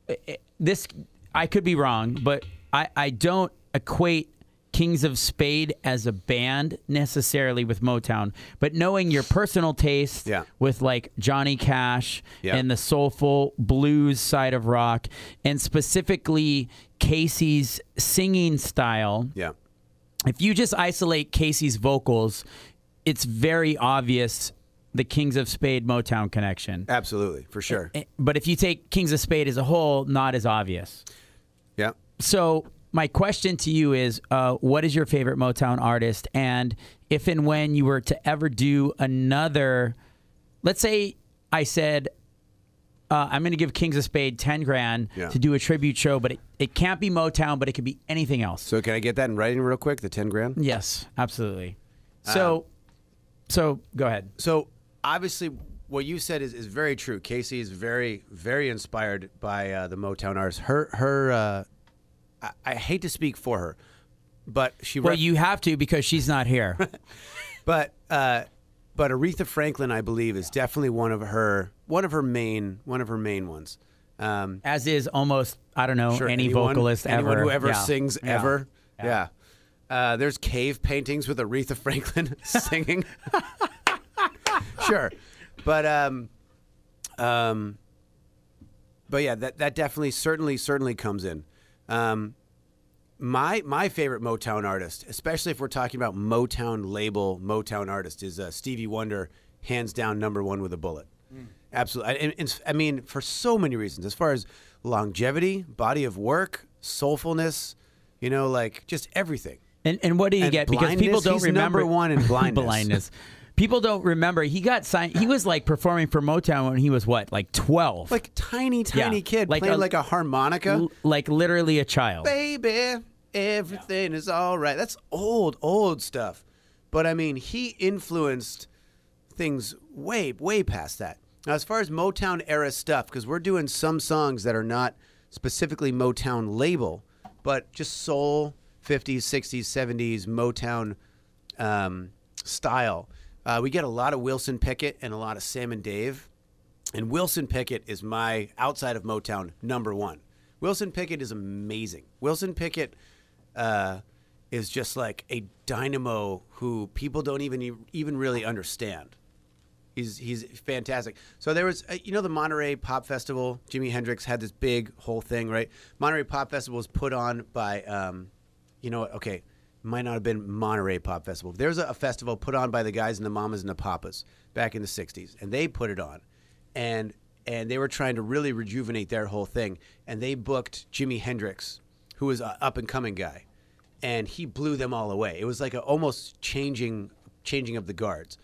[SPEAKER 1] i- i- this I could be wrong, but I, I don't equate Kings of Spade as a band necessarily with Motown. But knowing your personal taste
[SPEAKER 4] Yeah.
[SPEAKER 1] with like Johnny Cash
[SPEAKER 4] Yeah.
[SPEAKER 1] and the soulful blues side of rock, and specifically Casey's singing style
[SPEAKER 4] yeah.
[SPEAKER 1] if you just isolate Casey's vocals, it's very obvious the Kings of Spade Motown connection.
[SPEAKER 4] Absolutely. For sure.
[SPEAKER 1] Eh, But if you take Kings of Spade as a whole, not as obvious.
[SPEAKER 4] Yeah.
[SPEAKER 1] So my question to you is, uh, what is your favorite Motown artist? And if and when you were to ever do another, let's say I said, uh, I'm going to give Kings of Spade 10 grand
[SPEAKER 4] Yeah.
[SPEAKER 1] to do a tribute show, but it, it can't be Motown, but it could be anything else.
[SPEAKER 4] So can I get that in writing real quick? The ten grand.
[SPEAKER 1] Yes, absolutely. So, so go ahead.
[SPEAKER 4] So obviously, what you said is, is very true. Casey is very, very inspired by uh, the Motown artists. Her, her. Uh, I, I hate to speak for her, but she.
[SPEAKER 1] Well,
[SPEAKER 4] rep-
[SPEAKER 1] you have to because she's not
[SPEAKER 4] (laughs)
[SPEAKER 1] here.
[SPEAKER 4] But uh, but Aretha Franklin, I believe, is definitely one of her one of her main one of her main ones. Um,
[SPEAKER 1] As is almost I don't know
[SPEAKER 4] sure,
[SPEAKER 1] any
[SPEAKER 4] anyone-
[SPEAKER 1] vocalist
[SPEAKER 4] anyone
[SPEAKER 1] ever.
[SPEAKER 4] who ever
[SPEAKER 1] Yeah.
[SPEAKER 4] sings
[SPEAKER 1] Yeah.
[SPEAKER 4] ever. Yeah. Uh, there's cave paintings with Aretha Franklin (laughs) singing. sure, but um, um, but yeah, that that definitely, certainly, certainly comes in. Um, my my favorite Motown artist, especially if we're talking about Motown label Motown artist, is uh, Stevie Wonder, hands down number one with a bullet.
[SPEAKER 1] Hmm.
[SPEAKER 4] Absolutely, I, and it's- I mean for so many reasons, as far as longevity, body of work, soulfulness, you know, like just everything.
[SPEAKER 1] And and what do you
[SPEAKER 4] And
[SPEAKER 1] get? Because people
[SPEAKER 4] blindness,
[SPEAKER 1] don't
[SPEAKER 4] he's
[SPEAKER 1] remember
[SPEAKER 4] number one in
[SPEAKER 1] (laughs)
[SPEAKER 4] blindness.
[SPEAKER 1] blindness. People don't remember he got signed. He was like performing for Motown when he was what, like twelve,
[SPEAKER 4] Like tiny, tiny
[SPEAKER 1] Yeah,
[SPEAKER 4] kid
[SPEAKER 1] like
[SPEAKER 4] playing
[SPEAKER 1] a-
[SPEAKER 4] like a harmonica.
[SPEAKER 1] L- like literally a child.
[SPEAKER 4] baby, everything is all right. That's old, old stuff. But I mean, he influenced things way, way past that. Now, as far as Motown era stuff, because we're doing some songs that are not specifically Motown label, but just soul, 50s, 60s, 70s Motown um, style. Uh, we get a lot of Wilson Pickett and a lot of Sam and Dave. And Wilson Pickett is my outside of Motown number one. Wilson Pickett is amazing. Wilson Pickett uh, is just like a dynamo who people don't even even really understand. He's he's fantastic. So there was, uh, you know, the Monterey Pop Festival. Jimi Hendrix had this big whole thing, right? Monterey Pop Festival was put on by, um, you know, what, okay, might not have been Monterey Pop Festival. There's a, a festival put on by the guys in the Mamas and the Papas back in the '60s, and they put it on, and and they were trying to really rejuvenate their whole thing, and they booked Jimi Hendrix, who was an up and coming guy, and he blew them all away. It was like a almost changing changing of the guards.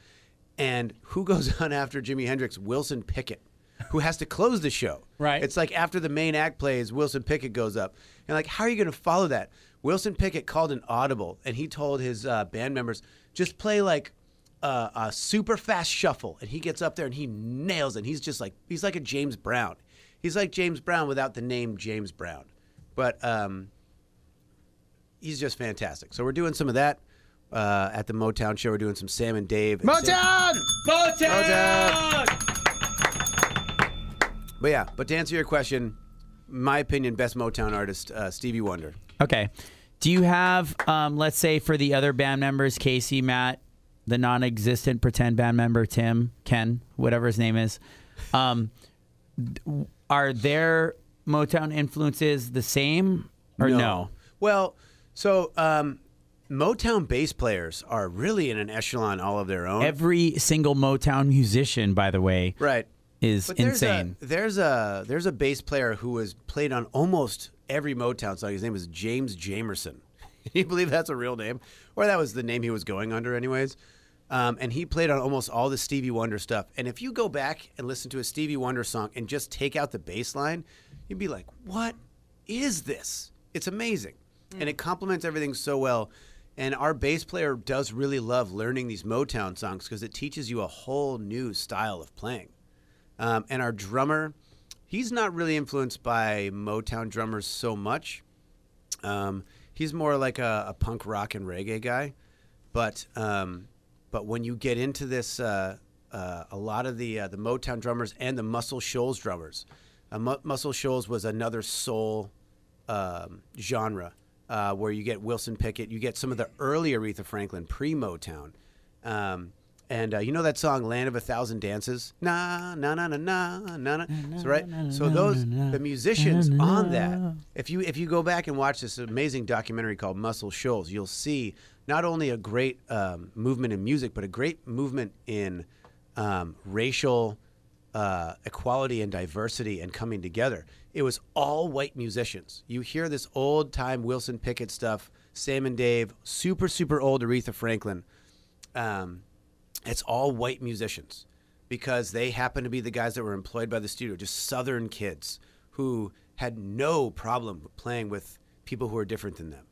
[SPEAKER 4] And who goes (laughs) on after Jimi Hendrix? Wilson Pickett, who has to close the show.
[SPEAKER 1] Right.
[SPEAKER 4] It's like after the main act plays, Wilson Pickett goes up. And like, how are you going to follow that? Wilson Pickett called an audible, and he told his uh, band members just play like uh, a super fast shuffle. And he gets up there and he nails it. And he's just like he's like a James Brown. He's like James Brown without the name James Brown, but um, he's just fantastic. So we're doing some of that uh, at the Motown show. We're doing some Sam and Dave. And Sam-
[SPEAKER 3] Motown!
[SPEAKER 4] But yeah, but to answer your question, my opinion, best Motown artist, uh, Stevie Wonder.
[SPEAKER 1] Okay. Do you have, um, let's say, for the other band members, Casey, Matt, the non-existent pretend band member Tim, Ken, whatever his name is, um, d- are their Motown influences the same or no?
[SPEAKER 4] Well, so um, Motown bass players are really in an echelon all of their own.
[SPEAKER 1] Every single Motown musician, by the way,
[SPEAKER 4] right.
[SPEAKER 1] is
[SPEAKER 4] But there's
[SPEAKER 1] insane.
[SPEAKER 4] A, there's a there's a bass player who was played on almost every Motown song. His name is James Jamerson. (laughs) Can you believe that's a real name? Or that was the name he was going under, anyways. Um, and he played on almost all the Stevie Wonder stuff. And if you go back and listen to a Stevie Wonder song and just take out the bass line, you'd be like, "What is this?" It's amazing,
[SPEAKER 1] Hmm.
[SPEAKER 4] and it complements everything so well. And our bass player does really love learning these Motown songs because it teaches you a whole new style of playing. Um, and our drummer, he's not really influenced by Motown drummers so much. Um, he's more like a, a punk rock and reggae guy. But um, but when you get into this, uh, uh, a lot of the uh, the Motown drummers and the Muscle Shoals drummers, uh, Mu- Muscle Shoals was another soul um, genre uh, where you get Wilson Pickett, you get some of the early Aretha Franklin pre Motown. Um, and uh, you know that song "Land of a Thousand Dances"? Na na na na na na. na. So right. So those the musicians on that. If you if you go back and watch this amazing documentary called Muscle Shoals, you'll see not only a great um, movement in music, but a great movement in um, racial uh, equality and diversity and coming together. It was all white musicians. You hear this old time Wilson Pickett stuff, Sam and Dave, super super old Aretha Franklin um, it's all white musicians because they happen to be the guys that were employed by the studio, just Southern kids who had no problem playing with people who are different than them.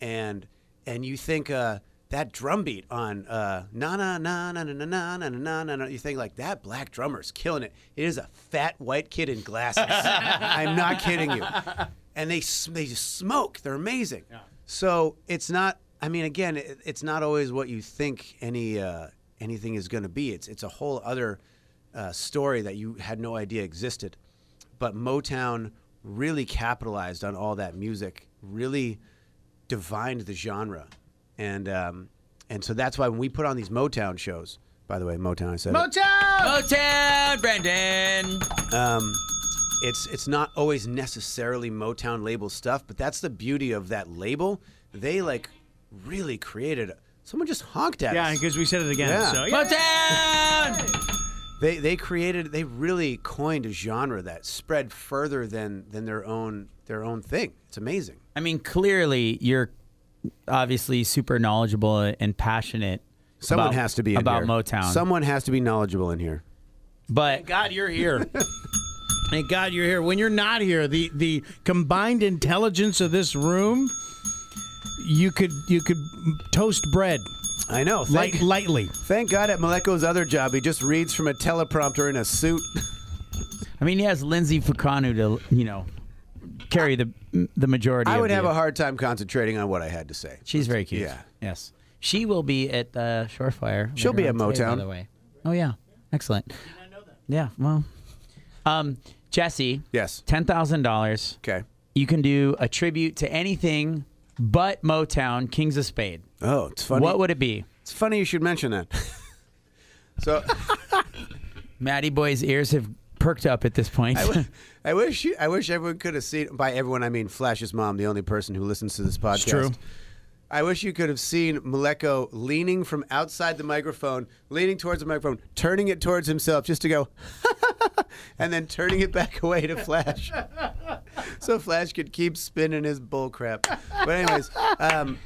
[SPEAKER 4] And and you think uh, that drum beat on uh, na na na na na na na na na na na, you think like that black drummer's killing it. It is a fat white kid in glasses. I'm not kidding you. And they s- they just smoke. They're amazing. So it's not. I mean, again, it, it's not always what you think any uh, anything is going to be. It's it's a whole other uh, story that you had no idea existed. But Motown really capitalized on all that music. Really divined the genre, and um, and so that's why when we put on these Motown shows. By the way, Motown. I said it.
[SPEAKER 1] Motown, Brandon.
[SPEAKER 4] it's it's not always necessarily Motown label stuff, but that's the beauty of that label. They like really created. Someone just honked at
[SPEAKER 3] Yeah,
[SPEAKER 4] us.
[SPEAKER 3] because we said it again.
[SPEAKER 4] Yeah.
[SPEAKER 3] So, yeah.
[SPEAKER 1] Motown.
[SPEAKER 4] They they created. They really coined a genre that spread further than than their own their own thing. It's amazing.
[SPEAKER 1] I mean, clearly you're obviously super knowledgeable and passionate.
[SPEAKER 4] Someone
[SPEAKER 1] about-
[SPEAKER 4] has to be in
[SPEAKER 1] about
[SPEAKER 4] here.
[SPEAKER 1] Motown.
[SPEAKER 4] Someone has to be knowledgeable in here.
[SPEAKER 1] but
[SPEAKER 3] God, you're here. Thank God you're here. When you're not here, the the combined intelligence of this room, you could you could toast bread
[SPEAKER 4] I know.
[SPEAKER 3] light,
[SPEAKER 4] Thank,
[SPEAKER 3] lightly.
[SPEAKER 4] thank God at Maleko's other job, he just reads from a teleprompter in
[SPEAKER 1] (laughs)
[SPEAKER 4] a suit.
[SPEAKER 1] I mean, he has Lindsay Fukanu to you know carry the the majority.
[SPEAKER 4] I
[SPEAKER 1] of
[SPEAKER 4] would
[SPEAKER 1] the-
[SPEAKER 4] have a hard time concentrating on what I had to say.
[SPEAKER 1] She's very cute.
[SPEAKER 4] Yeah.
[SPEAKER 1] Yes. She will be at uh, Shorefire.
[SPEAKER 4] She'll
[SPEAKER 1] later
[SPEAKER 4] be
[SPEAKER 1] on
[SPEAKER 4] at
[SPEAKER 1] today, by
[SPEAKER 4] Motown.
[SPEAKER 1] the way. Oh yeah. Excellent. Yeah. Well. Um, Jesse.
[SPEAKER 4] Yes.
[SPEAKER 1] Ten thousand dollars.
[SPEAKER 4] Okay.
[SPEAKER 1] You can do a tribute to anything but Motown, Kings of Spade.
[SPEAKER 4] Oh, it's funny.
[SPEAKER 1] What would it be?
[SPEAKER 4] It's funny you should mention that. (laughs) so (laughs)
[SPEAKER 1] Matty Boy's ears have perked up at this point.
[SPEAKER 4] I, w- I wish you, I wish everyone could have seen. By everyone, I mean Flash's mom, the only person who listens to this podcast.
[SPEAKER 3] true.
[SPEAKER 4] I wish you could have seen Maleko leaning from outside the microphone, leaning towards the microphone, turning it towards himself just to go, (laughs) and then turning it back away to Flash, (laughs) so Flash could keep spinning his bull crap. But anyways, um,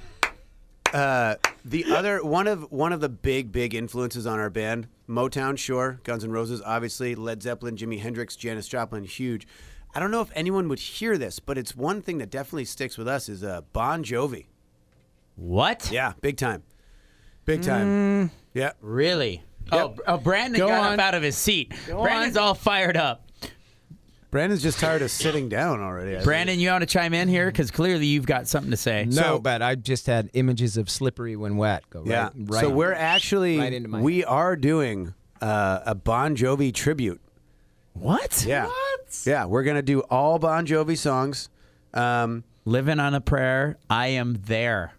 [SPEAKER 4] uh, the other one of one of the big big influences on our band, Motown, sure, Guns N' Roses, obviously, Led Zeppelin, Jimi Hendrix, Janis Joplin, huge. I don't know if anyone would hear this, but it's one thing that definitely sticks with us is uh, Bon Jovi.
[SPEAKER 1] (laughs) what?
[SPEAKER 4] Yeah, big time. Big
[SPEAKER 5] Mm.
[SPEAKER 4] time. Yeah.
[SPEAKER 1] Really? Oh, oh, Brandon
[SPEAKER 3] Go
[SPEAKER 1] got
[SPEAKER 3] on.
[SPEAKER 1] up out of his seat. Brandon's all fired up.
[SPEAKER 4] Brandon's just tired of sitting down already. I think.
[SPEAKER 1] Brandon, you want to chime in here? Because clearly you've got something to say.
[SPEAKER 5] No,
[SPEAKER 4] So-
[SPEAKER 5] but I just had images of slippery when wet. Go
[SPEAKER 4] Yeah.
[SPEAKER 5] right, right.
[SPEAKER 4] so we're actually
[SPEAKER 5] right into my
[SPEAKER 4] we are doing uh, a Bon Jovi tribute.
[SPEAKER 1] What?
[SPEAKER 4] Yeah. Yeah, we're gonna do all Bon Jovi songs. Um,
[SPEAKER 1] Living on a Prayer, I Am There.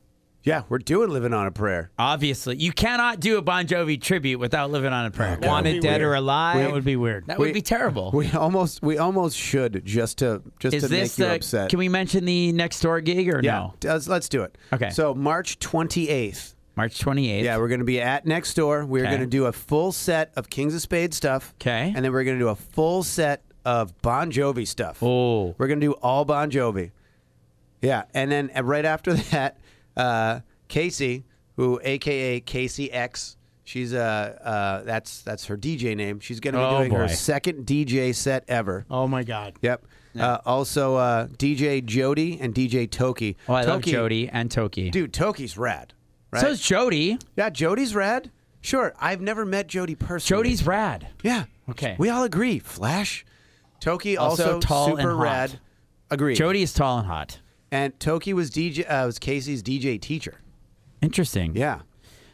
[SPEAKER 4] Yeah, we're doing Living on a Prayer.
[SPEAKER 1] Obviously, you cannot do a Bon Jovi tribute without Living on a Prayer.
[SPEAKER 4] God.
[SPEAKER 1] Wanted-
[SPEAKER 5] Wanted dead or
[SPEAKER 3] That
[SPEAKER 5] alive.
[SPEAKER 3] would be weird.
[SPEAKER 1] Oh, That
[SPEAKER 4] We-
[SPEAKER 1] would be terrible.
[SPEAKER 4] We almost we almost should just to just
[SPEAKER 1] Is
[SPEAKER 4] to
[SPEAKER 1] this
[SPEAKER 4] make you
[SPEAKER 1] the-
[SPEAKER 4] upset.
[SPEAKER 1] Can we mention the next door gig or
[SPEAKER 4] Yeah,
[SPEAKER 1] no?
[SPEAKER 4] does- let's do it.
[SPEAKER 1] Okay.
[SPEAKER 4] So March 28th.
[SPEAKER 1] March 28th.
[SPEAKER 4] Yeah, we're going to be at Next Door. We're
[SPEAKER 1] Okay.
[SPEAKER 4] going to do a full set of Kings of Spades stuff.
[SPEAKER 1] 'Kay.
[SPEAKER 4] And then we're going to do a full set of Bon Jovi stuff.
[SPEAKER 1] Oh.
[SPEAKER 4] We're going to do all Bon Jovi. Yeah. And then uh, right after (laughs) that, uh, Casey, who AKA Casey X, she's uh, uh, that's that's her DJ name. She's going to be
[SPEAKER 1] Oh,
[SPEAKER 4] doing her
[SPEAKER 1] boy.
[SPEAKER 4] second DJ set ever.
[SPEAKER 3] Oh my God.
[SPEAKER 4] Yep. Uh, also, uh, DJ Jody and DJ Toki.
[SPEAKER 1] Oh, I love
[SPEAKER 4] Toki-
[SPEAKER 1] Jody and Toki.
[SPEAKER 4] Dude, Toki's rad. Right?
[SPEAKER 1] So's Jody.
[SPEAKER 4] Yeah, Jody's rad. Sure, I've never met Jody personally.
[SPEAKER 1] Jody's rad.
[SPEAKER 4] yeah.
[SPEAKER 1] Okay.
[SPEAKER 4] We all agree. Flash, Toki
[SPEAKER 1] Also
[SPEAKER 4] also,
[SPEAKER 1] tall
[SPEAKER 4] super
[SPEAKER 1] and hot.
[SPEAKER 4] rad. Agree.
[SPEAKER 1] Jody is tall and hot.
[SPEAKER 4] and Toki was DJ uh, was Casey's DJ teacher.
[SPEAKER 1] Interesting.
[SPEAKER 4] Yeah.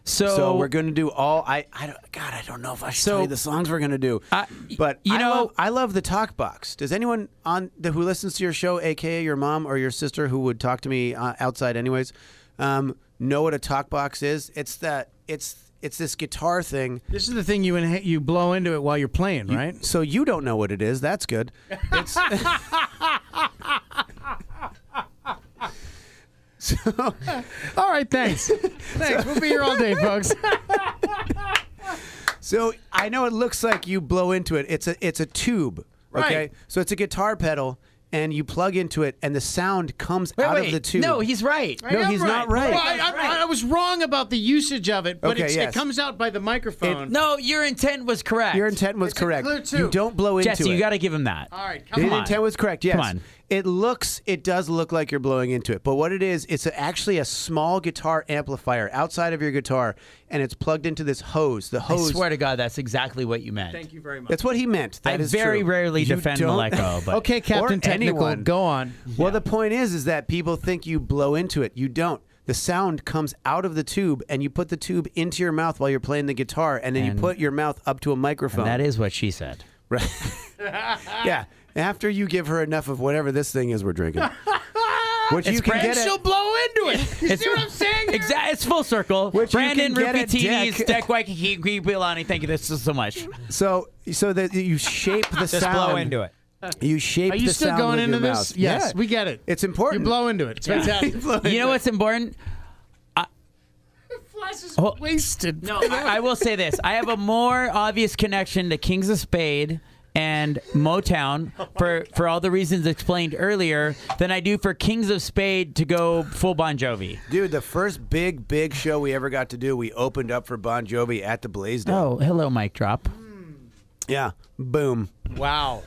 [SPEAKER 1] So,
[SPEAKER 4] So, we're gonna do all. I I don't. God, I don't know if I should
[SPEAKER 1] So-
[SPEAKER 4] tell you the songs we're gonna do.
[SPEAKER 1] I-
[SPEAKER 4] but
[SPEAKER 1] you
[SPEAKER 4] I
[SPEAKER 1] know-
[SPEAKER 4] love, I love the talk box. Does anyone on the who listens to your show, aka your mom or your sister, who would talk to me uh, outside anyways, um, know what a talk box is? It's that. It's it's this guitar thing.
[SPEAKER 3] This is the thing you inha- you blow into it while you're playing, right?
[SPEAKER 4] So you don't know what it is.
[SPEAKER 1] (laughs)
[SPEAKER 4] That's good. It's
[SPEAKER 3] All right, (laughs) thanks. thanks. We'll be here all day, (laughs) folks.
[SPEAKER 4] so I know it looks like you blow into it. It's a it's a tube. Okay.
[SPEAKER 3] Right.
[SPEAKER 4] So it's a guitar pedal and you plug into it and the sound comes
[SPEAKER 1] Wait,
[SPEAKER 4] out
[SPEAKER 1] wait.
[SPEAKER 4] of the tube.
[SPEAKER 1] No, he's right.
[SPEAKER 4] No, he's not right.
[SPEAKER 3] Well, I, I, I was wrong about the usage of it, but
[SPEAKER 4] Okay,
[SPEAKER 3] it's,
[SPEAKER 4] yes.
[SPEAKER 3] it comes out by the microphone.
[SPEAKER 1] No, your intent was correct.
[SPEAKER 4] Your intent was
[SPEAKER 3] It's a
[SPEAKER 4] correct.
[SPEAKER 3] clear tube.
[SPEAKER 4] You don't blow into
[SPEAKER 1] Jesse,
[SPEAKER 4] it.
[SPEAKER 1] you got to give him that.
[SPEAKER 3] All right, come
[SPEAKER 4] Your
[SPEAKER 3] on.
[SPEAKER 4] intent was correct. Yes.
[SPEAKER 1] Come on.
[SPEAKER 4] It looks, it does look like you're blowing into it, but what it is, it's a, actually a small guitar amplifier outside of your guitar, and it's plugged into this hose. The
[SPEAKER 1] I
[SPEAKER 4] hose.
[SPEAKER 1] swear to God, that's exactly what you meant.
[SPEAKER 3] Thank you very much.
[SPEAKER 4] That's what he meant. That
[SPEAKER 1] I
[SPEAKER 4] is
[SPEAKER 1] very
[SPEAKER 4] true.
[SPEAKER 1] rarely
[SPEAKER 4] You
[SPEAKER 1] defend
[SPEAKER 4] don't- (laughs)
[SPEAKER 1] Maleko, but
[SPEAKER 3] Okay, Captain Technical,
[SPEAKER 4] anyone.
[SPEAKER 3] go on.
[SPEAKER 4] Well, the point is, is that people think you blow into it. You don't. The sound comes out of the tube, and you put the tube into your mouth while you're playing the guitar, and then
[SPEAKER 1] And-
[SPEAKER 4] you put your mouth up to a microphone.
[SPEAKER 1] And that is what she said.
[SPEAKER 4] right. (laughs) yeah. After you give her enough of whatever this thing is we're
[SPEAKER 3] (laughs)
[SPEAKER 4] drinking, which you can
[SPEAKER 1] brand-
[SPEAKER 4] get.
[SPEAKER 1] she'll
[SPEAKER 4] at-
[SPEAKER 3] blow into it. You see what I'm (laughs) saying? here?
[SPEAKER 1] Exactly. It's full circle.
[SPEAKER 4] Which you
[SPEAKER 1] Brandon,
[SPEAKER 4] can get
[SPEAKER 1] Rupi
[SPEAKER 4] at
[SPEAKER 1] TD's,
[SPEAKER 4] Deck.
[SPEAKER 1] Deck Waikiki, Green Pilani. Thank you this so, so
[SPEAKER 4] (laughs)
[SPEAKER 1] much.
[SPEAKER 4] so so that you shape
[SPEAKER 3] (laughs)
[SPEAKER 4] the
[SPEAKER 5] Just
[SPEAKER 4] sound.
[SPEAKER 5] blow into it.
[SPEAKER 4] You shape.
[SPEAKER 3] Are you
[SPEAKER 4] the
[SPEAKER 3] still
[SPEAKER 4] sound
[SPEAKER 3] going
[SPEAKER 4] with
[SPEAKER 3] into
[SPEAKER 4] your
[SPEAKER 3] this?
[SPEAKER 4] mouth.
[SPEAKER 3] Yes,
[SPEAKER 4] Yeah.
[SPEAKER 3] we get it.
[SPEAKER 4] It's important.
[SPEAKER 3] You blow into it.
[SPEAKER 4] (laughs)
[SPEAKER 3] It's fantastic.
[SPEAKER 1] You know what's important?
[SPEAKER 3] Flash is
[SPEAKER 1] Oh.
[SPEAKER 3] wasted.
[SPEAKER 1] No, I, I will say this. I have a more obvious connection to Kings of Spade and Motown for, for all the reasons explained earlier than I do for Kings of Spade to go full Bon Jovi.
[SPEAKER 4] Dude, the first big, big show we ever got to do, we opened up for Bon Jovi at the Blaisdell.
[SPEAKER 1] Oh, hello, mic drop.
[SPEAKER 4] Yeah. Boom.
[SPEAKER 3] Wow.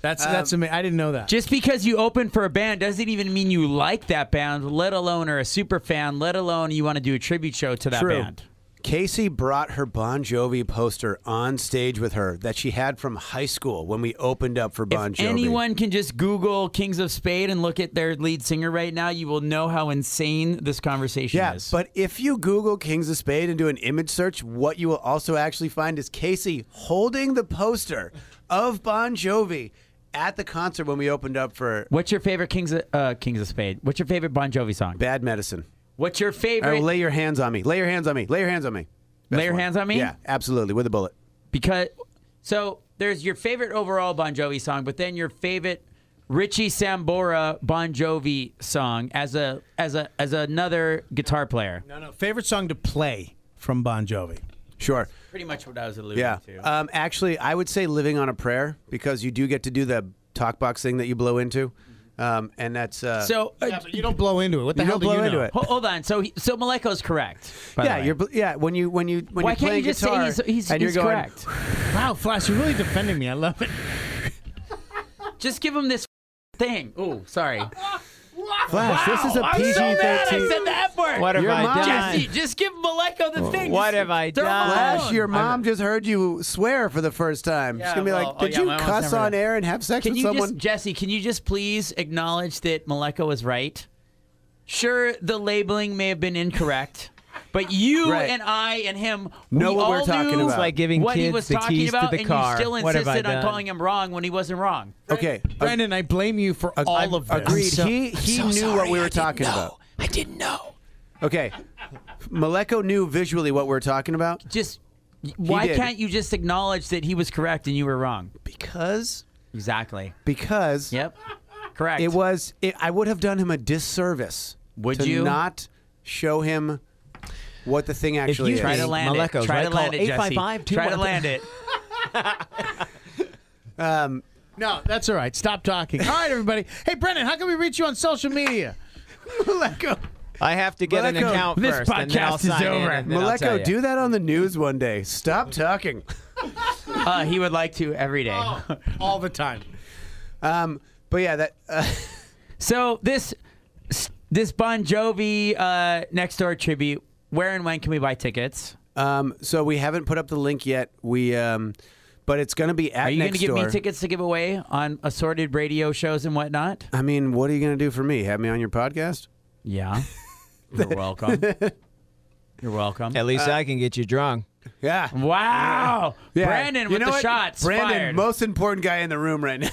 [SPEAKER 3] That's that's
[SPEAKER 4] Um,
[SPEAKER 3] amazing. I didn't know that.
[SPEAKER 1] Just because you open for a band doesn't even mean you like that band, let alone are a super fan, let alone you want to do a tribute show to that band.
[SPEAKER 4] Casey brought her Bon Jovi poster on stage with her that she had from high school when we opened up for Bon
[SPEAKER 1] if
[SPEAKER 4] Jovi.
[SPEAKER 1] anyone can just Google Kings of Spade and look at their lead singer right now, you will know how insane this conversation
[SPEAKER 4] yeah,
[SPEAKER 1] is.
[SPEAKER 4] but if you Google Kings of Spade and do an image search, what you will also actually find is Casey holding the poster of Bon Jovi at the concert when we opened up for
[SPEAKER 1] what's your favorite Kings of uh, Kings of Spade? What's your favorite Bon Jovi song?
[SPEAKER 4] Bad Medicine.
[SPEAKER 1] What's your
[SPEAKER 4] All right,
[SPEAKER 1] favorite?
[SPEAKER 4] lay your hands on me. Lay your hands on me. Lay your hands on me. Best
[SPEAKER 1] Lay Your Hands on Me?
[SPEAKER 4] Yeah, absolutely. With a bullet.
[SPEAKER 1] because so there's your favorite overall Bon Jovi song, but then your favorite Richie Sambora Bon Jovi song as a as a as another guitar player.
[SPEAKER 3] no, no. Favorite song to play from Bon Jovi.
[SPEAKER 4] Sure.
[SPEAKER 1] Pretty much what I was alluding
[SPEAKER 4] Yeah.
[SPEAKER 1] to.
[SPEAKER 4] Um, actually, I would say living on a prayer because you do get to do the talk box thing that you blow into, um, and that's uh,
[SPEAKER 1] so uh,
[SPEAKER 3] Yeah, but you don't blow into it. What the
[SPEAKER 4] You
[SPEAKER 3] hell
[SPEAKER 4] don't
[SPEAKER 3] do
[SPEAKER 4] blow
[SPEAKER 3] you
[SPEAKER 4] into
[SPEAKER 3] know?
[SPEAKER 4] it.
[SPEAKER 1] ho- hold on. So he, so Maleko's correct. by the
[SPEAKER 4] yeah.
[SPEAKER 1] way.
[SPEAKER 4] You're bl- yeah. When you when you when
[SPEAKER 1] Why
[SPEAKER 4] you're
[SPEAKER 1] can't you
[SPEAKER 4] playing
[SPEAKER 1] just
[SPEAKER 4] guitar
[SPEAKER 1] say he's he's,
[SPEAKER 4] and
[SPEAKER 1] he's
[SPEAKER 4] you're going,
[SPEAKER 1] correct?
[SPEAKER 3] Wow, Flash, you're really defending me. I love it.
[SPEAKER 1] Just give him this thing. Oh, sorry.
[SPEAKER 4] Flash, this is a
[SPEAKER 1] I'm so
[SPEAKER 4] PG-13.
[SPEAKER 1] mad I said the F word.
[SPEAKER 5] What have
[SPEAKER 4] Your
[SPEAKER 5] I
[SPEAKER 4] mom-
[SPEAKER 5] done?
[SPEAKER 1] Jesse, just give Maleko the thing.
[SPEAKER 5] What
[SPEAKER 1] Just
[SPEAKER 5] have I
[SPEAKER 1] throw him
[SPEAKER 5] done?
[SPEAKER 1] alone.
[SPEAKER 4] Flash, your mom just heard you swear for the first time. She's
[SPEAKER 1] Yeah,
[SPEAKER 4] gonna be
[SPEAKER 1] well,
[SPEAKER 4] like,
[SPEAKER 1] oh,
[SPEAKER 4] "Did
[SPEAKER 1] yeah, my
[SPEAKER 4] you
[SPEAKER 1] mom's
[SPEAKER 4] cuss
[SPEAKER 1] never
[SPEAKER 4] on
[SPEAKER 1] done-
[SPEAKER 4] air and have sex
[SPEAKER 1] Can
[SPEAKER 4] with
[SPEAKER 1] you
[SPEAKER 4] someone?"
[SPEAKER 1] just, Jesse? Can you just please acknowledge that Maleko is right? Sure, the labeling may have been incorrect, But
[SPEAKER 5] (laughs)
[SPEAKER 1] you
[SPEAKER 4] Right.
[SPEAKER 1] and I and him
[SPEAKER 4] Know
[SPEAKER 1] we
[SPEAKER 4] what we're
[SPEAKER 1] all
[SPEAKER 4] talking
[SPEAKER 1] knew
[SPEAKER 4] about. It's
[SPEAKER 5] like giving
[SPEAKER 1] what he
[SPEAKER 5] kids
[SPEAKER 1] was
[SPEAKER 5] the
[SPEAKER 1] talking
[SPEAKER 5] keys to
[SPEAKER 1] about,
[SPEAKER 5] the
[SPEAKER 1] and
[SPEAKER 5] car.
[SPEAKER 1] you still
[SPEAKER 5] What have I
[SPEAKER 1] insisted on
[SPEAKER 5] done?
[SPEAKER 1] calling him wrong when he wasn't wrong.
[SPEAKER 4] Okay.
[SPEAKER 3] Brandon, I blame you for all
[SPEAKER 4] I'm-
[SPEAKER 3] of this.
[SPEAKER 4] Agreed. he he knew what we were talking about.
[SPEAKER 1] Oh, I didn't know.
[SPEAKER 4] Okay. Maleko knew visually what we were talking about
[SPEAKER 1] Just why
[SPEAKER 4] did.
[SPEAKER 1] can't you just acknowledge that he was correct and you were wrong?
[SPEAKER 4] because
[SPEAKER 1] Exactly.
[SPEAKER 4] because
[SPEAKER 1] Yep. Correct.
[SPEAKER 4] it was it, I would have done him a disservice
[SPEAKER 1] Would
[SPEAKER 4] to
[SPEAKER 1] you?
[SPEAKER 4] not show him what the thing actually
[SPEAKER 5] you
[SPEAKER 4] is.
[SPEAKER 1] Try to land
[SPEAKER 5] Maleco's
[SPEAKER 1] it. Try to
[SPEAKER 5] right.
[SPEAKER 1] land
[SPEAKER 5] Call
[SPEAKER 1] it, Jesse.
[SPEAKER 5] 855-215.
[SPEAKER 1] Try to land it.
[SPEAKER 3] No, that's all right. Stop talking. All right, everybody. Hey, Brendan, how can we reach you on
[SPEAKER 4] (laughs)
[SPEAKER 3] social media? Let go.
[SPEAKER 5] I have to get an
[SPEAKER 4] Maleko,
[SPEAKER 5] account
[SPEAKER 1] this
[SPEAKER 5] first. and then I'll
[SPEAKER 1] podcast is
[SPEAKER 5] sign in
[SPEAKER 1] over.
[SPEAKER 5] and then I'll tell
[SPEAKER 4] Maleko,
[SPEAKER 5] you.
[SPEAKER 4] do that on the news one day. Stop talking.
[SPEAKER 1] Uh, he would like to every day.
[SPEAKER 3] Oh, All the time.
[SPEAKER 4] Um, but yeah, that uh,
[SPEAKER 1] So this this Bon Jovi uh, next door tribute. Where and when can we buy tickets?
[SPEAKER 4] um, so we haven't put up the link yet. We um, but it's going to be at
[SPEAKER 1] Are you going to
[SPEAKER 4] next
[SPEAKER 1] give me
[SPEAKER 4] door.
[SPEAKER 1] tickets to give away on assorted radio shows and whatnot?
[SPEAKER 4] I mean, what are you going to do for me? Have me on your podcast?
[SPEAKER 1] Yeah. (laughs) You're welcome. You're welcome.
[SPEAKER 5] At
[SPEAKER 4] Uh,
[SPEAKER 5] least I can get you drunk.
[SPEAKER 4] Yeah.
[SPEAKER 1] Wow.
[SPEAKER 4] Yeah.
[SPEAKER 1] Brandon
[SPEAKER 4] You
[SPEAKER 1] with
[SPEAKER 4] know
[SPEAKER 1] the
[SPEAKER 4] what?
[SPEAKER 1] shots.
[SPEAKER 4] Brandon,
[SPEAKER 1] fired.
[SPEAKER 4] most important guy in the room right now.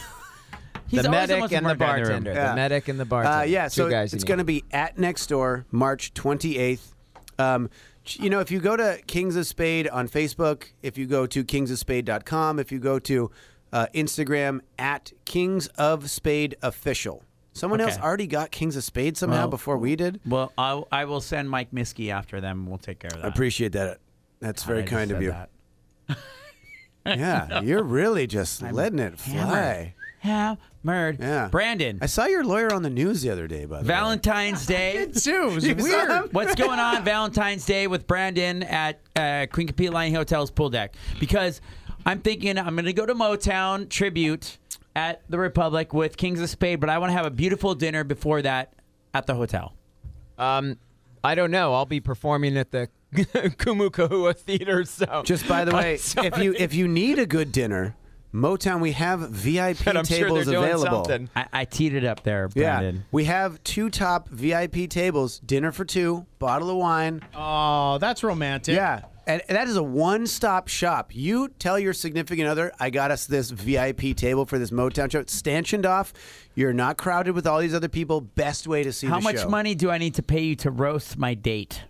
[SPEAKER 1] He's
[SPEAKER 5] the
[SPEAKER 1] always
[SPEAKER 5] medic
[SPEAKER 1] most
[SPEAKER 5] and the
[SPEAKER 1] important guy in room.
[SPEAKER 5] bartender. The,
[SPEAKER 4] Yeah.
[SPEAKER 5] medic and the bartender.
[SPEAKER 4] Uh, yeah,
[SPEAKER 5] Two
[SPEAKER 4] so
[SPEAKER 5] guys you
[SPEAKER 4] it's
[SPEAKER 5] need.
[SPEAKER 4] going to be at Next Door, March 28th. Um, ch- you know, if you go to Kings of Spade on Facebook, if you go to kingsofspade.com, if you go to uh, Instagram at Kings of Spade Official. Someone else
[SPEAKER 1] Okay.
[SPEAKER 4] already got Kings of Spade somehow
[SPEAKER 1] Well,
[SPEAKER 4] before we did.
[SPEAKER 1] Well, I'll, I will send Mike Miskey after them. We'll take care of that.
[SPEAKER 4] I appreciate that. That's
[SPEAKER 1] I
[SPEAKER 4] very
[SPEAKER 1] just
[SPEAKER 4] kind of
[SPEAKER 1] said
[SPEAKER 4] you.
[SPEAKER 1] that. (laughs)
[SPEAKER 4] Yeah, you're really just letting it fly.
[SPEAKER 1] hammered. Hammered.
[SPEAKER 4] Yeah.
[SPEAKER 1] Brandon,
[SPEAKER 4] I saw your lawyer on the news the other day, by the way. (laughs)
[SPEAKER 1] Valentine's Day.
[SPEAKER 3] Too. It was
[SPEAKER 4] You saw
[SPEAKER 3] weird.
[SPEAKER 4] him?
[SPEAKER 1] What's going on Valentine's Day with Brandon at uh, Queen Capilla Line Hotel's pool deck? Because I'm thinking I'm going to go to Motown tribute at the Republic with Kings of Spade, but I want to have a beautiful dinner before that at the hotel.
[SPEAKER 5] Um, I don't know. I'll be performing at the (laughs) Kumukahua Theater. So
[SPEAKER 4] Just by the
[SPEAKER 5] (laughs) I'm
[SPEAKER 4] way, if
[SPEAKER 5] sorry.
[SPEAKER 4] you if you need a good dinner, Motown, we have VIP
[SPEAKER 5] But I'm sure they're
[SPEAKER 4] tables
[SPEAKER 5] doing
[SPEAKER 4] available.
[SPEAKER 5] something.
[SPEAKER 1] I, I teed it up there,
[SPEAKER 4] Yeah,
[SPEAKER 1] Brandon.
[SPEAKER 4] we have two top VIP tables: dinner for two, bottle of wine.
[SPEAKER 3] Oh, that's romantic.
[SPEAKER 4] Yeah, and, and that is a one-stop shop. You tell your significant other, "I got us this VIP table for this Motown show. It's stanchioned off. You're not crowded with all these other people. Best way to see
[SPEAKER 1] How
[SPEAKER 4] the
[SPEAKER 1] much
[SPEAKER 4] show.
[SPEAKER 1] money do I need to pay you to roast my date?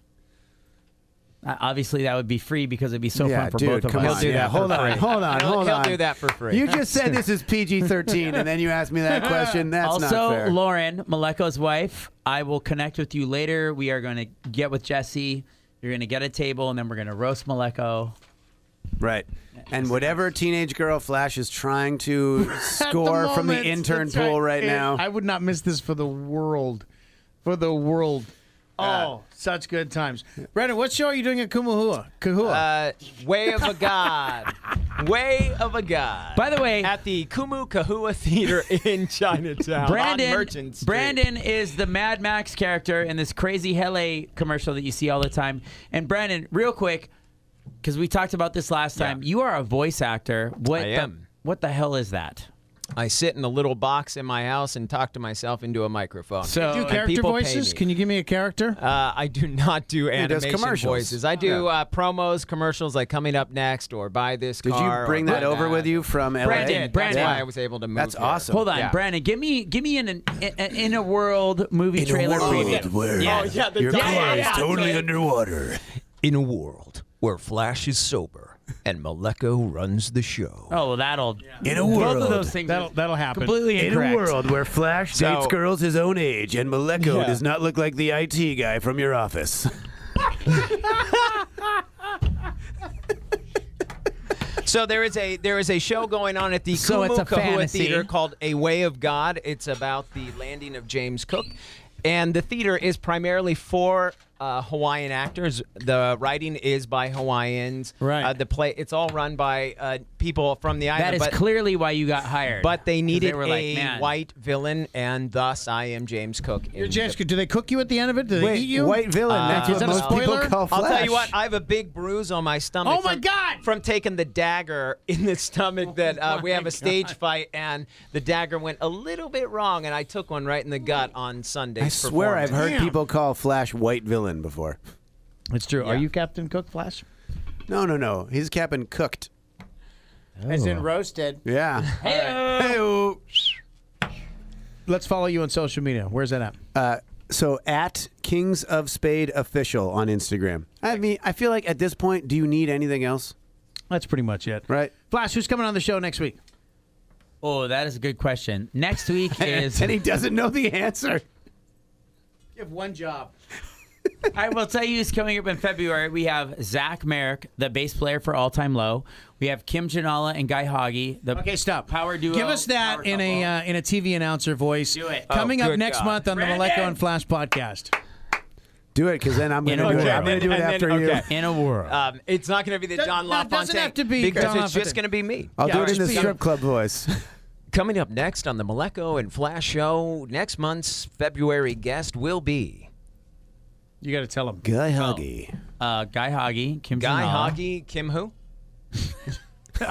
[SPEAKER 1] Uh, obviously, that would be free because it'd be so
[SPEAKER 4] Yeah,
[SPEAKER 1] fun for
[SPEAKER 4] dude,
[SPEAKER 1] both of
[SPEAKER 4] come
[SPEAKER 1] us.
[SPEAKER 4] on.
[SPEAKER 5] do
[SPEAKER 4] Yeah,
[SPEAKER 5] that for
[SPEAKER 4] hold on,
[SPEAKER 5] free.
[SPEAKER 4] hold on,
[SPEAKER 5] He'll-
[SPEAKER 4] hold
[SPEAKER 5] he'll
[SPEAKER 4] on.
[SPEAKER 5] do that for free.
[SPEAKER 4] You just said this is PG-13, and then you asked me that question. That's not
[SPEAKER 1] also,
[SPEAKER 4] fair.
[SPEAKER 1] Lauren, Maleko's wife, I will connect with you later. We are going to get with Jesse. You're going to get a table, and then we're going to roast Maleko.
[SPEAKER 4] Right. And whatever teenage girl Flash is trying
[SPEAKER 5] (laughs)
[SPEAKER 4] to
[SPEAKER 3] At
[SPEAKER 4] score from the
[SPEAKER 3] moment,
[SPEAKER 4] intern
[SPEAKER 3] that's right.
[SPEAKER 4] pool right
[SPEAKER 3] It-
[SPEAKER 4] now.
[SPEAKER 3] I would not miss this for the world. For the world. Oh, such good times. Brandon, what show are you doing at Kumahua? Kahua.
[SPEAKER 5] uh, Way of a God, Way of a God.
[SPEAKER 1] By the way,
[SPEAKER 5] at the
[SPEAKER 4] (laughs)
[SPEAKER 5] Kumukahua Theater in Chinatown, on
[SPEAKER 1] Brandon,
[SPEAKER 5] Merchant Street.
[SPEAKER 1] Brandon is the Mad Max character in this crazy Hele commercial that you see all the time. And Brandon, real quick, because we talked about this last time, you are a voice actor. What
[SPEAKER 5] I
[SPEAKER 1] the,
[SPEAKER 5] am.
[SPEAKER 1] What the hell is that?
[SPEAKER 5] I sit in a little box in my house and talk to myself into a microphone.
[SPEAKER 1] So
[SPEAKER 3] do
[SPEAKER 1] and
[SPEAKER 3] character
[SPEAKER 5] people pay
[SPEAKER 3] voices?
[SPEAKER 5] me.
[SPEAKER 3] Can you give me a character?
[SPEAKER 5] Uh, I do (laughs) not do
[SPEAKER 4] does
[SPEAKER 5] animation
[SPEAKER 4] commercials.
[SPEAKER 5] voices. I do uh, promos, commercials like coming up next or buy this
[SPEAKER 4] Did
[SPEAKER 5] car.
[SPEAKER 4] you
[SPEAKER 5] or
[SPEAKER 4] bring
[SPEAKER 5] buy
[SPEAKER 4] that over with you from LA?
[SPEAKER 5] I
[SPEAKER 1] Brandon,
[SPEAKER 5] did. That's
[SPEAKER 1] Brandon.
[SPEAKER 5] why I was able to move.
[SPEAKER 4] That's
[SPEAKER 5] here.
[SPEAKER 4] awesome.
[SPEAKER 1] Hold on,
[SPEAKER 5] Yeah.
[SPEAKER 1] Brandon. Give me, give me an, an, an in a world movie trailer preview.
[SPEAKER 5] Oh yeah, the
[SPEAKER 4] Your
[SPEAKER 5] yeah,
[SPEAKER 4] car
[SPEAKER 5] yeah,
[SPEAKER 4] is
[SPEAKER 5] yeah.
[SPEAKER 4] totally underwater.
[SPEAKER 5] In a world where Flash is sober and Maleko runs the show.
[SPEAKER 1] Oh, well, that'll.
[SPEAKER 4] In a
[SPEAKER 1] Both of
[SPEAKER 4] world.
[SPEAKER 1] those things.
[SPEAKER 3] That'll that'll happen.
[SPEAKER 1] completely
[SPEAKER 4] In
[SPEAKER 1] incorrect.
[SPEAKER 4] a world where Flash
[SPEAKER 5] So-
[SPEAKER 4] dates girls his own age and Maleko
[SPEAKER 5] Yeah.
[SPEAKER 4] does not look like the IT guy from your office.
[SPEAKER 5] So there is a there is a show going on at the
[SPEAKER 1] So it's a
[SPEAKER 5] Kumukahua
[SPEAKER 1] fantasy.
[SPEAKER 5] Theater called A Way of God. It's about the landing of James Cook, and the theater is primarily for uh, Hawaiian actors. The writing is by Hawaiians.
[SPEAKER 1] Right.
[SPEAKER 5] Uh, the play it's all run by uh, people from the
[SPEAKER 1] That
[SPEAKER 5] island.
[SPEAKER 1] is
[SPEAKER 5] but,
[SPEAKER 1] clearly why you got hired.
[SPEAKER 5] but they
[SPEAKER 1] 'Cause
[SPEAKER 5] needed
[SPEAKER 1] were
[SPEAKER 5] a
[SPEAKER 1] like, "Man,
[SPEAKER 5] white villain, and thus I am James Cook. in
[SPEAKER 3] You're James,
[SPEAKER 5] the-
[SPEAKER 3] do they cook you at the end of it? Do they eat you?
[SPEAKER 4] white villain. That's what
[SPEAKER 5] Uh, is that a
[SPEAKER 4] most people
[SPEAKER 3] spoiler?
[SPEAKER 4] call Flash.
[SPEAKER 5] I'll tell you what, I have a big bruise on my stomach.
[SPEAKER 3] Oh my
[SPEAKER 5] from-
[SPEAKER 3] God! Oh
[SPEAKER 5] From taking the dagger (laughs) in the stomach that uh, we have a stage fight, and the dagger went a little bit wrong, and I took one right in the gut on Sunday.
[SPEAKER 4] I swear I've heard
[SPEAKER 3] Damn.
[SPEAKER 4] people call Flash white villain before.
[SPEAKER 3] It's true. Are you Captain Cook Flash?
[SPEAKER 4] No, no, no. He's Captain Cooked.
[SPEAKER 6] As in roasted.
[SPEAKER 4] Yeah. Hey.
[SPEAKER 3] Let's follow you on social media. Where's that at?
[SPEAKER 4] Uh, so at Kings of Spade official on Instagram. I mean, I feel like at this point, do you need anything else?
[SPEAKER 3] That's pretty much it.
[SPEAKER 4] Right.
[SPEAKER 3] Flash, who's coming on the show next week?
[SPEAKER 1] Oh, that is a good question. Next
[SPEAKER 5] (laughs)
[SPEAKER 1] week is.
[SPEAKER 4] (laughs) And he doesn't know the answer.
[SPEAKER 6] You have one job.
[SPEAKER 1] I will tell you who's coming up in February. We have Zach Merrick, the bass player for All Time Low. We have Kim Janala and Guy Hoggy. The
[SPEAKER 3] Okay, stop.
[SPEAKER 1] Power duo.
[SPEAKER 3] Give us that
[SPEAKER 1] power
[SPEAKER 3] in a
[SPEAKER 1] couple.
[SPEAKER 3] uh, in a TV announcer voice.
[SPEAKER 1] Do it.
[SPEAKER 3] Coming
[SPEAKER 1] Oh,
[SPEAKER 3] up
[SPEAKER 1] good
[SPEAKER 3] next
[SPEAKER 1] God.
[SPEAKER 3] month on the
[SPEAKER 1] Brandon!
[SPEAKER 3] Maleko and Flash podcast.
[SPEAKER 4] Do it, because then I'm
[SPEAKER 1] You
[SPEAKER 4] going to
[SPEAKER 1] know,
[SPEAKER 4] do it.
[SPEAKER 1] okay.
[SPEAKER 4] I'm going to do it
[SPEAKER 6] And then-
[SPEAKER 4] after
[SPEAKER 6] okay.
[SPEAKER 5] uh,
[SPEAKER 4] you.
[SPEAKER 1] in a world.
[SPEAKER 5] Um, it's not going to be the John
[SPEAKER 3] no, it
[SPEAKER 5] LaFontaine.
[SPEAKER 3] doesn't have to be
[SPEAKER 5] because
[SPEAKER 3] John
[SPEAKER 5] it's
[SPEAKER 3] LaFontaine.
[SPEAKER 5] just going to be me.
[SPEAKER 4] I'll do
[SPEAKER 3] Yeah,
[SPEAKER 4] it in the
[SPEAKER 3] just be-
[SPEAKER 4] strip club voice.
[SPEAKER 5] Coming up next on the Maleko and Flash show, next month's February guest will be
[SPEAKER 3] You got to tell them.
[SPEAKER 4] Guy Huggy.
[SPEAKER 1] Uh, Guy Hoggy, Kim
[SPEAKER 5] Guy
[SPEAKER 1] Janala.
[SPEAKER 5] Hoggy,
[SPEAKER 3] (laughs)
[SPEAKER 5] Kim who? (laughs)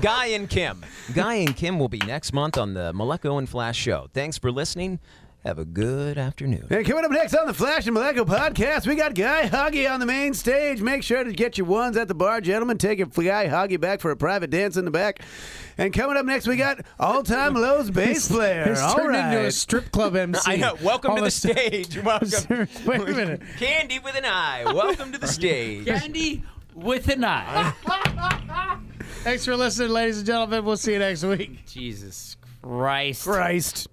[SPEAKER 5] Guy and Kim. Guy and Kim will be next month on the Maleko and Flash show. Thanks for listening. Have a good afternoon.
[SPEAKER 4] And coming up next on the Flash and Maleko podcast, we got Guy Hoggy on the main stage. Make sure to get your ones at the bar, gentlemen. Take your Guy Hoggy back for a private dance in the back. And coming up next, we got all time Lowe's bass player.
[SPEAKER 3] It's
[SPEAKER 4] All
[SPEAKER 3] turned into a
[SPEAKER 4] right.
[SPEAKER 3] strip club MC.
[SPEAKER 5] I know. (laughs) Welcome
[SPEAKER 3] All
[SPEAKER 5] to
[SPEAKER 3] of
[SPEAKER 5] the
[SPEAKER 3] a sudden- (laughs)
[SPEAKER 5] stage. Welcome.
[SPEAKER 3] Wait a minute.
[SPEAKER 5] Candy with an eye. Welcome to the stage.
[SPEAKER 1] Candy with an
[SPEAKER 5] (laughs)
[SPEAKER 1] eye.
[SPEAKER 3] Thanks for listening, ladies and gentlemen. We'll see you next week.
[SPEAKER 1] Jesus Christ.
[SPEAKER 4] Christ.